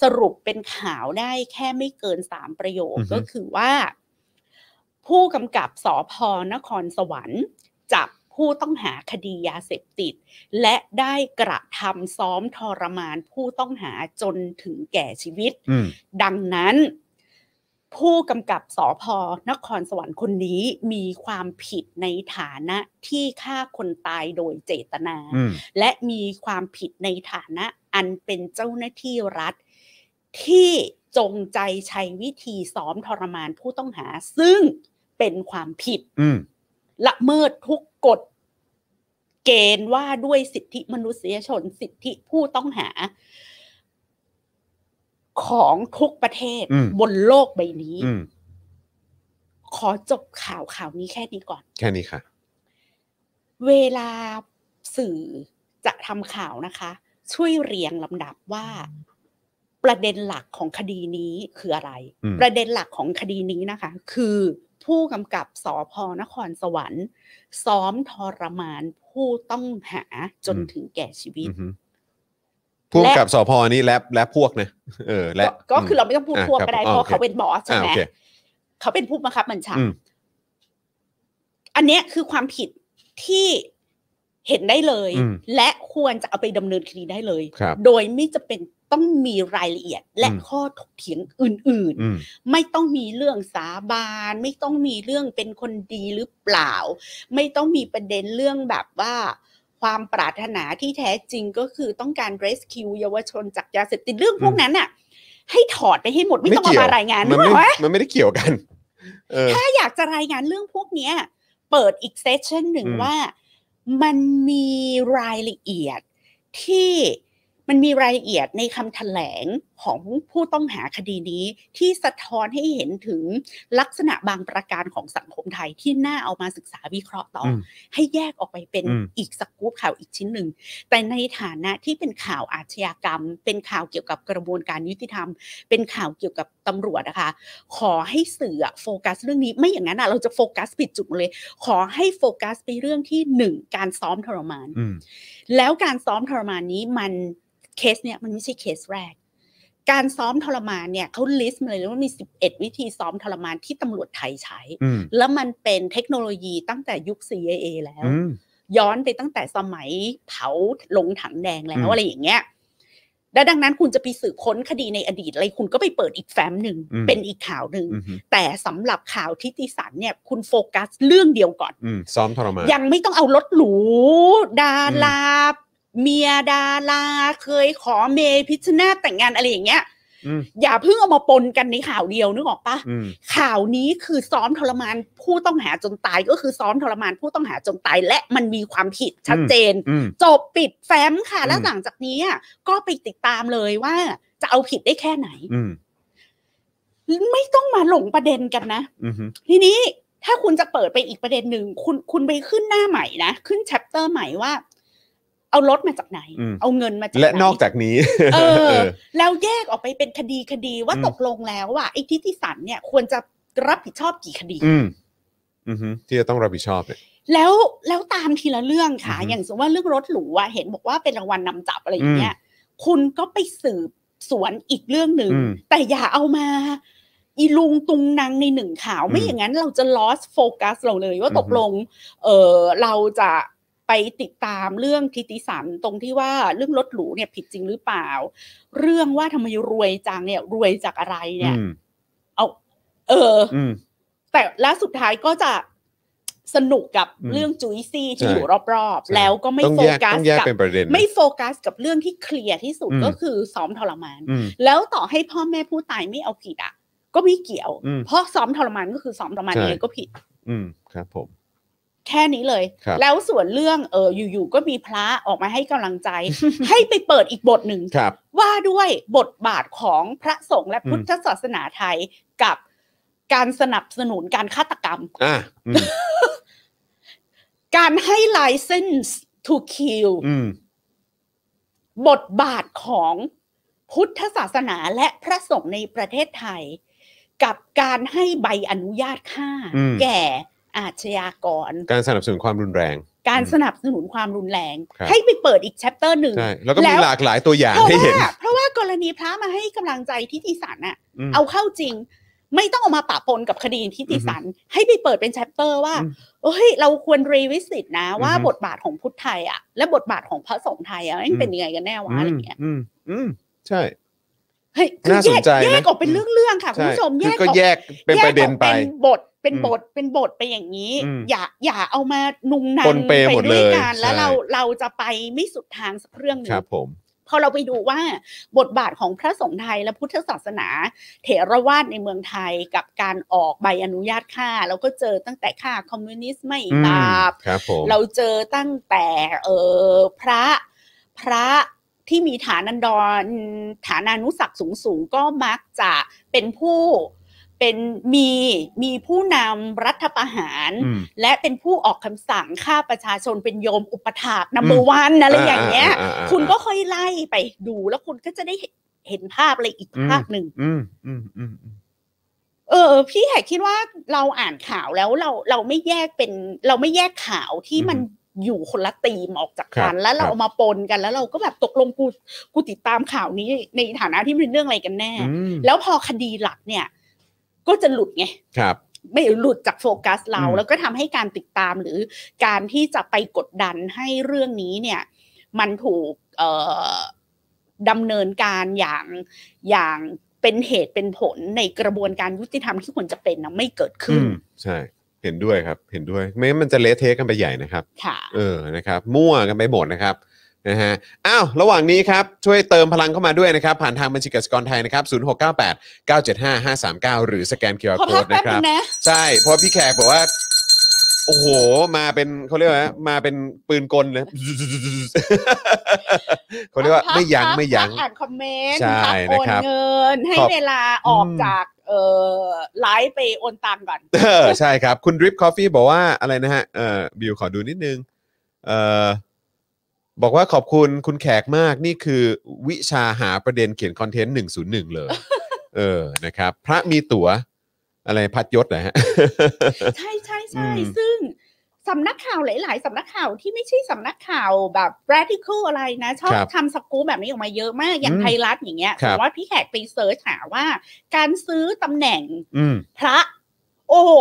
สรุปเป็นข่าวได้แค่ไม่เกินสามประโยค
อือฮึ
ก็คือว่า ผู้กำกับสอพนครสวรรค์จับผู้ต้องหาคดียาเสพติด และได้กระทำซ้อมทรมานผู้ต้องหาจนถึงแก่ชีวิต
อืม
ดังนั้น ผู้กำกับสอพนครสวรรค์คนนี้มีความผิดในฐานะที่ฆ่าคนตายโดยเจตนา
อืม
และมีความผิดในฐานะอันเป็นเจ้าหน้าที่รัฐ ที่จงใจใช้วิธีซ้อมทรมานผู้ต้องหา ซึ่งเป็นความผิด
อืม
ละเมิดทุกกฎเกณฑ์ว่าด้วยสิทธิมนุษยชนสิทธิผู้ต้องหา ของทุกประเทศ
อืม
บนโลกใบนี้
อืม
ขอจบข่าวข่าวนี้แค่นี้ก่อน
แค่นี้ค่ะ
เวลาสื่อจะทำข่าวนะคะ ช่วยเรียงลำดับว่า ประเด็นหลักของคดีนี้คืออะไร
อืม
ประเด็นหลักของคดีนี้นะคะ คือผู้กำกับสอพนครสวรรค์ ซ้อมทรมานผู้ต้องหาจนถึงแก่ชีวิต
อือฮึพ่วงกับสพนี้และและพวกนะเออและ
ก็ก็คือเราไม่ต้องพูด
อ่ะ
ทั่ว
ครับ
ก็ได้
อ๋อ
เพ
โอเค
ราะเขาเป็นบอสใช่
อ่ะ
ไหม
โอเค
เขาเป็นผู้บังคับบัญชา
อืม
อันเนี้ยคือความผิดที่เห็นได้เลย
อืม
และควรจะเอาไปดำเนินคดีได้เลย
ครับ
โดยไม่จะเป็นต้องมีรายละเอียดและ
อืม
ข้อถกเถียงอื่น
อืม
ๆ ไม่ต้องมีเรื่องสาบานไม่ต้องมีเรื่องเป็นคนดีหรือเปล่า ไม่ต้องมีประเด็นเรื่องแบบว่า ความปรารถนาที่แท้จริงก็คือต้องการ rescue เยาวชนจากยาเสพติดเรื่องพวกนั้นน่ะ ให้ถอดไปให้หมดไม่ต้อง
ไม่
เอา
เกี่ยว
มารายงาน
มั
นึ
น
กอ
ไม่
อกไหม
มันไม่ได้เกี่ยวกัน เออ
ถ้าอยากจะรายงานเรื่องพวกเนี้ย เปิดอีกเซสชันหนึ่ง
อืม
ว่า มันมีรายละเอียดที่มันมีรายละเอียดในคำแถลงของผู้ต้องหาคดีนี้ ที่สะท้อนให้เห็นถึงลักษณะบางประการของสังคมไทยที่น่าเอามาศึกษาวิเคราะห์ต่ออ
ม
ให้แยกออกไปเป็น
อืม
อีกสกู๊ปข่าวอีกชิ้นหนึ่ง แต่ในฐานะที่เป็นข่าวอาชญากรรม เป็นข่าวเกี่ยวกับกระบวนการยุติธรรม เป็นข่าวเกี่ยวกับตำรวจนะคะ ขอให้สื่ออะโฟกัสเรื่องนี้ไม่อย่างนั้นอะเราจะโฟกัสผิดจุดหมดเลย ขอให้โฟกัสไปเรื่องที่หนึ่งการซ้อมทรมาน
อืม
แล้วการซ้อมทรมานนี้มันเคสเนี่ยมันไม่ใช่เคสแรก การซ้อมทรมานเนี่ยเขาลิสต์มาเลยว่ามี 11 วิธีซ้อมทรมานที่ตำรวจไทยใช้
อืม
แล้วมันเป็นเทคโนโลยีตั้งแต่ยุค CIA แล้ว
อืม
ย้อนไปตั้งแต่สมัยเผาลงถังแดงแล้
อื
ว
ม
อะไรอย่างเงี้ย และดังนั้นคุณจะไปสืบค้นคดีในอดีตอะไรคุณก็ไปเปิดอีกแฟ้มหนึ่งเป็นอีกข่าวหนึ่ง
อืมอืม
แต่สำหรับข่าวทิติสันเนี่ยคุณโฟกัสเรื่องเดียวก่อน
อืมซ้อมทรมาน
ยังไม่ต้องเอารถหรูดาราเมียดาราเคยขอเมพิชนาธิ์แต่งงานอะไรอย่างเงี้ย
อืม
อย่าเพิ่งเอามาปนกันในข่าวเดียวนึกออกปะ
อืม
ข่าวนี้คือซ้อมทรมานผู้ต้องหาจนตายก็คือซ้อมทรมานผู้ต้องหาจนตาย และมันมีความผิดชัดเจน
อืม
จบปิดแฟ้มค่ะ แล้ว
อืม
หลังจากนี้อ่ะก็ไปติดตามเลยว่า จะเอาผิดได้แค่ไหน
อืม
ไม่ต้องมาหลงประเด็นกันนะ
อืม
ทีนี้ถ้าคุณจะเปิดไปอีกประเด็นหนึ่งคุณคุณไปขึ้นหน้าใหม่นะ ขึ้นแชปเตอร์ใหม่ว่า เอารถมาจากไหน
อืม
เอาเงินมาจากไหน
และนอกจากนี้
เอ
เอ
อ
อ
แล้วแยกออกไปเป็นคดีคดีว่า
อืม
ตกลงแล้วอ่ะไอ้ทิติสันเนี่ยควรจะรับผิดชอบกี่คดี
อืมอืมที่จะต้องรับผิดชอบเนี่ย
แล้วแล้วตามทีละเรื่องค่ะ
อือฮึ
อย่างสมมติว่าเรื่องรถหรูอะเห็นบอกว่าเป็นรางวัลนำจับอะไรอย่างเงี้ย คุณก็ไปสืบสวนอีกเรื่องหนึ่ง
อืม
แต่อย่าเอามา อีลุงตุงนางในหนึ่งข่าว
อืม
ไม่อย่างนั้นเราจะ lost focus เราเลยว่า
อือฮึ
ตกลง เออเราจะไปติดตามเรื่องทิติสันตรงที่ว่าเรื่องรถหรูเนี่ยผิดจริงหรือเปล่า เรื่องว่าทำไมรวยจังเนี่ย รวยจากอะไรเนี่ย
อืม
เอาเออ
อืม
แต่และสุดท้ายก็จะสนุกกับ
อืม
เรื่องจุยซี่
ใช่
ที่อยู่รอบ
ใช่
ๆ แล้วก็ไม่
ต้อง
โฟ
แยก
กัส
ต้องแยก
กั
เป็นประเด็นนะ
ไม่โฟกัสกับเรื่องที่เคลียร์ที่สุด
อืม
ก็คือซ้อมทรมาน
อืม
แล้วต่อให้พ่อแม่ผู้ตายไม่เอาผิดอ่ะ ก็ไม่เกี่ยว
อืม
เพราะซ้อมทรมานก็คือซ้อมทรมาน
ใช่
ยังไงก็ผิด
อืมครับผม
แค่นี้เลย
ครับ
แล้วส่วนเรื่องเอออยู่ๆก็มีพระออกมาให้กำลั งใจ ให้ไปเปิดอีกบทหนึ่ง
ครับ
ว่าด้วยบทบาทของพระสงฆ์และพุทธศาสนาไทยกับการสนับสนุนการฆาตกรรม
อ่ะอืม
การให้ license to kill
อืม
บทบาทของพุทธศาสนาและพระสงฆ์ในประเทศไทย กับการให้ใบอนุญาตฆ่า
อืม
แก่อาชญากร
การสนับสนุนความรุนแรง
การ
อืม
สนับสนุนความรุนแรง
ครับ
ให้ไปเปิดอีกแชปเตอร์หนึ่ง
ใช่แล้วก็
แล้
มี
ว
หลากหลายตัวอย่าง
เพราะ
ให้เห็น
ว่าเพราะว่ากรณีพระมาให้กำลังใจทิติสันอะ
ม
เอาเข้าจริง ไม่ต้องเอามาปะปนกับคดีทิติสัน ให้ไปเปิดเป็นแชปเตอร์ว่า
อืม
เอ้ยเราควรรีวิสิตนะว่า
อือฮึ
บทบาทของพุทธไทยอะและบทบาทของพระสงฆ์ไทยอะแม่ง
อืม
เป็นยังไงกันแน่วะ
ม
อะไรเงี้ย
อืมอืมใช่
เฮ้ยคือ
น่าสนใจนะ
แยกแยกออกเป็นเรื่องๆค่ะ คุณ
ใช่
ผู้ชม
คือ
แยก
ก็
ออก
แยกเป็นประเด็นไป
แยกออกเป็นบทเป็น
อืม
บทเป็นบทไปอย่างนี้
อืม
อย่าอย่าเอามานุงนัง
ปนเปหมดเลย
ด้วยกันแล้ว
ใช่
เราเราจะไปไม่สุดทางสักเรื่องหนึ
ครั
ง
บผม
พอเราไปดูว่าบทบาทของพระสงฆ์ไทยและพุทธศาสนา เถรวาทในเมืองไทยกับการออกใบอนุญาตฆ่าเราก็เจอตั้งแต่ฆ่าคอมมิวนิสต์ไม่
อืม
บาป
ครับผม
เราเจอตั้งแต่เออพระพระที่มีฐานันดรฐานานุศักดิ์สูงสูงๆก็มักจะเป็นผู้เป็นมีมีผู้นำรัฐประหาร
อืม
และเป็นผู้ออกคำสั่งฆ่าประชาชนเป็นโยมอุปถากนัม
อืม
เบอร์วันอะไรอย่างเงี้ย
อ่าอ่าอ่า
คุณก็ค่อยไล่ไปดูแล้วคุณก็จะได้เห็นภาพอะไรอีกภาพหนึ่ง
อืมอืมอืมอืม
เออพี่แขกคิดว่าเราอ่านข่าวแล้วเราเราไม่แยกเป็น เราไม่แยกข่าวที่
อืม
มันอยู่คนละตีมออกจาก
ครั
กับนแล้วเรา
ครับ
เอามาปนกันแล้วเราก็แบบตกลงกูกูติดตามข่าวนี้ในฐานะที่มันเป็นเรื่องอะไรกันแน่
อืม
แล้วพอคดีหลักเนี่ย ก็จะหลุดไง
ครับ
ไม่หลุดจากโฟกัสเรา
อืม
แล้วก็ทำให้การติดตามหรือการที่จะไปกดดันให้เรื่องนี้เนี่ย มันถูกเอ่อดำเนินการอย่างอย่างเป็นเหตุเป็นผลในกระบวนการยุติธรรมที่ควรจะเป็นนะไม่เกิด
อื
ขึ้น
มใช่ เห็นด้วยครับ เห็นด้วย ไม่งั้นมันจะเละเทะกันไปใหญ่นะครับ
ค่ะ
เออ นะครับ มั่วกันไปหมดนะครับ นะฮะ อ้าว ระหว่างนี้ครับ ช่วยเติมพลังเข้ามาด้วยนะครับ ผ่านทางบัญชีกสิกรไทยนะครับ 0698 975 539 หรือสแกน QR
ขอพัก
Code
แป๊
นะ
บ
ค
นึ
รับ
งนะ
ใช่ เพราะพี่แขกบอกว่า โอ้โห มาเป็นเขาเรียกว่า มาเป็นปืนกลเลย เขาเรียกว่า
พั
ไม่ยั้ง
พัก
ไม่ยั้ง
พักอ่านคอมเมนต์
ใช่
พักโอน
นะครับ
เงิน ให้
ขอบ
เวลาออก
อืม
จากเอ่อไลฟ์ไปโอนตังก่อน
เออใช่ครับ คุณดริปคอฟฟี่บอกว่าอะไรนะฮะเออบิวขอดูนิดนึงเออบอกว่าขอบคุณคุณแขกมากนี่คือวิชาหาประเด็นเขียนคอนเทนต์ 101 เลย เออนะครับ พระมีตัว๋วอะไรพัดยศนะ ฮะ
ใช่ใช่ใช่
อืม
ซึ่งสำนักข่าวหลาย ๆ สำนักข่าวที่ไม่ใช่สำนักข่าวแบบ radical อะไรนะ ชอบ
ครับ
ทำสกู๊ปแบบนี้ออกมาเยอะมากอย่าง
อืม
ไทยรัฐอย่างเงี้ย
ครั
แต่
บ
ว่าพี่แขกไปเสิร์ชหาว่า การซื้อตำแหน่ง
อืม
พระ โอ้โห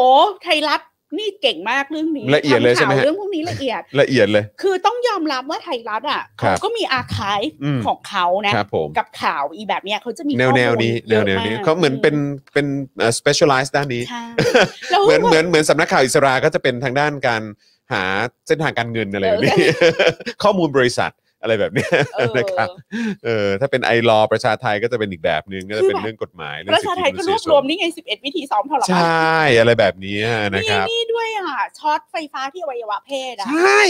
ไทยรัฐนี่เก่งมากเรื่องนี้
ละเอียดเลยใช่ไหม
ทำข่าว
ฮะ
เรื่องพวกนี้ละเอียด
ละเอียดเลย
คือต้องยอมรับว่าไทยรัฐอ่ะ
ครับ
เขาก็มีอาคาย
อืม
ของเขานะ
ครับผม
กับข่าวอีแบบเนี้ยเขาจะมี
แนว
ข้อ
แนว
มูล
นี้แน
ยว อะ
แนวนี้
มก
เขาเหมือนเป็นเป็นเอ่อ specialize ด้านนี้
ใช่ แล้ว
เหมือนเหมือนเหมือนสำนักข่าวอิสราก็จะเป็นทางด้านการหาเส้นทางการเงินอะไรแบบนี้ ข้อมูลบริษัทอะไรแบบเนี้ย
เออ
นะครับเออถ้าเป็นไอรอประชาไทยก็จะเป็นอีกแบบนึงก็จะเป็นเรื่องกฎหมายเอ
ป
ง
ระชาไทยก็รวบรวม
สิทธิ
นี่ไง 11 วิธีซ้อมทร
มนุษยชน
มา
ใช
น
่อะไรแบบนี้นะครับ
นี่ด้วยอ่ะช็อตไฟฟ้าที่อวัยวะเพศอ่ะ
ใช่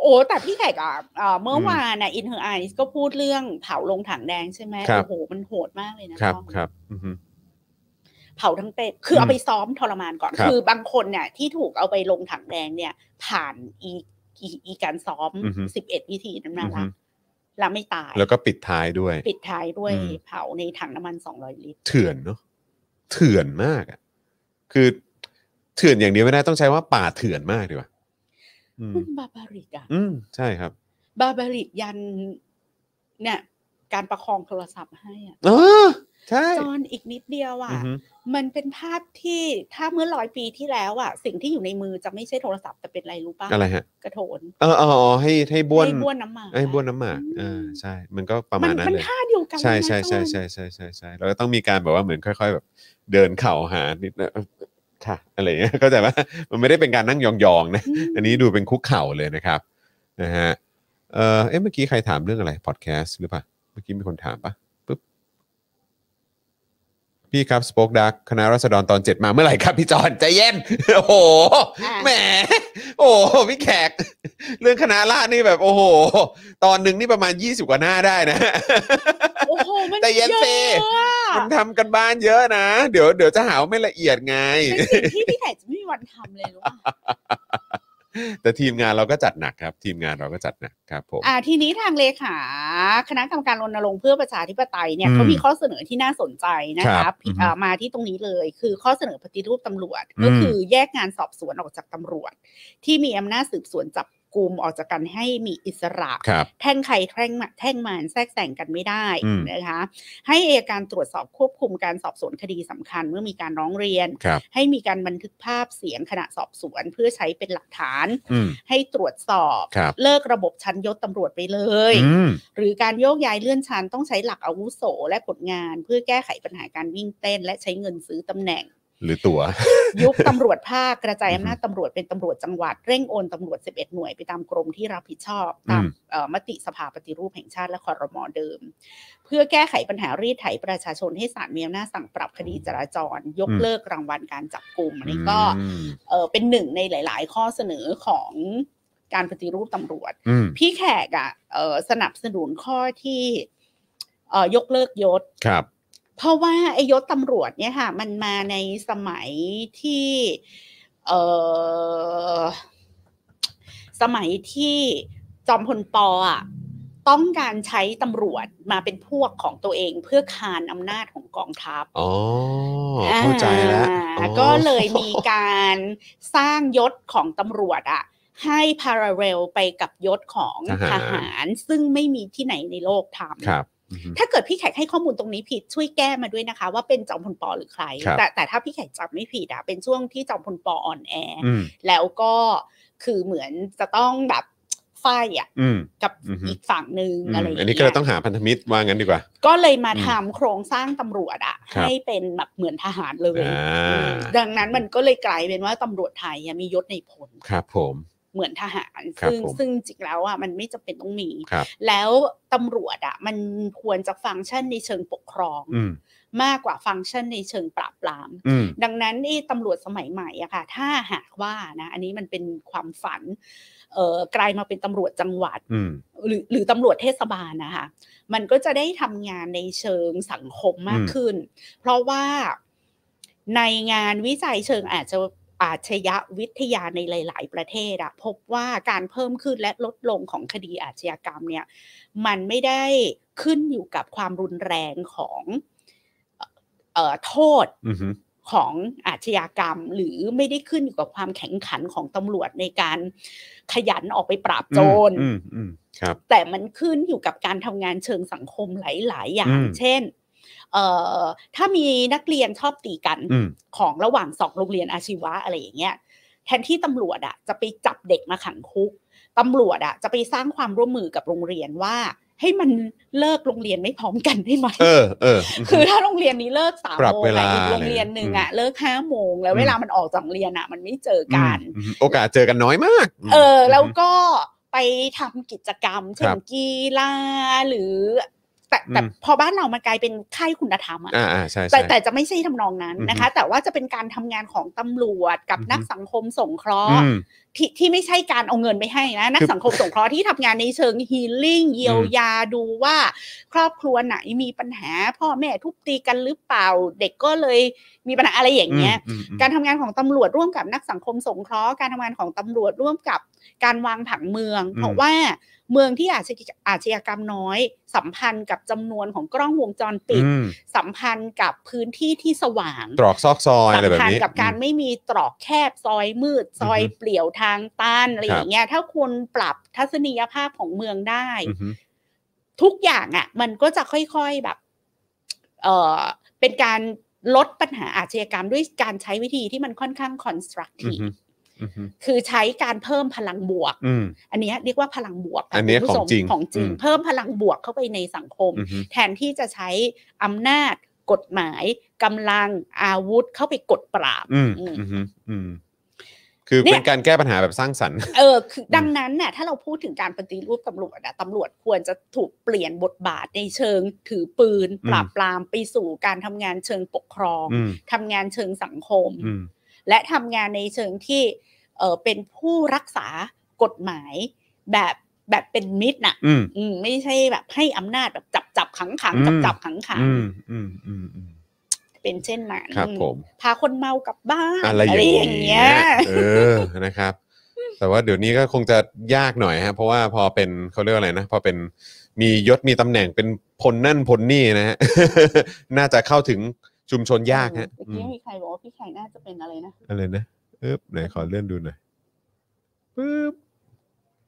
โอ้แต่พี่แขกอ่ะเอ่อเมื่อวานน่ะ In Her Eyes ก็พูดเรื่องเผาลงถังแดงใช่ไหม
ครับ
โอ้โห มันโหดมากเลยนะครับ กล้อง
ครับอือฮึ
เผาทั้งเป็นคือเอาไปซ้อมทรมานก่อน
ครับ
คือบางคนเนี่ยที่ถูกเอาไปลงถังแดงเนี่ย ผ่านอีอีอีการซ้อม
อือฮึ
11 วิธีนั้น
อือ
นะ
ฮึ
ละแล้วไม่ตาย
แล้วก็ปิดท้ายด้วย
ปิดท้ายด้วย
อืม
เผาในถังน้ำมัน 200 ลิตร
เถื่อนเนาะเถื่อนมากอะคือเถื่อนอย่างเดียวไม่ได้ต้องใช้ว่าป่าเถื่อนมากดีกว่าอืม
มันบาบาริกอ่ะ
อืมใช่ครับ
บาบาริกยัน เนี่ย การประคองโทรศัพท์ให้อ่ะ
เออใช่
จอนอีกนิดเดียวอ่ะ
อือฮึ
มันเป็นภาพที่ถ้าเมื่อร้อยปีที่แล้วอะสิ่งที่อยู่ในมือจะไม่ใช่โทรศัพท์แต่เป็นอะไรรู้ปะ
อะไรฮะ
กระโถน
เออเออเออให้ให้บ้วน
ให้บ้วนน้ำหมาก
ให้บ้วนน้ำหมากเออใช่ มันก็ประมาณนั้น
มัน
เลย
ท่าเดียวกัน
ใช่
เลยนะ
ใช่ใช่
จอห์น
ใช่ใช่ใช่ใช่แล้วก็ต้องมีการแบบว่าเหมือนค่อย ๆ แบบ เดินเข่าหานิดนะค่ะอะไรอย่างเงี้ยเข้าใจปะมันไม่ได้เป็นการนั่งยองๆนะ
ม
อันนี้ดูเป็นคุกเข่าเลยนะครับนะฮะเออเอ๊ะเมื่อกี้ใครถามเรื่องอะไรพอดแคสต์หรือเปล่าเมื่อกี้มีคนถามปะปึ๊บพี่ครับสป็อกดักคณะรัษฎรตอนเจ็ดมาเมื่อไหร่ครับพี่จอนใจเย็น โอ้โหแหมโอ้โหพี่แขก เรื่องคณะราษฎรนี่แบบ โอ้โห ตอนหนึ่งนี่ประมาณ 20 กว่าหน้าได้นะ
โอ้โหมัน
แต่เย็นสิ
เยอะอะ
มันทำกันบ้านเยอะนะ เดี๋ยวเดี๋ยวจะหาว่าไม่ละเอียดไง
เป็นสิ่งที่พี่แขกจะไม่มีวันทำเลยรู้ปะ
แต่ทีมงานเราก็จัดหนักครับ ทีมงานเราก็จัดหนักครับผม
อ่ะทีนี้ทางเลขา คณะกรรมการรณรงค์เพื่อประชาธิปไตยเนี่ย
อืม
เขามีข้อเสนอที่น่าสนใจนะ
ครั
คะ
บอือฮึ
อ่ะมาที่ตรงนี้เลย คือข้อเสนอปฏิรูปตำรวจ ก็
อืม
คือแยกงานสอบสวนออกจากตำรวจ ที่มีอำนาจสืบสวนจับกลุ่มออกจากกันให้มีอิสระ
ครับ
แท่งใครแท่งมันแท่งมันแทรกแซงกันไม่ได้
อืม
นะคะ ให้เอยการตรวจสอบควบคุมการสอบสวนคดีสำคัญเมื่อมีการร้องเรียน
ครับ
ให้มีการบันทึกภาพเสียงขณะสอบสวนเพื่อใช้เป็นหลักฐาน
อืม
ให้ตรวจสอบ
ครับ
เลิกระบบชั้นยศตำรวจไปเลย
อืม
หรือการโยกย้ายเลื่อนชั้นต้องใช้หลักอาวุโสและผลงาน เพื่อแก้ไขปัญหาการวิ่งเต้น และใช้เงินซื้อตำแหน่ง
หรือตัว
ยุบตำรวจภาคกระจายอำนาจตำรวจเป็นตำรวจจังหวัด เร่งโอนตำรวจ 11 หน่วยไปตามกรมที่รับผิดชอบ ตาม
อืม
เอ่อมติสภาปฏิรูปแห่งชาติและคอรมอเดิม เพื่อแก้ไขปัญหารีดไถประชาชนให้ศาลมีอำนาจสั่งปรับคดีจราจร ยกเลิกรางวัลการจับกลุ่มอันนี้ก็
อืม
เอ่อเป็นหนึ่งในหลาย ๆ ข้อเสนอของการปฏิรูปตำรวจ
อืม
พี่แขกอ่ะเอ่อสนับสนุนข้อที่เอ่อยกเลิกยศ
ครับ
เพราะว่าไอ้ยศตำรวจเนี่ยค่ะ มันมาในสมัยที่ เออสมัยที่จอมพลปอ่ะต้องการใช้ตำรวจมาเป็นพวกของตัวเองเพื่อคานอำนาจของกองทัพ
อ๋อ เข้าใจแล้ว
อ่า
อ๋อ
ก็เลยมีการสร้างยศของตำรวจอ่ะ ให้พาราเรลไปกับยศของทหาร ซึ่งไม่มีที่ไหนในโลกทำ
ครับอือฮึ
ถ้าเกิดพี่แขกให้ข้อมูลตรงนี้ผิดช่วยแก้มาด้วยนะคะ ว่าเป็นจอมพลปอหรือใคร
ครับ
แต่แต่ถ้าพี่แขกจำไม่ผิดอะเป็นช่วงที่จอมพลปออ่อนแอ
อืม
แล้วก็คือเหมือนจะต้องแบบฝ่ายอะ
อืม
กับ
อือฮึ
อีกฝั่งหนึ่งอะไรอย่าง
อัน
เงี้
นี้ก็เลย
ย
ต้องหาพันธมิตรว่างั้นดีกว่า
ก็เลยมา
อืม
ทำโครงสร้างตำรวจอะ
ครับ
ให้เป็นแบบเหมือนทหารเลย
อ่า
อืมดังนั้นมันก็เลยกลายเป็นว่าตำรวจไทยอะมียศในพล
ครับผม
เหมือนทหาร
ครับ
ซึ่ง
ผม
ซึ่งจริงแล้วอะมันไม่จำเป็นต้องมี
ครับ
แล้วตำรวจอะมันควรจะฟังก์ชันในเชิงปกครอง
อืม
มากกว่าฟังก์ชันในเชิงปราบปราม
อืม
ดังนั้นไอ้ตำรวจสมัยใหม่อะค่ะ ถ้าหากว่านะ อันนี้มันเป็นความฝัน เอ่อกลายมาเป็นตำรวจจังหวัด
อืม
หรือหรือตำรวจเทศบาลนะคะ มันก็จะได้ทำงานในเชิงสังคมมาก
อืม
ขึ้น เพราะว่าในงานวิจัยเชิงอาจจะอาชญาวิทยาในหลาย ๆ ประเทศอะพบว่าการเพิ่มขึ้นและลดลงของคดีอาชญากรรมเนี่ย มันไม่ได้ขึ้นอยู่กับความรุนแรงของเอ่อเอ่อโทษ
อืม
ของอาชญากรรม หรือไม่ได้ขึ้นอยู่กับความแข็งขันของตำรวจในการขยันออกไปปราบโจร
อืมอืมครับ
แต่มันขึ้นอยู่กับการทำงานเชิงสังคมหลาย ๆ อย่าง
อืม
เช่นเอ่อถ้ามีนักเรียนชอบตีกัน
อืม
ของระหว่างสองโรงเรียนอาชีวะอะไรอย่างเงี้ย แทนที่ตำรวจอะจะไปจับเด็กมาขังคุกตำรวจอะจะไปสร้างความร่วมมือกับโรงเรียนว่า ให้มันเลิกโรงเรียนไม่พร้อมกันได้ไหม
เออเออฮึ
คือถ้าโรงเรียนนี้เลิกสาม
ปรับ
โมง
เวลา
อะอีกโรงเรียนหนึ่งอะเลิกห้าโมงแล้ว
อืม
เวลามันออกจากโรงเรียนอะมันไม่เจอกัน
อืมโอกาสเจอกันน้อยมากม
เออแล้วก็ไปทำกิจกรรมเช่
ครั
น
บ
กีฬาหรือ แต่แต่
อืม
พอบ้านเรามันกลายเป็นค่ายคุณธรรมอะ
อ่าอ่าใช่ใช่
แต่แต่จะไม่ใช่ทำนองนั้นนะคะ แต่ว่าจะเป็นการทำงานของตำรวจกับ
อือฮึ
นักสังคมสงเคราะห์
อืม
ที่ที่ไม่ใช่การเอาเงินไปให้นะ นัก
คือ
สังคมสงเคราะห์ที่ทำงานในเชิงฮีลิ่งเยียว
อืม
ยาดูว่าครอบครัวไหนมีปัญหา พ่อแม่ทุบตีกันหรือเปล่า เด็กก็เลยมีปัญหาอะไรอย่างเงี้ย
อืมอืม
การทำงานของตำรวจร่วมกับนักสังคมสงเคราะห์การทำงานของตำรวจร่วมกับการวางผังเมือง
อืม
เพราะว่าเมืองที่อาชญาอาชญากรรมน้อย สัมพันธ์กับจำนวนของกล้องวงจรปิด
อืม
สัมพันธ์กับพื้นที่ที่สว่าง
ตรอกซอกซอยอะไร
สัม
แบบ
พัน
นี้
ธ์กับการไม่มีตรอกแคบซอยมืด ซอย
อือฮึ
เปลี่ยวทางตันอะไร
ค
อ
รับ
ย่างเงี้ยถ้าคุณปรับทัศนียภาพของเมืองได้
อืมอืม
ทุกอย่างอะ่ะ มันก็จะค่อยๆแบบ เออเป็นการลดปัญหาอาชญากรรมด้วยการใช้วิธีที่มันค่อนข้าง constructive
อือฮึ อืมอืม
คือใช้การเพิ่มพลังบวก
อืม
อันเนี้ยเรียกว่าพลังบวกค่ะ
อันเนี้ย
คุณผู้ช
ของจริง
มของจริง
อืม
เพิ่มพลังบวกเข้าไปในสังคม
อืม
แทนที่จะใช้อำนาจ กฎหมายกำลังอาวุธเข้าไปกดปราบ
อืม
อืม
อืมอืมคือ
เนี่ย
เป็นการแก้ปัญหาแบบสร้างสรรค์
เออคือดังนั้นน่ะถ้าเราพูดถึงการปฏิรูปตำรวจอะตำรวจควรจะถูกเปลี่ยนบทบาทในเชิง ถือปืน
อืม
ปราบปรามไปสู่การทำงานเชิงปกครอง
อืม
ทำงานเชิงสังคม
อืม
และทำงานในเชิงที่เออเป็นผู้รักษากฎหมายแบบแบบเป็นมิตรน่ะ
อืม
อืมไม่ใช่แบบให้อำนาจแบบจับจับขังขัง
อืม
จับจับขังขัง
อืมอืมอืมอืม
เป็นเช่นนั้น
ครับผม
พาคนเมากลับบ้าน
อะไรอย่างเงี้ย เออ นะครับ แต่ว่าเดี๋ยวนี้ก็คงจะยากหน่อยฮะ เพราะว่าพอเป็นเขาเรียกว่าอะไรนะ พอเป็นมียศมีตำแหน่งเป็นพลนั่นพลนี่นะฮ ะ น่าจะเข้าถึงชุมชนยากฮะ
เมื่อ
อื
กี้
ม
มีใครบอกว่าพี่ไข่น่าจะเป็นอะไรนะ
อะไรนะเอ๊บไหนขอเลื่อนดูหน่อยปึ๊บ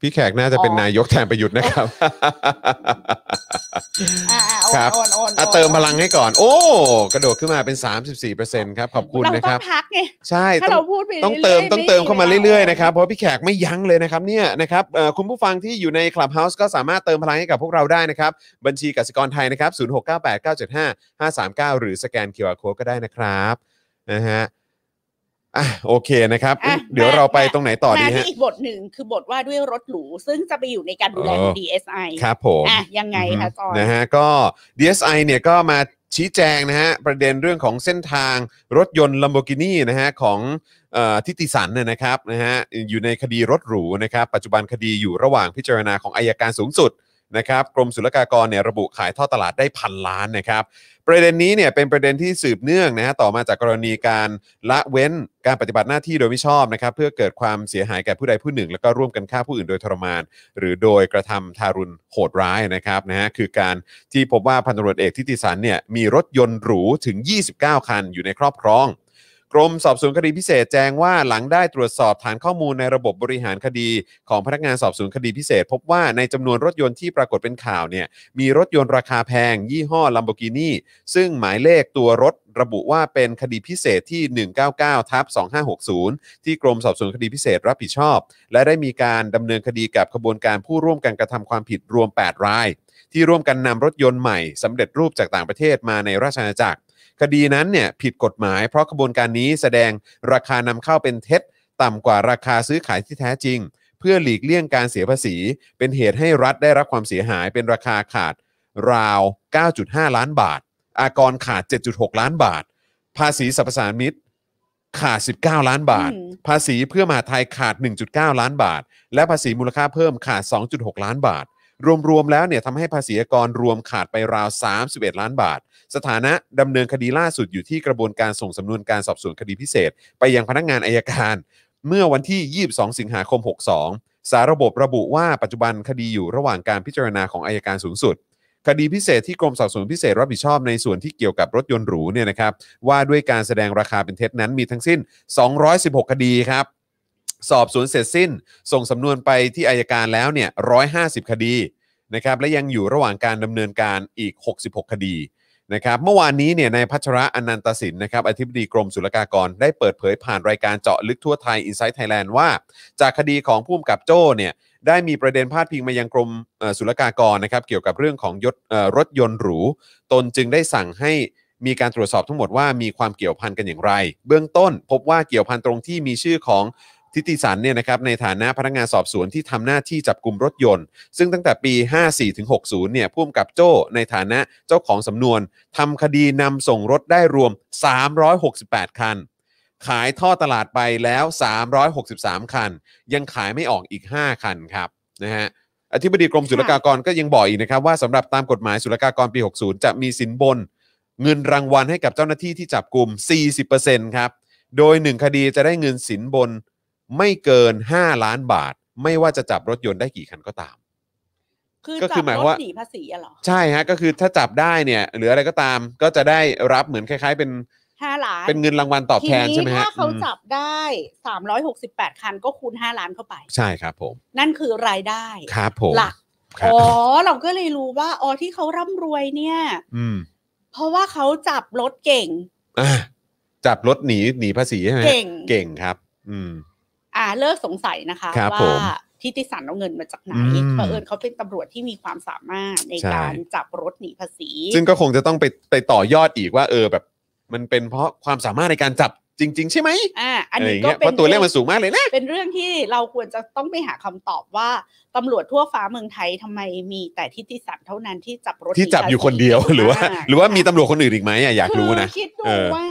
พี่แขกน่าจะเป็น
อ๋อ
นายกแทนประยุทธ์ นะครับ
อ่าๆโอ
ครั
น
บ
โอนโอน
อ่ะเติมพลังให้ก่อน โอ้ กระโดดขึ้นมาเป็น 34%ครับ ขอบคุณ
เรา
นะ
ต้
ค
อ
รับ
งพักไง
ใช่ต้อ
ถ้าเรา
ง
พูดไป
ต้องเติม
ยๆ
ต้องเติมเข้ามาเรื่อยๆนะครับ
ไ
เพราะพี่แขกไม่ยั้งเลยนะครับเนี่ยนะครับเอ่อคุณผู้ฟังที่อยู่ใน Clubhouse ก็สามารถเติมพลังให้กับพวกเราได้นะครับ บัญชีกสิกรไทยนะครับ 0698975539 หรือสแกน QR Code ก็ได้นะครับนะฮะ อ่ะโอเคนะครับ
อ่ะ
เดี๋ยว
มา
เราไป
มา
ตรงไหนต่อดี
มา
ฮะ
ที่อีกบทหนึ่งคือบทว่าด้วยรถหรู ซึ่งจะไปอยู่ในการดูแลขอ
เออ
ง DSI
ครับผม
อ่ะยังไงคะจอย
นะฮะก็ DSI เนี่ยก็มาชี้แจงนะฮะประเด็นเรื่องของเส้นทางรถยนต์ Lamborghini นะฮะของเออทิติสันเนี่ยนะครับนะฮะอยู่ในคดีรถหรูนะครับปัจจุบันคดีอยู่ระหว่างพิจารณาของอายการสูงสุดนะครับกรมศุลกากรเนี่ยระบุขายท่อตลาดได้พันล้านนะครับ ประเด็นนี้เนี่ยเป็นประเด็นที่สืบเนื่องนะฮะต่อมาจากกรณีการละเว้นการปฏิบัติหน้าที่โดยมิชอบนะครับเพื่อเกิดความเสียหายแก่ผู้ใดผู้หนึ่ง แล้วก็ร่วมกันฆ่าผู้อื่นโดยทรมาน หรือโดยกระทำทารุณโหดร้ายนะครับนะฮะคือการที่พบว่าพันตำรวจเอกทิติสันเนี่ยมีรถยนต์หรูถึง 29 คันอยู่ในครอบครอง กรมสอบสวนคดีพิเศษแจ้งว่าหลังได้ตรวจสอบฐานข้อมูลในระบบบริหารคดีของพนักงานสอบสวนคดีพิเศษ พบว่าในจำนวนรถยนต์ที่ปรากฏเป็นข่าวเนี่ยมีรถยนต์ราคาแพง ยี่ห้อ Lamborghini ซึ่งหมายเลขตัวรถระบุว่าเป็นคดีพิเศษที่ 199ทับ2560 ที่กรมสอบสวนคดีพิเศษรับผิดชอบ และได้มีการดำเนินคดีกับขบวนการผู้ร่วมกันกระทำความผิดรวม 8 ราย ที่ร่วมกันนำรถยนต์ใหม่สำเร็จรูปจากต่างประเทศมาในราชอาณาจักร คดีนั้นเนี่ยผิดกฎหมายเพราะขบวนการนี้แสดงราคานำเข้าเป็นเท็จ ต่ำกว่าราคาซื้อขายที่แท้จริง เพื่อหลีกเลี่ยงการเสียภาษี เป็นเหตุให้รัฐได้รับความเสียหายเป็นราคาขาดราว 9.5 ล้านบาท อากรขาด 7.6 ล้านบาท ภาษีสรรพสามิตขาด 19 ล้านบาท
อืม
ภาษีเพื่อมหาไทยขาด 1.9 ล้านบาท และภาษีมูลค่าเพิ่มขาด 2.6 ล้านบาท รวมๆแล้วเนี่ยทำให้ภาษีอากรรวมขาดไปราว 31 ล้านบาท สถานะดำเนินคดีล่าสุดอยู่ที่กระบวนการส่งสำนวนการสอบสวนคดีพิเศษ ไปยังพนักงานอายการ เมื่อวันที่ 22 สิงหาคม 62 สารระบบระบุว่าปัจจุบันคดีอยู่ระหว่างการพิจารณาของอายการสูงสุด คดีพิเศษที่กรมสอบสวนพิเศษรับผิดชอบในส่วนที่เกี่ยวกับรถยนต์หรูเนี่ยนะครับ ว่าด้วยการแสดงราคาเป็นเท็จนั้นมีทั้งสิ้น 216 คดีครับ สอบสวนเสร็จสิ้น ส่งสำนวนไปที่อายการแล้วเนี่ย 150 คดีนะครับ และยังอยู่ระหว่างการดำเนินการอีก 66 คดีนะครับ เมื่อวานนี้เนี่ยนายพัชระอนันตสินนะครับอธิบดีกรมศุลกากรได้เปิดเผยผ่านรายการเจาะลึกทั่วไทย i n s i ซต์ไทยแลนด์ว่า จากคดีของผู้กำกับโจ้เนี่ย ได้มีประเด็นพาดพิงมายังกรมเอ่อศุลกากรนะครับเกี่ยวกับเรื่องของยศเอ่อรถยนต์หรู ตนจึงได้สั่งให้มีการตรวจสอบทั้งหมดว่ามีความเกี่ยวพันกันอย่างไร เบื้องต้นพบว่าเกี่ยวพันตรงที่มีชื่อของทิติสันเนี่ยนะครับในฐานะพนักงานสอบสวนที่ทำหน้าที่จับกลุ่มรถยนต์ ซึ่งตั้งแต่ปี 54ถึง60เนี่ยพ่วมกับโจ้ในฐานะเจ้าของสำนวนทำคดีนำส่งรถได้รวม 368 คัน ขายท่อตลาดไปแล้ว 363 คัน ยังขายไม่ออกอีก 5 คันครับนะฮะอธิบดีกรมศุลกากรก็ยังบอกอีกนะครับว่าสำหรับตามกฎหมายศุลกากรปี 60 จะมีสินบน เงินรางวัลให้กับเจ้าหน้าที่ที่จับกลุ่ม 40%ครับ โดย 1 คดีจะได้เงินสินบนไม่เกิน 5 ล้านบาท ไม่ว่าจะจับรถยนต์ได้กี่คันก็ตาม
คือ
ก็คือ
จ
หมาย
รถ
ว่า
หนีภาษีอะเหรอ
ใช่ฮะก็คือถ้าจับได้เนี่ยหรืออะไรก็ตามก็จะได้รับเหมือนคล้าย ๆ เป็น
ห้าล้าน
เป็นเงินรางวัลตอบแทนใช่ไหมฮะ
ถ้าเขา
อืม
จับได้สามร้อยหกสิบแปดคันก็คูณห้าล้านเข้าไป
ใช่ครับผม
นั่นคือรายได้
ครับผม
หลัก
ครั
อ๋
บ
อ เราก็เลยรู้ว่าอ๋อที่เขาร่ำรวยเนี่ย
อืม
เพราะว่าเขาจับรถเก่ง
อ่ะจับรถหนีหนีภาษีใช่ไหมฮะ
เก่ง
เก่งครับ อืม
อ่าเลิกสงสัยนะคะ
ครับ
ว่า
ผม
ทิติสันเอาเงินมาจากไหน
อืม
เพราะเอิญเขาเป็นตำรวจที่มีความสามารถใน
ใช่
การจับรถหนีภาษี
ซึ่งก็คงจะต้องไปไปต่อยอดอีกว่า เออแบบ มันเป็นเพราะความสามารถในการจับจริง ๆ ใช่ไหม
อ่าอั
อะ
น
ไรอย่า
นี้
ง
ก็
เงี้ย
เป็
เพ
น
ราะตัวเลขมันสูงมากเลยนะ
เป็นเรื่องที่เราควรจะต้องไปหาคำตอบว่าตำรวจทั่วฟ้าเมืองไทยทำไมมีแต่ทิติสันเท่านั้นที่จับรถ
ที่จับอยู่คนเดียวหรือว่า หรือว่ามีตำรวจคนอื่นอีกไหมอ่ะอยากรู้นะ
คือคิดดู
เออ
ว่า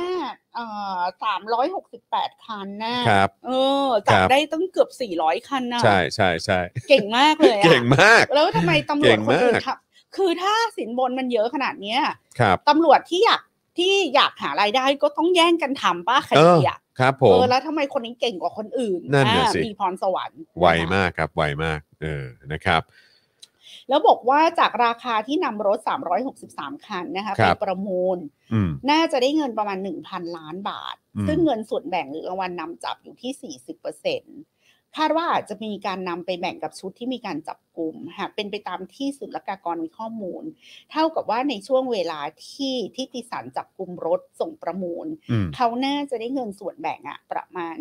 เอ่อสามร้อยหกสิบแปดคันน่ะ
ครับ
เออจั
ค
บ
รับ
ได้ตั้งเกือบสี่ร้อยคันน่ะ
ใช่ใช่ใช่
เก่งมากเลยอะ
เก่งมาก
แล้วทำไมตำร
เก่
วจ
ง
คนอื่น
มาก
ครับ คือถ้าสินบนมันเยอะขนาดเนี้ย
ครับ
ตำรวจที่อยากที่อยากหารายได้ก็ต้องแย่งกันทำป้าค
เอ
ดี
อ
อ่ะ
ครับผม
เออแล้วทำไมคนนี้เก่งกว่าคนอื่น
นั่นน่ะ
อ่า
สิ
มีพรสวรรค์
ไว
นะคะ
มากครับไวมากเออนะครับ
แล้วบอกว่าจากราคาที่นำรถ 363 คันนะคะ
ค
ไป
รับ
ประมูล
อืม
น่าจะได้เงินประมาณ 1,000 ล้านบาท
อืม
ซึ่งเงินส่วนแบ่งหรือรางวัลนำจับอยู่ที่ 40%คาดว่าอาจจะมีการนำไปแบ่งกับชุดที่มีการจับกลุ่มหากเป็นไปตามที่ศุลกากรมีข้อมูล เท่ากับว่าในช่วงเวลาที่ที่ติสันจับกลุ่มรถส่งประมูล
อืม
เขาน่าจะได้เงินส่วนแบ่งอะประมาณ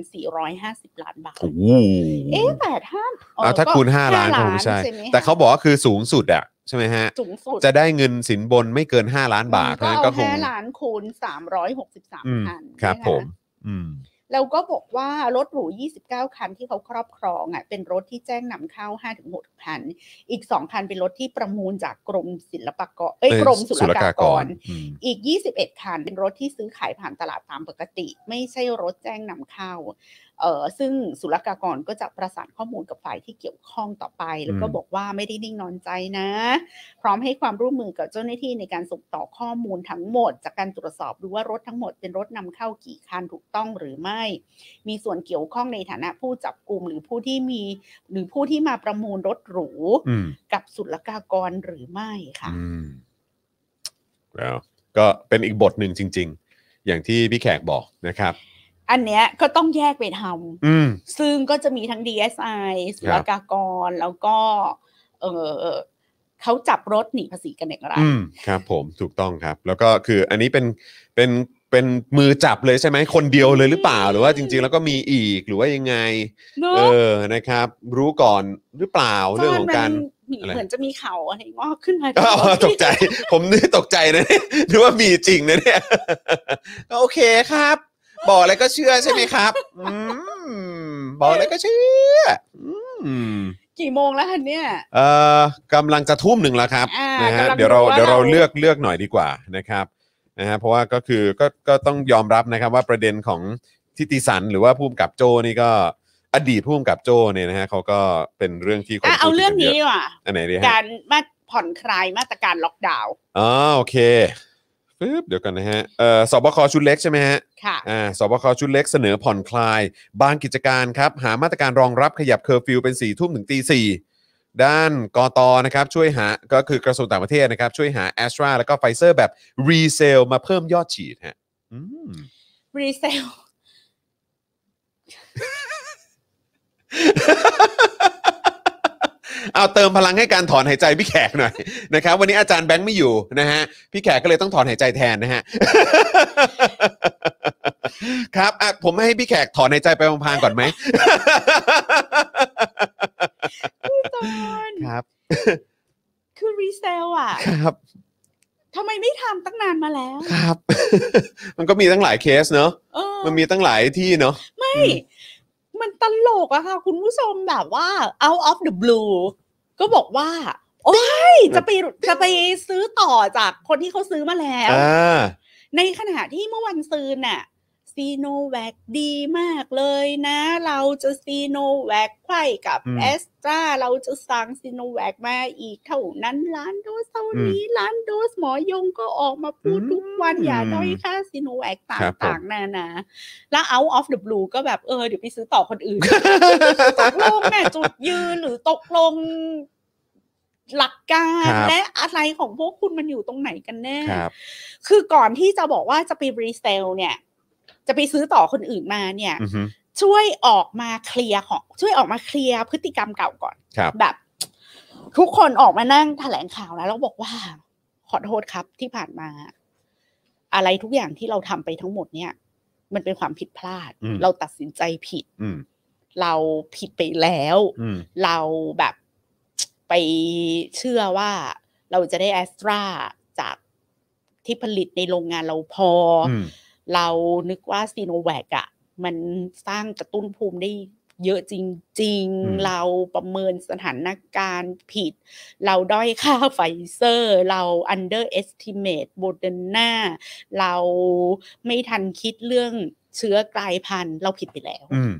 450 ล้านบาท
โอ้โห
เอ๊ะแต่ถ้าเอ่อ
เอาถ้า
ก็
คูณ5ล้านคงไม่ใช่
ไหม
แต่เขา
คะ
บอกว่าคือสูงสุดอ่ะใช่ไหมฮะ
สูงสุด
จะได้เงินสินบนไม่เกิน 5 ล้านบาทเพ
ก็
ราะฉะนั้นก็
เอา
คง
ห้าล้านคูณสามร้อยหกสิบสาม
อืม
พัน
ครับ
นะะ
ผม อืม
แล้วก็บอกว่ารถหรู 29 คันที่เขาครอบครองอ่ะเป็นรถที่แจ้งนำเข้า 5-6 คัน อีก 2 คันเป็นรถที่ประมูลจากกรมศิลปากรเอ้ย
เอ้ย
กรมศุลกากร
อืม
อีก 21 คัน เป็นรถที่ซื้อขายผ่านตลาดตามปกติ ไม่ใช่รถแจ้งนำเข้าเอ่อซึ่งศุลกากรก็จะประสานข้อมูลกับฝ่ายที่เกี่ยวข้องต่อไป แล้วก็
อืม
บอกว่าไม่ได้นิ่งนอนใจนะ พร้อมให้ความร่วมมือกับเจ้าหน้าที่ในการส่งต่อข้อมูลทั้งหมด จากการตรวจสอบดูว่ารถทั้งหมดเป็นรถนำเข้ากี่คันถูกต้องหรือไม่ มีส่วนเกี่ยวข้องในฐานะผู้จับกลุ่มหรือผู้ที่มี หรือผู้ที่มาประมูลรถหรู
อืม
กับศุลกากรหรือไม่ค่ะ
อืม
แล้วก็เป็นอีกบทหนึ่งจริง ๆ อย่างที่พี่แขกบอกนะครับ
อันเนี้ยก็ต้องแยกไปทำ
อืม
ซึ่งก็จะมีทั้ง DSI ศุลกากร แล้วก็เออเขาจับรถหนีภาษีกันอย่างไร
อืมครับผมถูกต้องครับ แล้วก็คืออันนี้เป็นเป็นเป็นมือจับเลยใช่ไหมคนเดียวเลยหรือเปล่าหรือว่าจริง ๆ แล้วก็มีอีกหรือว่ายังไง
เน
เอ
อะ
อนะครับ รู้ก่อนหรือเปล่าเรื่องของการ
มัน
อะไร
เหมือนจะมีเขาอะไรงอกขึ้นมา
อ้าว ตก ใจ ผมนึกตกใจนะเนี่ย นึกว่ามีจริงนะเนี่ย ก็โอเคครับ บอกอะไรก็เชื่อใช่ไหมครับ อืมบอกอะไรก็เชื่ออืม
กี่โมงแล้วคะเนี่ย
เอ่อกำลังจะทุ่มหนึ่งแล้วครับ
อ่า
นะฮะ
กำลัง
เดี๋ยวเรา
ดูว่า
เดี๋ยวเรา
เรา
เลือกเลือกหน่อยดีกว่านะครับนะฮะเพราะว่าก็คือก็ก็ต้องยอมรับนะครับว่าประเด็นของทิติสันหรือว่าผู้กำกับโจนี่ก็อดีตผู้กำกับโจเนี่ยนะฮะเขาก็เป็นเรื่องที่คน
อ่ะเอา
พูดถึ
เรื่อง
ยะ
นี้ดีกว่า
อันไหนดีฮะ
การมาผ่อนคลายมาตรการล็อกดาวน์
อ๋อโอเคปึ๊บเดี๋ยวกันนะฮะเอ่อสบคชุดเล็กใช่ไหมฮะ
ค่ะ
อ่าสบคชุดเล็กเสนอผ่อนคลาย บางกิจการครับ หามาตรการรองรับขยับเคอร์ฟิวเป็น4ี่ทุ่มถึงตีสี่ด้านกตนะครับ ช่วยหาก็คือกระทรวงต่างประเทศนะครับ ช่วยหาแอสตราแล้วก็ไฟเซอร์แบบรีเซลมาเพิ่มยอดฉีดฮะอืม
รีเซล
เอาเติมพลังให้การถอนหายใจพี่แขกหน่อยนะครับ วันนี้อาจารย์แบงค์ไม่อยู่นะฮะพี่แขกก็เลยต้องถอนหายใจแทนนะฮะ ครับอ่ะผมให้พี่แขกถอนหายใจไปพังๆก่อนไหม
ตอน
ครับ
คือรีเซลอ่ะ
ครับ
ทำไมไม่ทำตั้งนานมาแล้ว
ครับ มันก็มีตั้งหลายเคสเนอะ
เออ
มันมีตั้งหลายที่เนอะ
ไม่ มันตลกอะค่ะ คุณผู้ชมแบบว่า out of the blue ก็บอกว่า โอ้ยจะไปจะไปซื้อต่อจากคนที่เขาซื้อมาแล้ว
อ่ า
ในขณะที่เมื่อวันซืนน่ะซีโนแวคดีมากเลยนะ เราจะซีโนแวคไขว้กับ
อืม
แอสตราเราจะสั่งซีโนแวคมาอีกเท่านั้นล้านโดสเท่านี้ล้านโดสหมอยงก็ออกมาพูด
อืม
ทุกวันอย่าด้อยค่าซีโนแวคต
ครับผม
่างๆนานาแล้ว out of the blue ก็แบบเออเดี๋ยวไปซื้อต่อคน อื่น ตกลงเนี่ยจุดยืนหรือตกลงหลักการ
ครับ
และอะไรของพวกคุณมันอยู่ตรงไหนกันแน่
ครับ
คือก่อนที่จะบอกว่าจะไปรีเซลเนี่ย จะไปซื้อต่อคนอื่นมาเนี่ย
อือฮึ
ช่วยออกมาเคลียร์ของ ช่วยออกมาเคลียร์พฤติกรรมเก่าก่อน
ครับ
แบบ ทุกคนออกมานั่งแถลงข่าวแล้วแล้วบอกว่า ขอโทษครับที่ผ่านมา อะไรทุกอย่างที่เราทำไปทั้งหมดเนี่ย มันเป็นความผิดพลาด
อืม
เราตัดสินใจผิด
อืม
เราผิดไปแล้ว
อืม
เราแบบไปเชื่อว่าเราจะได้แอสตราจากที่ผลิตในโรงงานเราพออ
ม
เรานึกว่าซีโนแวคอะมันสร้างกระตุ้นภูมิได้เยอะจริง
อืม
ๆ เราประเมินสถานการณ์ผิด เราด้อยค่าไฟเซอร์ เรา underestimate m o d e r n a เราไม่ทันคิดเรื่องเชื้อกลายพันธุ์ เราผิดไปแล้ว
อืม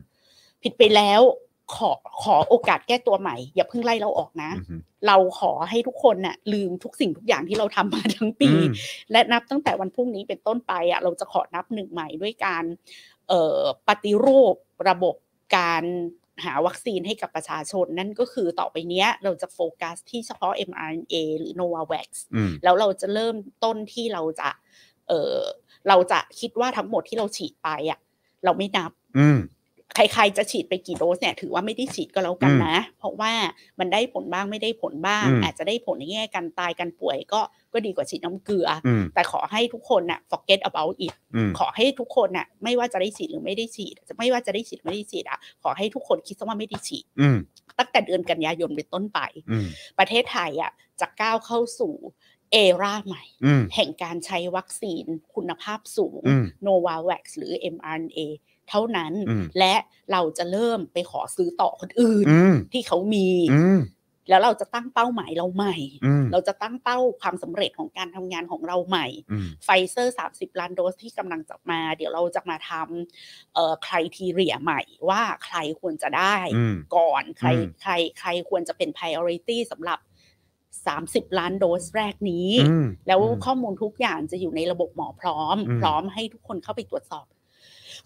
ผิดไปแล้วขอขอโอกาสแก้ตัวใหม่ อย่าเพิ่งไล่เราออกนะ
อือฮึ
เราขอให้ทุกคนน่ะ ลืมทุกสิ่งทุกอย่างที่เราทำมาทั้งปี
อืม
และนับตั้งแต่วันพรุ่งนี้เป็นต้นไปอ่ะเราจะขอนับหนึ่งใหม่ด้วยการเอ่อปฏิรูประบบการหาวัคซีนให้กับประชาชน นั่นก็คือต่อไปเนี้ย เราจะโฟกัสที่เฉพาะ mRNA หรือ Novavax
อืม
แล้วเราจะเริ่มต้นที่เราจะ เออเราจะคิดว่าทั้งหมดที่เราฉีดไปอ่ะ เราไม่นับ
อืม
ใครๆจะฉีดไปกี่โดสเนี่ยถือว่าไม่ได้ฉีดก็แล้วกันนะ เพราะว่ามันได้ผลบ้างไม่ได้ผลบ้าง
อืม
อาจจะได้ผลในแง่การตายการป่วยก็ก็ดีกว่าฉีดน้ำเกลืออ
อืม
แต่ขอให้ทุกคนน่ะ forget about it
อืม
ขอให้ทุกคนน่ะ ไม่ว่าจะได้ฉีดหรือไม่ได้ฉีดจะไม่ว่าจะได้ฉีดหรือไม่ได้ฉีดอ่ะขอให้ทุกคนคิดซะว่าไม่ได้ฉีด
อืม
ตั้งแต่เดือนกันยายนเป็นต้นไป
อืม
ประเทศไทยอ่ะจะก้าวเข้าสู่เอราใหม่
อืม
แห่งการใช้วัคซีนคุณภาพสูง
อืม
n o v a v a x หรือ mRNA เท่านั้น
อืม
และเราจะเริ่มไปขอซื้อต่อคนอื่น
อืม
ที่เขามี
อืม
แล้วเราจะตั้งเป้าหมายเราใหม่
อืม
เราจะตั้งเป้าความสำเร็จของการทำงานของเราใหม่
อืม
ไฟเซอร์ 30 ล้านโดสที่กำลังจะมา เดี๋ยวเราจะมาทำเอ่อใครทีเรียใหม่ว่าใครควรจะได้
อืม
ก่อนใคร
อืม
ใครใครควรจะเป็น priority สำหรับ 30 ล้านโดสแรกนี้
อืม
แล้วข้อมูลทุกอย่างจะอยู่ในระบบหมอพร้อม
อืม
พร้อมให้ทุกคนเข้าไปตรวจสอบ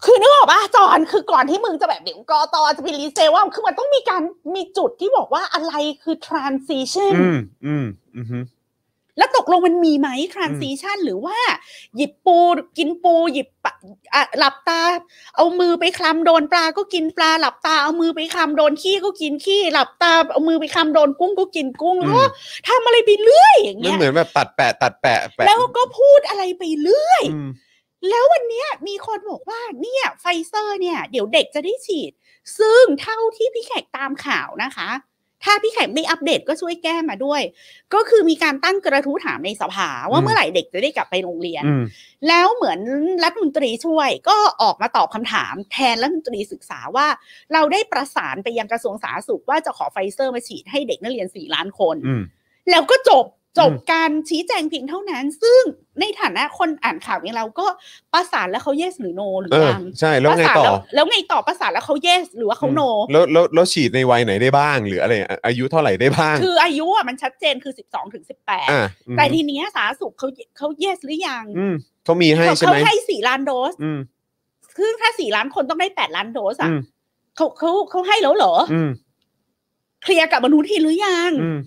คือนึกออกป่ะจอนคือก่อนที่มึงจะแบบเดี๋ยวกอตอจะไปรีเซว่าคือมันต้องมีการมีจุดที่บอกว่าอะไรคือ transition
อืมอืมอืม
แล้วตกลงมันมีไหม transition หรือว่า หยิบปูกินปูหยิบปะอ่ะหลับตา เอามือไปคลำโดนปลาก็กินปลาหลับตาเอามือไปคลำโดนขี้ก็กินขี้หลับตาเอามือไปคลำโดนกุ้งก็กินกุ้ง
อืม
แล้วก็ทำอะไรไปเรื่อยอย่าง
มั
เงี้
น
ย
เหมือนแบบตัดแปะตัดแปะแปะ
แล้วก็พูดอะไรไปเรื่อย
อืม
แล้ววันเนี้ยมีคนบอกว่าเนี่ยไฟเซอร์เนี่ย เดี๋ยวเด็กจะได้ฉีด ซึ่งเท่าที่พี่แขกตามข่าวนะคะ ถ้าพี่แขกไม่อัปเดตก็ช่วยแก้มาด้วย ก็คือมีการตั้งกระทู้ถามในสภา
อื
ว่าม เมื่อไหร่เด็กจะได้กลับไปโรงเรียน
อืม
แล้วเหมือนรัฐมนตรีช่วย ก็ออกมาตอบคำถามแทนรัฐมนตรีศึกษาว่า เราได้ประสานไปยังกระทรวงสาธารณสุขว่าจะขอไฟเซอร์มาฉีดให้เด็กนักเรียนสี่ล้านคน
อืม
แล้วก็จบจบ
อืม
การชี้แจงเพียงเท่านั้น ซึ่งในฐานะคนอ่านข่าวอย่างเราก็ประสานแล้วเขา yes หรือ no หรือ
เออ
ยัง
ใช่ แล้วไง
ประสาน
ต่อ
แล้วแล้วไงต่อประสานแล้วเขา yes หรือว่าเขา no
แล้วแล้วแล้วฉีดในวัยไหนได้บ้าง หรืออะไรอ่ะอายุเท่าไหร่ได้บ้าง
คืออายุอ่ะมันชัดเจนคือ 12ถึง
อ่ะ
18
อืม
แต่ทีเนี้ยสาธารณสุขเขาเขา yes หรือยัง
อืมเขามีให้
เขา
ใช่
เขา
ไหม
ให้สี่ล้านโดส
อืม
ซึ่งถ้าสี่ล้านคนต้องได้แปดล้านโดสอ่ะ
อืม
เขาเขาเขาให้แล้วเหรออ
อืม
เคลียร์กับมนุษย์ทีหรือยัง
อืม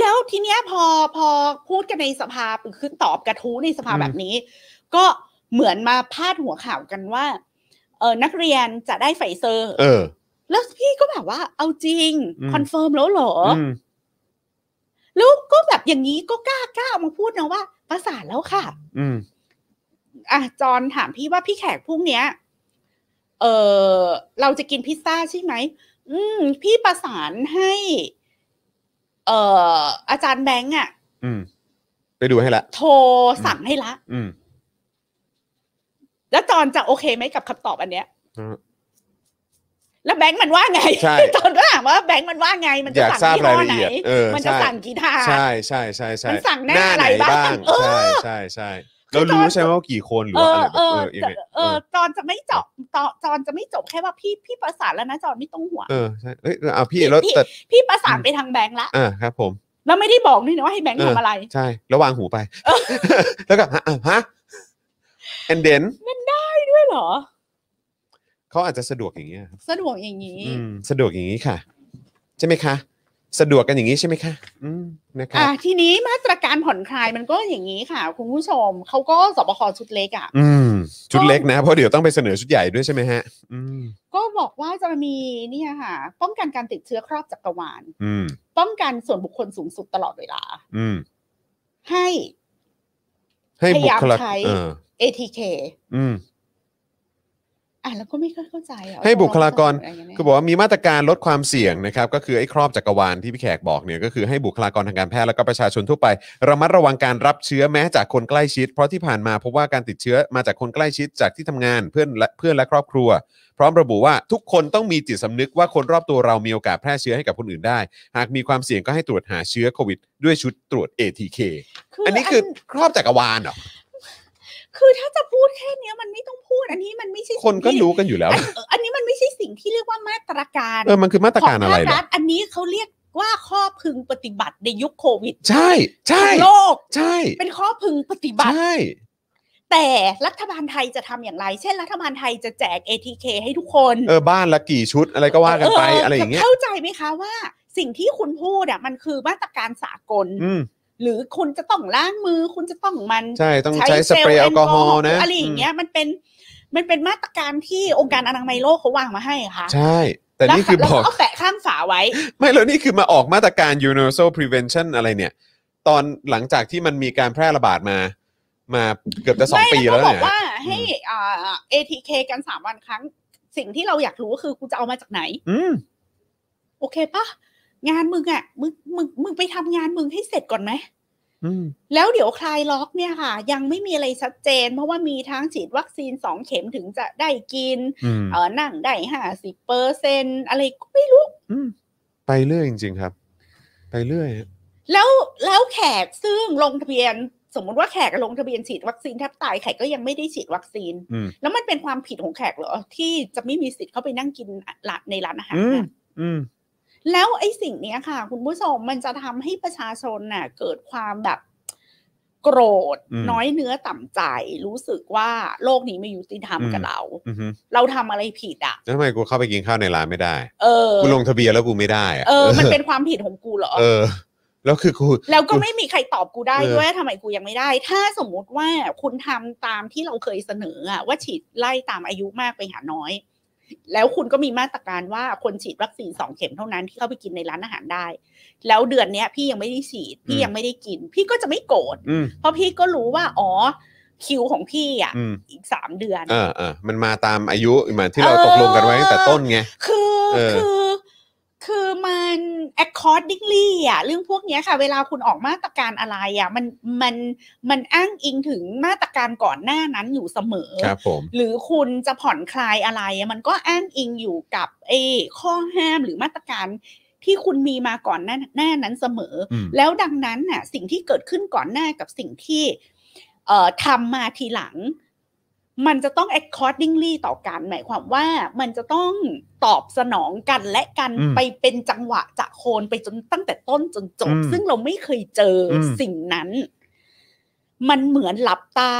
แล้วทีเนี้ยพอพอพูดกันในสภาคือตอบกระทู้ในสภา
อืม
แบบนี้ ก็เหมือนมาพาดหัวข่าวกันว่าเออนักเรียนจะได้ไฟเซอร์
เออ
แล้วพี่ก็แบบว่าเอาจริง
อืม
คอนเฟิร์มแล้วเหรอ
ม
แล้วก็แบบอย่างนี้ก็กล้ากล้าออกมาพูดนะว่า ประสานแล้วค่ะ
อืม
อ่ะจอนถามพี่ว่าพี่แขกพรุ่งเนี้ย เออเราจะกินพิซซ่าใช่ไหม อืม พี่ประสานให้ เอ่ออาจารย์แบงค์อะ
อืม ไปดูให้ละ
โทรสั่งให้ละ
อืม
แล้วจอนจะโอเคไหมกับคำตอบอันเนี้ย
อืม
แล้วแบงค์มันว่าไง
ใช่
จอนก็ถามว่าแบงค์มันว่าไง มัน
อ
จะ
ยาก
สั่ง
ทราบ
ที่
ราย
ห้อ
ละ
ไหน
เอียด เออ
มันจะ
ใช่
สั่งกี่ทาง
ใช่ใช่ใช่ใช่
มันสั่งหน้า
หน
อะไรบ้างเออ
ใช่ใช่ใช่เรารู้ใช่ไหมว่ากี่คนหรือ
เอ
ว่า
อ
อะไรแบบเออยังไง
เออจะเออจอนจะไม่จบจอจอนจะไม่จบแค่ว่าพี่พี่ประสานแล้วนะจอนไม่ต้องห่วง
เออใช่เอ้ยอ่ะพี่แล้วแต่
พี่ประสานไปทางแบงค์ละ
อ่าครับผม
แล้วไม่ได้บอกด้วยนะว่าให้แบงค์ทำอะไร
ใช่ แล้ววางหูไป แล้วก็ฮะอ่ะฮะ and then
ด้วยเหรอ
เขาอาจจะสะดวกอย่างเงี้ยครับ
สะดวกอย่างนี้
อืมสะดวกอย่างนี้ค่ะ ใช่ไหมคะ สะดวกกันอย่างนี้ใช่ไหมคะอืมนะครับ
อ่ะทีนี้มาตรการผ่อนคลายมันก็อย่างนี้ค่ะ คุณผู้ชมเขาก็สบคชุดเล็กอ่ะ
อืม ชุดเล็กนะ เพราะเดี๋ยวต้องไปเสนอชุดใหญ่ด้วยใช่ไหมฮะ อืม
ก็บอกว่าจะมีเนี่ยค่ะ ป้องกันการติดเชื้อครอบจักรวาล
อืม
ป้องกันส่วนบุคคลสูงสุดตลอดเวลา
อืม
ให้
ให้บุคลา
พยายามใช้
เออ
ATK
อืม
อ่ะแล้วก็ไม่ค่อยเข้าใจอ่ะ
ให้บุคลากร
ะไย่างเงี้ย
ก็บอกว่ามีมาตรการลดความเสี่ยงนะครับ ก็คือไอ้ครอบจักรวาลที่พี่แขกบอกเนี่ยก็คือให้บุคลากรทางการแพทย์แล้วก็ประชาชนทั่วไประมัดระวังการรับเชื้อแม้จากคนใกล้ชิด เพราะที่ผ่านมาพบว่าการติดเชื้อมาจากคนใกล้ชิดจากที่ทำงานเพื่อนและเพื่อนและครอบครัว พร้อมระบุว่าทุกคนต้องมีจิตสำนึกว่าคนรอบตัวเรามีโอกาสแพร่เชื้อให้กับคนอื่นได้ หากมีความเสี่ยงก็ให้ตรวจหาเชื้อโควิดด้วยชุดตรวจ ATK อันนี้คือครอบจักรวาลเหรอ
คือถ้าจะพูดแค่เนี้ยมันไม่ต้องพูด อันนี้มันไม่ใช่
คนก็
สิ่งที่
รู้กันอยู่แล้ว
อันเอออันนี้มันไม่ใช่สิ่งที่เรียกว่ามาตรการ
เออมันคือมาตรการอะไร
ขง
เหร
ภา
อ
คฐอันนี้เขาเรียกว่าข้อพึงปฏิบัติในยุคโควิด
ใช่ใช่
ของโลก
ใช่
เป็นข้อพึงปฏิบั
ใช่
ติ
ใช่
แต่รัฐบาลไทยจะทำอย่างไร เช่น รัฐบาลไทยจะแจก ATK ให้ทุกคน
เออบ้านละกี่ชุดอะไรก็ว่ากันไป
เ
อะไรอย่างเงี้ย
เข้าใจไหมคะว่าสิ่งที่คุณพูดอ่ะมันคือมาตรการสากล
อืม
หรือคุณจะต้องล้างมือ คุณจะต้องมัน
ใช่ต้องใช้สเปรย์
จ
แอลกอฮอล์
หรื
นะ
อะไรอย่างเงี้ยมันเป็นมันเป็นมาตรการที่องค์การอนามัยโลกเขาวางมาให้อะค่ะ
ใช่ แต่นี่คือ
ล้ว
บอก
เอาแปะข้างฝาไว้
ไม่แล้วนี่คือมาออกมาตรการ universal prevention อะไรเนี่ย ตอนหลังจากที่มันมีการแพร่ระบาดมา มาเกือบจะสอง
ไม่
ปี
ก็
แล้ว
บอ
เนี่
ก
ย
ว่าให้อ่า ATK กันสามวันครั้ง สิ่งที่เราอยากรู้ก็คือกูจะเอามาจากไหน
อืม
โอเคปะงานมึงอะ่ะมึงมึงมึงไปทำงานมึงให้เสร็จก่อนไหม
อืม
แล้วเดี๋ยวคลายล็อกเนี่ยค่ะ ยังไม่มีอะไรชัดเจน เพราะว่ามีทั้งฉีดวัคซีนสองเข็มถึงจะได้กิน
อืม
เออนั่งได้ห้าสิบเปอร์เซ็นอะไรก็ไม่รู้
มไปเรื่อยจริง ๆ ครับ ไปเรื่อยฮะ
แล้วแล้วแขกซึ่งลงทะเบียน สมมติว่าแขกลงทะเบียนฉีดวัคซีนแทบตายแขกก็ยังไม่ได้ฉีดวัคซีน
อืม
แล้วมันเป็นความผิดของแขกเหรอ ที่จะไม่มีสิทธิ์เข้าไปนั่งกินร้านในร้านอาหาร
อืม
น่ะ
อืม
แล้วไอ้สิ่งเนี้ยค่ะ คุณผู้ชมมันจะทำให้ประชาชนน่ะ เกิดความแบบโกรธ
อืม
น้อยเนื้อต่ำใจ รู้สึกว่าโลกนี้ไม่ยุติธรรม
อืม
กับเรา
อือฮึ
เราทำอะไรผิดอ่ะ
แล้วทำไมกูเข้าไปกินข้าวในร้านไม่ได้
เออ
กูลงทะเบียนแล้วกูไม่ได้ะ
เออ มันเป็นความผิดของกูเหรอ
เออ แล้วคือกู
แล้วก็ไม่มีใครตอบกูได้
เออ
ด้วยทำไมกูยังไม่ได้ ถ้าสมมุติว่าคุณทำตามที่เราเคยเสนออะว่าฉีดไล่ตามอายุมากไปหาน้อย แล้วคุณก็มีมาตรการว่าคนฉีดวัคซีนสองเข็มเท่านั้นที่เข้าไปกินในร้านอาหารได้ แล้วเดือนเนี้ย พี่ยังไม่ได้ฉีด พี่ยังไม่ได้กิน พี่ก็จะไม่โกรธ
อืม
เพราะพี่ก็รู้ว่าอ๋อคิวของพี่อ่ะ
อืม
อีกสามเดือน
เออเออมันมาตามอายุเหมือนที่เราตกลงกันไว้ตั้งแต่ต้นไง
คือ
เออ
คือคือมัน accordingly อ่ะเรื่องพวกเนี้ยค่ะ เวลาคุณออกมาตรการอะไรอ่ะมันมันมันอ้างอิงถึงมาตรการก่อนหน้านั้นอยู่เสมอ
ครับผม
หรือคุณจะผ่อนคลายอะไรอ่ะมันก็อ้างอิงอยู่กับไอ้ข้อห้ามหรือมาตรการที่คุณมีมาก่อนหน้าหน้านั้นเสมอ
อืม
แล้วดังนั้นน่ะ สิ่งที่เกิดขึ้นก่อนหน้ากับสิ่งที่เอ่อทำมาทีหลัง มันจะต้อง accordingly ต่อกันหมายความว่ามันจะต้องตอบสนองกันและกัน
อืม
ไปเป็นจังหวะจะโคนไปจนตั้งแต่ต้นจนจบ
อืม
ซึ่งเราไม่เคยเจออ
ม
สิ่งนั้น มันเหมือนหลับตา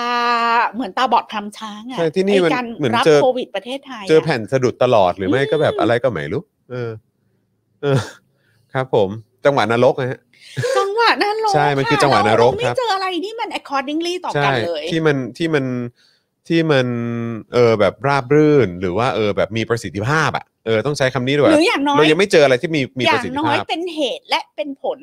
เหมือนตาบอดพรำช้างอะ
ใช่ที่นี่มัน
ไอ้การ
เหมือน
รับ
เจอ
โควิดประเทศไทยะ
เจอแผ่นสะดุดตลอดหรือไม่
อืม
ก็แบบอะไรก็ไม่รู้ เออ เออ ครับผม จังหวะนรกนะฮะ
จังหวะนั้นลง
ใช่มันคือจังหวะนรกค
เา
รั
ไม่
บ
เจออะไรนี่มัน accordingly ต่อ
ใช่
กันเลย
ที่มันที่มันที่มันเออแบบราบรื่น หรือว่าเออแบบมีประสิทธิภาพอ่ะเออต้องใช้คำนี้ด้วย
หรืออย่างน้อย
เรายังไม่เจออะไรที่มีมี
อ
ประ
ย่าง
สิทธิ
น้อ
ภาย พ
เป็นเหตุและเป็นผล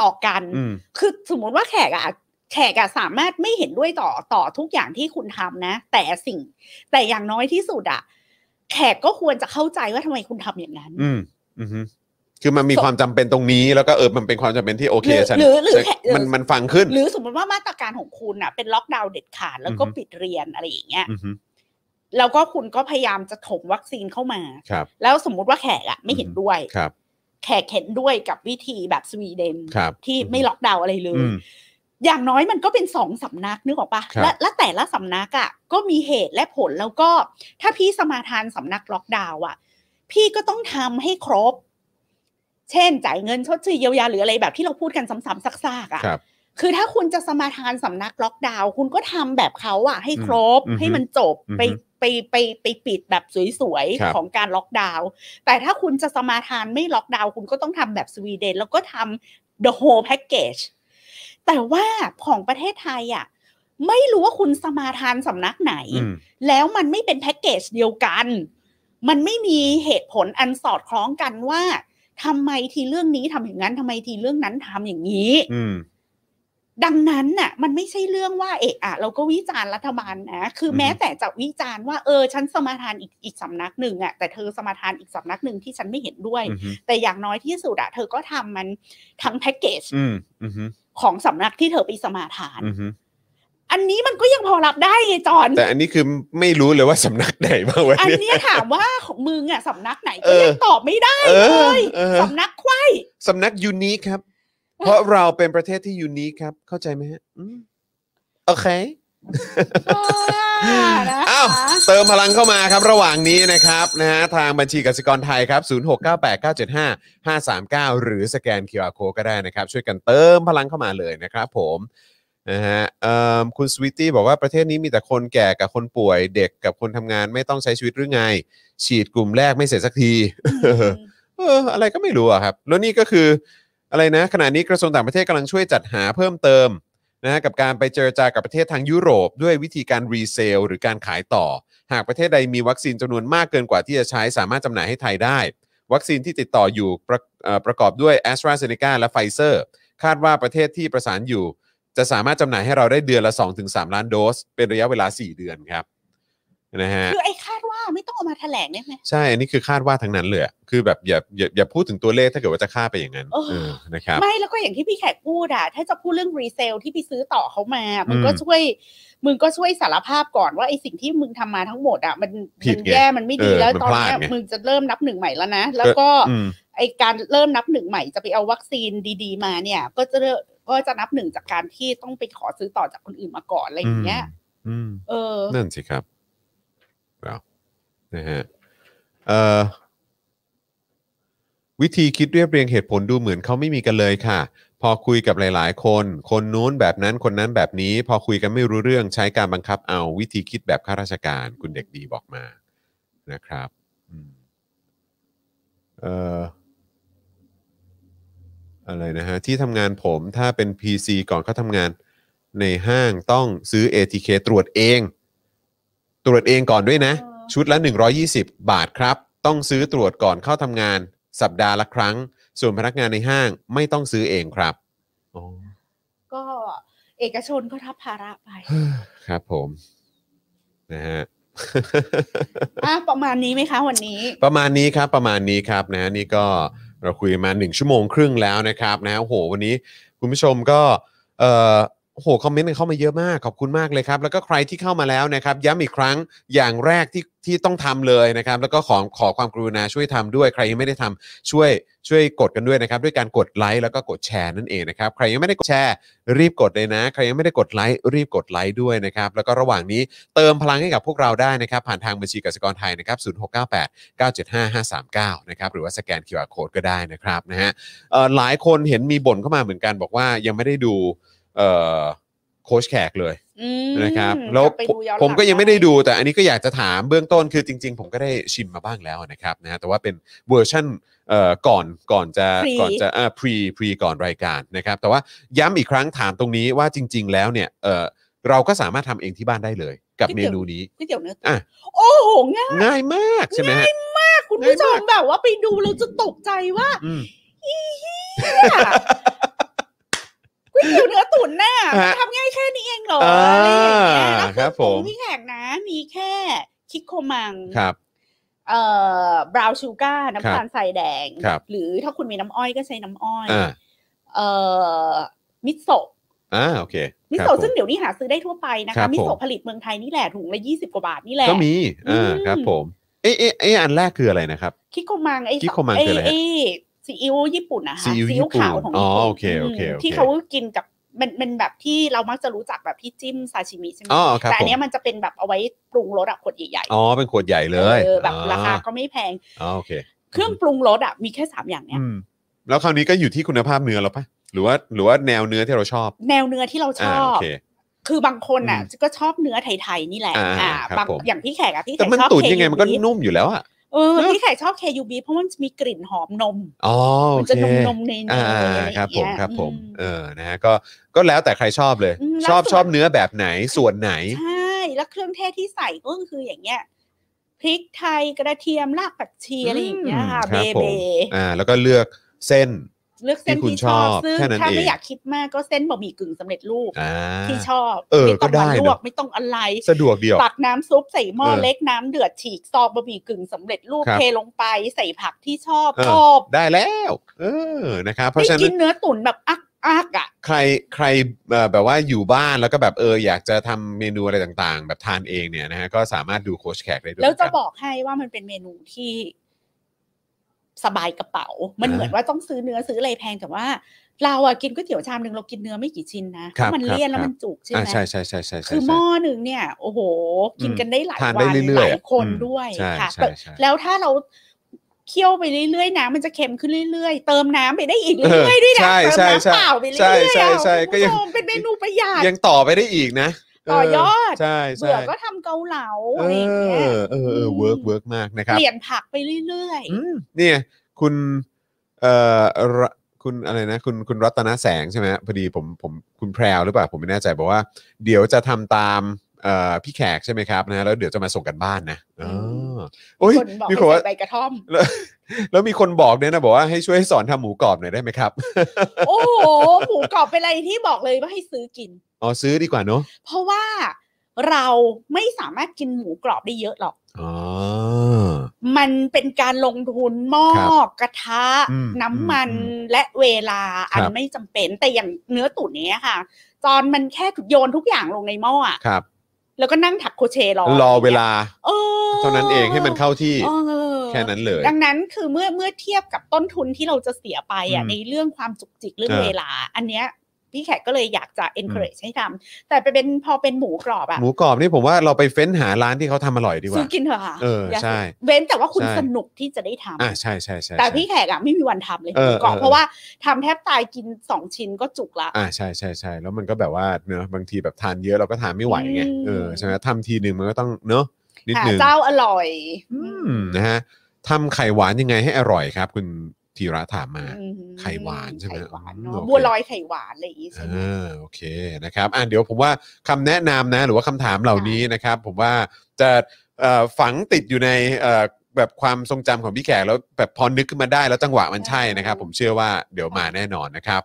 ต่อกัน
อืม
คือสมมติว่าแขกอะแขกอะสามารถไม่เห็นด้วยต่อต่อทุกอย่างที่คุณทำนะ แต่สิ่ง แต่อย่างน้อยที่สุดอะแขกก็ควรจะเข้าใจว่าทำไมคุณทำอย่างนั้น
อืมอือฮึคือมันมีความจำเป็นตรงนี้ แล้วก็เออมันเป็นความจำเป็นที่โอเค
หรือ
ฉัน
หรือหรือ
ฉัน
แค่หรือ
มันมันฟังขึ้น
หรือสมมติว่ามาตรการของคุณอะเป็นล็อกดาวน์เด็ดขาดแล้วก็
อือฮึ
ปิดเรียนอะไรอย่างเงี้ย
อือฮึ
แล้วก็คุณก็พยายามจะถมวัคซีนเข้ามา
ครับ
แล้วสมมุติว่าแขกอะไม่เห็นด้วย
ครับ
แขกเห็นด้วยกับวิธีแบบสวีเดน
ครับ
ที่ไม่ล็อกดาวน์อะไรเลย
อืม
อย่างน้อยมันก็เป็นสองสำนักนึกออกปะ
ครับ
และและแต่ละสำนักอะ่ะ ก็มีเหตุและผลแล้วก็ถ้าพี่สมาทานสำนักล็อกดาวน์อ่ะ พี่ก็ต้องทำให้ครบ เช่นจ่ายเงินชดเชยเยียวยาหรืออะไรแบบที่เราพูดกันซ้ำๆซักๆ
ค
อะ่ะ
รับ
คือถ้าคุณจะสมาทานสำนักล็อกดาวน์คุณก็ทำแบบเขาอะ่ะ ให้ครบ
อืม
ให้มันจบ
อืม
ไปไปไปไปปิดแบบสวย
ครับ
ๆของการล็อกดาวน์แต่ถ้าคุณจะสมาทานไม่ล็อกดาวน์คุณก็ต้องทำแบบสวีเดน แล้วก็ทำ the whole package แต่ว่าของประเทศไทยอะ่ะ ไม่รู้ว่าคุณสมาทานสำนักไหน
อืม
แล้วมันไม่เป็นแพ็กเกจเดียวกัน มันไม่มีเหตุผลอันสอดคล้องกันว่าทำไมทีเรื่องนี้ทำอย่างนั้นทำไมทีเรื่องนั้นทำอย่างนี้
อืม
ดังนั้นน่ะ มันไม่ใช่เรื่องว่าเอะอะเราก็วิจารณ์รัฐบาลนะคืออ
ม
แม้แต่จะวิจารณ์ว่าเออฉันสมาทานอีกอีกสำนักหนึ่งอะแต่เธอสมาทานอีกสำนักหนึ่งที่ฉันไม่เห็นด้วย
อือฮึ
แต่อย่างน้อยที่สุดอะเธอก็ทำมันทั้งแพ็กเกจ
อืมอือฮึ
ของสำนักที่เธอไปสมาทาน
อือฮึ
อันนี้มันก็ยังพอรับได้ไงจอน
แต่อันนี้คือไม่รู้เลยว่าสำนักไหนบ้างวะ
อัน
เนี่ย
เนี้ยถามว่าของมึงอะสำนักไหน
เอ
ก็
อ
ยังตอบไม่ได้
เออ
เลย
เออ
สำนักควาย
สำนักยูนิคครับ เพราะเราเป็นประเทศที่ยูนิคครับ เข้าใจไหมฮะอืมโอเค
นะ
อ้าว
คะ
เติมพลังเข้ามาครับระหว่างนี้นะครับนะฮะทางบัญชีกสิกรไทยครับ 0698975539 หรือสแกน QR Code ก็ได้นะครับ ช่วยกันเติมพลังเข้ามาเลยนะครับผมนะฮะเอิ่มคุณสวิตตี้บอกว่าประเทศนี้มีแต่คนแก่กับคนป่วยเด็กกับคนทำงานไม่ต้องใช้ชีวิตหรือไง ฉีดกลุ่มแรกไม่เสร็จสักที เอออะไรก็ไม่รู้อะครับ แล้วนี่ก็คืออะไรนะ ขณะนี้กระทรวงต่างประเทศกำลังช่วยจัดหาเพิ่มเติมนะฮะกับการไปเจรจากับประเทศทางยุโรป ด้วยวิธีการรีเซลหรือการขายต่อ หากประเทศใดมีวัคซีนจำนวนมากเกินกว่าที่จะใช้สามารถจำหน่ายให้ไทยได้ วัคซีนที่ติดต่ออยู่ประเอ่อประกอบด้วย a s t r a z เซ e c a และไฟเซอร์คาดว่าประเทศที่ประสานอยู่ จะสามารถจำหน่ายให้เราได้เดือนละ 2-3 ล้านโดส เป็นระยะเวลา 4 เดือนครับนะฮะ
คือไอ้ค่า ดว่าไม่ต้องเออกมาแถลงได้ไหม
ใช่ อันนี้คือคาดว่าทั้งนั้นเลยอะคือแบบอย่าอย่าอย่าพูดถึงตัวเลขถ้าเกิดว่าจะคาดไปอย่างนั้น
เออ
เออนะครับ
ไม่แล้วก็อย่างที่พี่แขกพูดอะถ้าจะพูดเรื่องรีเซลที่พี่ซื้อต่อเขามา มึง
อืม
ก็ช่วย มึงก็ช่วยสารภาพก่อนว่าไอสิ่งที่มึงทำมาทั้งหมดอะมัน
ผิด
มัน
ไง
แย่มันไม่ดี
เออ
แล้ว
มัน
ตอน
พลาด
เนี้ย
ไง
มึงจะเริ่มนับหนึ่งใหม่แล้วนะ แล้วก็
อืม
ไอการเริ่มนับหนึ่งใหม่จะไปเอาวัคซีนดีๆมาเนี่ย ก็จะเริ่มก็จะนับหนึ่งจากการที่ต้องไปขอซื้อต่อจากคนอื่นมาก่อนอะไรอย่างเงี้ย
อืม
เออ
นั่นสิครับเอานะฮะเอ่อวิธีคิดเรียบเรียงเหตุผลดูเหมือนเขาไม่มีกันเลยค่ะ พอคุยกับหลายๆ คน คนนู้นแบบนั้นคนนั้นแบบนี้ พอคุยกันไม่รู้เรื่องใช้การบังคับเอาวิธีคิดแบบข้าราชการ คุณเด็กดีบอกมานะครับอืมเอ่ออะไรนะฮะ ที่ทำงานผมถ้าเป็น PC ก่อนเขาทำงาน ในห้างต้องซื้อ ATK ตรวจเอง ตรวจเองก่อนด้วยนะ
อ๋อ
ชุดละ 120 บาทครับ ต้องซื้อตรวจก่อนเข้าทำงาน สัปดาห์ละครั้ง ส่วนพนักงานในห้างไม่ต้องซื้อเองครับอ๋อ
ก็เอกชนก็รับภาระไป
ครับผม นะฮะ
อ่ะประมาณนี้ไหมคะวันนี้
ประมาณนี้ครับประมาณนี้ครับนะนี่ก็เราคุยมา 1 ชั่วโมงครึ่งแล้วนะครับนะโอ้โหวันนี้คุณผู้ชมก็เอ่อโอ้โหคอมเมนต์กันเข้ามาเยอะมากขอบคุณมากเลยครับ แล้วก็ใครที่เข้ามาแล้วนะครับ ย้ำอีกครั้งอย่างแรกที่ที่ต้องทำเลยนะครับ แล้วก็ขอขอความกรุณาช่วยทำด้วยใครยังไม่ได้ทำช่วยช่วยกดกันด้วยนะครับ ด้วยการกดไลค์แล้วก็กดแชร์นั่นเองนะครับใครยังไม่ได้กดแชร์รีบกดเลยนะ ใครยังไม่ได้กดไลค์รีบกดไลค์ด้วยนะครับแล้วก็ระหว่างนี้เติมพลังให้กับพวกเราได้นะครับ ผ่านทางบัญชีกสิกรไทยนะครับ0698 975-539 นะครับหรือว่าสแกน QR Code ก็ได้นะครับนะฮะเอ่อหลายคนเห็นมีบ่นเข้ามาเหมือนกันบอกว่ายังไม่ได้ดูเอ่อโค้ชแขกเลย
อืม
นะครับแล้ว
กลับไปดูย้อนหลั
ผมก็ยังไม่ได้ดูแต่อันนี้ก็อยากจะถามเบื้องต้นคือจริง ๆ ผมก็ได้ชิมมาบ้างแล้วนะครับนะฮะแต่ว่าเป็นเวอร์ชั่นเอ่อก่อนก่อนจะก่อนจะอ่าพรีพรีก่อนรายการนะครับแต่ว่าย้ำอีกครั้งถามตรงนี้ว่าจริง ๆ แล้วเนี่ยเอ่อเราก็สามารถทำเองที่บ้านได้เลย กับเมนูนี้
ก๋วยเตี๋ยวเนื้อ
อ่ะ
โอ้โหง่าย
ง่ายมากใช่ไหมฮะ
มากคุณผู้ช
ง่าย
ม
มาก
แบบว่าไปดูเราจะตกใจว่า
อืม
เนี่ยก๋วยเตี๋ยวเนื้อตุ๋นน่ะ
ฮะ
ทำง่ายแค่นี้เองเหรออะไรอย่างเงี้ย
อ่า
แล้ว
ครับผม
พี่แขกนะ มีแค่คิกโคมัง
ครับ
เอ่อบราวชูการ์
ครับ
น้ำตาลทรายแดง
ครับ
หรือถ้าคุณมีน้ำอ้อยก็ใช้น้ำอ้อย
อ่า
เอ่อมิโซะ
อ่าโอเค
มิ
ครับ
โซะ
ผ
ซึ่งเดี๋ยวนี้หาซื้อได้ทั่วไปนะ
ครั
คะ
บ
มิ
ผม
โซะผลิตเมืองไทยนี่แหละถุงละยี่สิบกว่าบาทนี่แหละ
ก็มี
อืม
อ่าครับผมเอ๊ะเอ๊ะเอ๊ะอันแรกคืออะไรนะครับ
คิโกมังไอ้
คิโกมังคืออะไรฮะ
ไอ้ซีอิ๊วญี่ปุ่นนะคะ
ซีอิ๊วญี่ปุ่น
ขาวของญี่ปุ่น
อ๋อโอเคโอเค
ม
โอเค
ที่เขากินกับมันมันแบบที่เรามักจะรู้จักแบบที่จิ้มซาชิมิใช่ไหม
อ๋อครับ
แต่
ผ
อั
ม
นเนี้ยมันจะเป็นแบบเอาไว้ปรุงรสอะขวดใหญ่ๆ
อ๋อเป็นขวดใหญ่เลย
ออแบบราคา
อ๋อ
ก็ไม่แพง
อ๋อโอเค
เครื่องปรุงรสอะมีแค่สามอย่างเนี้ย
อืมแล้วคราวนี้ก็อยู่ที่คุณภาพเนื้อเราปะหรือว่าหรือว่าแนวเนื้อที่เราชอบ
แนวเนื้อที่เราช
อ่า
อ
โอบ เค
คือบางคนอ่ะ
อืม
ก็ชอบเนื้อไทยๆนี่แหละ
อ่าครับ
บาง
ผม
อย่างพี่แขกอะพี่แข
แต่
ก
มัน
ชอบ
ตุ๋น
KUB
ยังไงมันก็นุ่มอยู่แล้วอ่ะ
เออพี่แขกชอบ KUB เพราะมันจะมีกลิ่นหอมนม
อ๋อ
มั
โอน เค
จะนมนมๆเนยๆ
อ่า
อะไรอ
ครั
ย่า
บ
ง
ผ
เงี้
ม
ย
ครับผมเอ
อืม
อนะฮะก็ก็แล้วแต่ใครชอบเลย
อืม
ชอบ
แล้วส่วน
ชอบเนื้อแบบไหนส่วนไหน
ใช่แล้วเครื่องเทศที่ใส่ก็คืออย่างเงี้ยพริกไทยกระเทียมรากผักชีอะไรอย่างเงี้ยค่ะ
อืมค
เบ
รับผม
เบ
อ่า แล้วก็เลือกเส้น
เลือกเส้น
ที่คุณ
ที่ชอบ
ชอบ
ซึ่ง
แค่นั้น
ถ้า
เอ
ไม่
ง
อยากคิดมากก็เส้นบะหมี่กึ่งสำเร็จรูป
อ่า
ที่ชอบ
เออ
ไม่
ก็
ต้อง
ได้
มาลวก
เนอะ
ไม่ต้องอะไร
สะดวกเดียว
ตักน้ำซุปใส่หม้อ
เออ
เล็กน้ำเดือดฉีกซองบะหมี่กึ่งสำเร็จรูป
ครับ
เทลงไปใส่ผักที่ชอบ
เออ
ชอบ
ได้แล้ว เออ นะครับ เพราะ
ไม่
ฉะนั้น
กินเนื้อตุ๋นแบบอักอักอ่ะ
ใครใครเอ่อแบบว่าอยู่บ้านแล้วก็แบบเอออยากจะทำเมนูอะไรต่างๆ แบบทานเองเนี่ยนะฮะก็สามารถดูโค้ชแขกได้ด้วย
แล้วจะ
เหมืนน
บอกให้ว่ามันเป็นเมนูที่สบายกระเป๋า มัน
อ่า
เหมือนว่าต้องซื้อเนื้อซื้ออะไรแพงแต่ว่า เราอะกินก๋วยเตี๋ยวชามหนึ่งเรากินเนื้อไม่กี่ชิ้นนะเพ
ครับ
ราะมัน
ครับ
เลี่ยนแล้ว
ครับ
มันจุกใช่
อ่า
ไหม
ใช่ใช่ใช่ใช่ใช่
คือห
ใช่
ม้อหนึ่งเนี่ย โอ้โห กินกันได้หลาย
ทานได้
วัน
เรื่
ห
อยๆ
ลายคน
อืม
ด้วย
ใช่
ค่ะ
ใช่ใช่
แล้วถ้าเราเคี่ยวไปเรื่อยๆน้ำมันจะเค็มขึ้นเรื่อยๆ เติมน้ำไปได้อีกเรื่อยๆด้วยนะ
ใช่
เติม
ใช่
น้ำ
ใช่
เปล่าไปเรื่
ใช่
อยๆ
ใช่
อะ
ใช่
คุณ
ก็ยัง
ผู้ชมเป็นเมนูประหยัด
ยังต่อไปได้อีกนะ
ต่อยอด
เใช่ใช่
เบื่อก็ทำเกาเหลา
เอ
อะไรอย่างเงี้ย
อเออเออ
ม
เวิร์กเวิร์กมากนะครับ
เปลี่ยนผักไปเรื่อย
อืมเนี่ยคุณเอ่อระคุณอะไรนะ คุณคุณรัตนแสงใช่ไหมฮะพอดีผมผมคุณแพรวหรือเปล่าผมไม่แน่ใจบอกว่าเดี๋ยวจะทำตามเอ่อพี่แขกใช่ไหมครับนะฮะแล้วเดี๋ยวจะมาส่งกันบ้านนะเออโอ้ย
ๆ คนบอก
มี
ให้
คนว่า
ใส่ใบกระท่อม
แล้ว แล้วมีคนบอกเนี่ยนะ บอกว่าให้ช่วยสอนทำหมูกรอบหน่อยได้ไหมครับ
โอ้โห หมูกรอบเป็นอะไรที่บอกเลยว่าให้ซื้อกิน
อ๋อซื้อดีกว่าเนอะ
เพราะว่าเราไม่สามารถกินหมูกรอบได้เยอะหรอก
อ๋อ
มันเป็นการลงทุนหม้อ
ครับ
กระทะ
อืม
น้ำมัน
อืม
และเวลา
ครั
อั
บ
นไม่จำเป็นแต่อย่างเนื้อตุ๋นเนี้ยค่ะ จอนมันแค่โยนทุกอย่างลงในหม้ออะ
ครับ
แล้วก็นั่งถักโครเชต์รอ
รอเวลา
ออ
เท่านั้นเองให้มันเข้าที่
เออ
แค่นั้นเลย
ดังนั้นคือเมื่อเมื่อเทียบกับต้นทุนที่เราจะเสียไปอ่ะ
อืม
ในเรื่องความจุกจิกเรื่อง
เออ
เวลา อันเนี้ยพี่แขกก็เลยอยากจะ encourage ให้ทำแต่ไปเป็นพอเป็นหมูกรอบอ่ะ
หมูกรอบนี่ผมว่าเราไปเฟ้นหาร้านที่เขาทำอร่อยดีก
ซื้
ว่า
อกินเถอะค่ะ
เอออย่
า
ใช่
เว้นแต่ว่าคุณ
ใช่
สนุกที่จะได้ทำ
อ่าใช่ใช่ใช่
แต่
ใช่
พี่แขกอ่ะไม่มีวันทำเลย
เอ
ห
อ
มูกรอบ
เออ
เพราะว่าทำแทบตายกินสองชิ้นก็จุกละ
อ่าใช่ใช่ใช่แล้วมันก็แบบว่าเนอะบางทีแบบทานเยอะเราก็ทานไม่ไหวไง
อืม
เออใช่ไหมทำทีหนึ่งมันก็ต้องเนอะนิด
หา
หนึ่ง
เจ้าอร่อย
อืมนะฮะทำไข่หวานยังไงให้อร่อยครับ คุณธีระถามมา
อืม
ไข่หวานใช่ไหม
ข่วาน
อืม
เน
โอ
อะ
เค
บัวลอยไข่หวานอะไรอย่างงี้ใช่ไหม
อ่าโอเคนะครับอ่ะเดี๋ยวผมว่าคำแนะนำนะหรือว่าคำถามเหล่านี้นะครับ ผมว่าจะเอ่อฝังติดอยู่ในเอ่อแบบความทรงจำของพี่แขกแล้วแบบพอนึกขึ้นมาได้แล้วจังหวะมันใช่นะครับ ผมเชื่อว่าเดี๋ยวมาแน่นอนนะครับ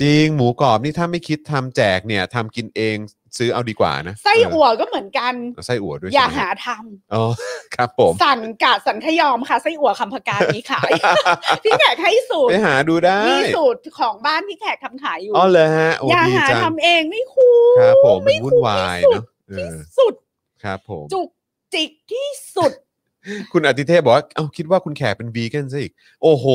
จริงหมูกรอบนี่ถ้าไม่คิดทำแจกเนี่ยทำกินเองซื้อเอาดีกว่านะ
ไส้อั่
เ
วก็เหมือนกัน
ออไส้อั่วด้วย
อย่า
ใช่ไม
หาทำ
อ๋อ ครับผม
สันกะสันทยอมค่ะไส้อั่วคำพกามีขาย พี่แขกให้สูตร
ไปหาดูได้
มีสูตรของบ้านพี่แขกทำขายอยู่
อ๋อเลยฮะโอ้
อย่า
ดี
หา
จัง
ทำเองไม่คุ้ม
ครับผมมันวุ่นวายเนาะเอ
ที่
อ
สุด
ครับผม
จุกจิกที่สุด
คุณอาทิเทพบอกว่าเอ้าคิดว่าคุณแขกเป็นวีแกนซะอีก โอ้โห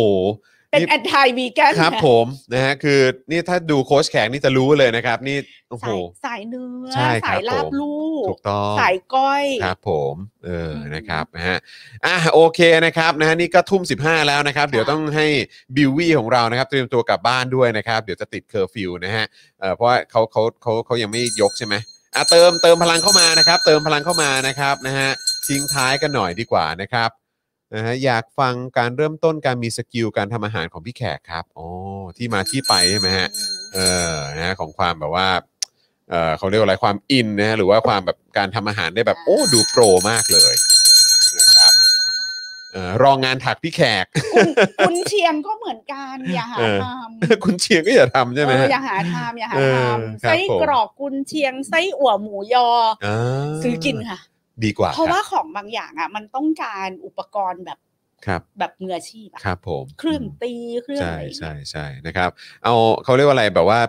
เป็น
นี่
แอนท v วีแกน
ครับผมนะฮะคือนี่ถ้าดูโค้ชแขกนี่จะรู้เลยนะครับ นี่โอ้โห
สายสายเนื้อ
ใช่ครับ
สายลาบ
ผม
ลู
ถูกต้อง
สายก้อย
ครับผมเอออ
ม
นะครับนะฮะอ่ะโอเคนะครับนะฮะนี่ก็ทุ่ม 15 แล้วนะครับ
ค่ะ
เดี๋ยวต้องให้บิววี่ของเรานะครับเตรียมตัวกลับบ้านด้วยนะครับ เดี๋ยวจะติดเคอร์ฟิวนะฮะเอ่อเพราะว่าเขาเขาเขาเขายังไม่ยกใช่ไหมอ่ะเติมเติมพลังเข้ามานะครับ เติมพลังเข้ามานะครับนะฮะทิ้งท้ายกันหน่อยดีกว่านะครับ นะฮะอยากฟังการเริ่มต้นการมีสกิลการทำอาหารของพี่แขกครับอ๋อที่มาที่ไปใช่ไหมฮะ เออนะฮะของความแบบว่า เออเขาเรียกว่าอะไรความอินนะฮะหรือว่าความแบบการทำอาหารได้แบบโอ้ดูโปรมากเลยนะครับเออรองงานถักพี่แขก
คุณเชียงก็เหมือนกัน อย่าหา
เออ
ท
คุณเชียงก็อย่าทำ
ำ
ใช่ไหม
เออ
ฮะ
อย่าหาทำอย่าหา
เอ
ท
อ
ำ
ครับ
ไส้
ผม
กรอกกุนเชียงไส้อั่วหมูยอ
อ่า
ซื้อกินค่ะ
ดีกว่า
เพราะ
ค
ว่า
รับ
ของบางอย่างอ่ะ มันต้องการอุปกรณ์แบบ
ครับ
แบบมืออาชีพอะ
ครับผม
เครื่องตีเครื่อง
ใช่
อะไรอย่าง
ใช่
เงี้ย
ใช่นะครับ เอาเขาเรียกว่าอะไรแบบว่า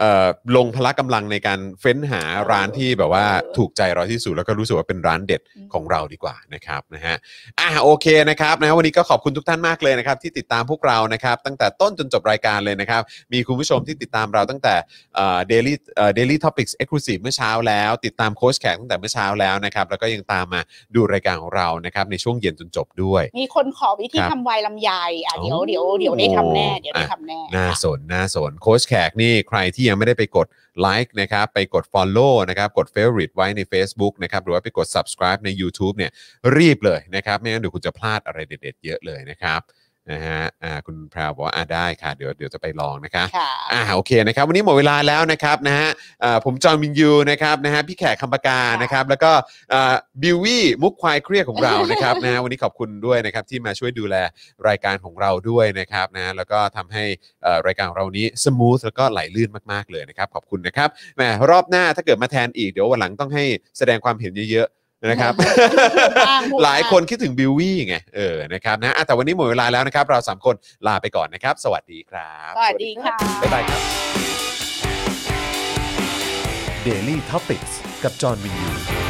เอ่อลงพละกำลังในการเฟ้นหาร้านที่แบบว่าถูกใจเราที่สุดแล้วก็รู้สึกว่าเป็นร้านเด็ด ของเราดีกว่านะครับนะฮะอ่ะโอเคนะครับนะฮะวันนี้ก็ขอบคุณทุกท่านมากเลยนะครับที่ติดตามพวกเรานะครับตั้งแต่ต้นจนจบรายการเลยนะครับ มีคุณผู้ชมที่ติดตามเราตั้งแต่เดลี่เดลี่ท็อปิกส์เอ็กซ์คลูซีฟเมื่อเช้าแล้ว ติดตามโค้ชแขกตั้งแต่เมื่อเช้าแล้วนะครับแล้วก็ยังตามมาดูรายการของเรานะครับในช่วงเย็นจนจบด้วย
มีคนขอวิธี
ครับ
ทำไวน์ลำไยอ่ะ
โอ้
เดี๋ยวเดี๋ยวเดี๋ยวได้ทำแน่เดี๋ยวได้
อ่ะ
ทำแน่
น่า
ค่ะ
สนน่าสนโค้ชแขกนี่ใครที่ยังไม่ได้ไปกดไลค์นะครับไปกด Follow นะครับกด Favorite ไว้ใน Facebook นะครับหรือว่าไปกด subscribe ใน YouTube เนี่ยรีบเลยนะครับไม่งั้นเดี๋ยวคุณจะพลาดอะไรเด็ดๆเยอะเลยนะครับนะฮะอ่าคุณแพรวบอกว่าอ่าได้ค่ะ เดี๋ยวเดี๋ยวจะไปลองนะคะ
ค่ะ
อ่าโอเคนะครับวันนี้หมดเวลาแล้วนะครับนะฮะเอ่อผมจอห์นวินยูนะครับนะฮะพี่แขกคำปากา
ค่ะ
นะครับแล้วก็เอ่อบิววี่มุกควายเครียดของเรานะครับ นะฮะวันนี้ขอบคุณด้วยนะครับที่มาช่วยดูแลรายการของเราด้วยนะครับนะฮะแล้วก็ทำให้เอ่อรายการของเรานี้สมูทแล้วก็ไหลลื่นมากๆเลยนะครับขอบคุณนะครับแหมรอบหน้าถ้าเกิดมาแทนอีกเดี๋ยววันหลังต้องให้แสดงความเห็นเยอะๆ นะครับ
บ้าง
หลายคนคิดถึงบิววี่ไงเออนะครับนะอ่ะแต่วันนี้หมดเวลาแล้วนะครับเราสามคนลาไปก่อนนะครับ สวัสดีครับ
สวัสดีค่ะ
บ๊ายบายครับ
Daily t o p i c กกับจอห์นวินยู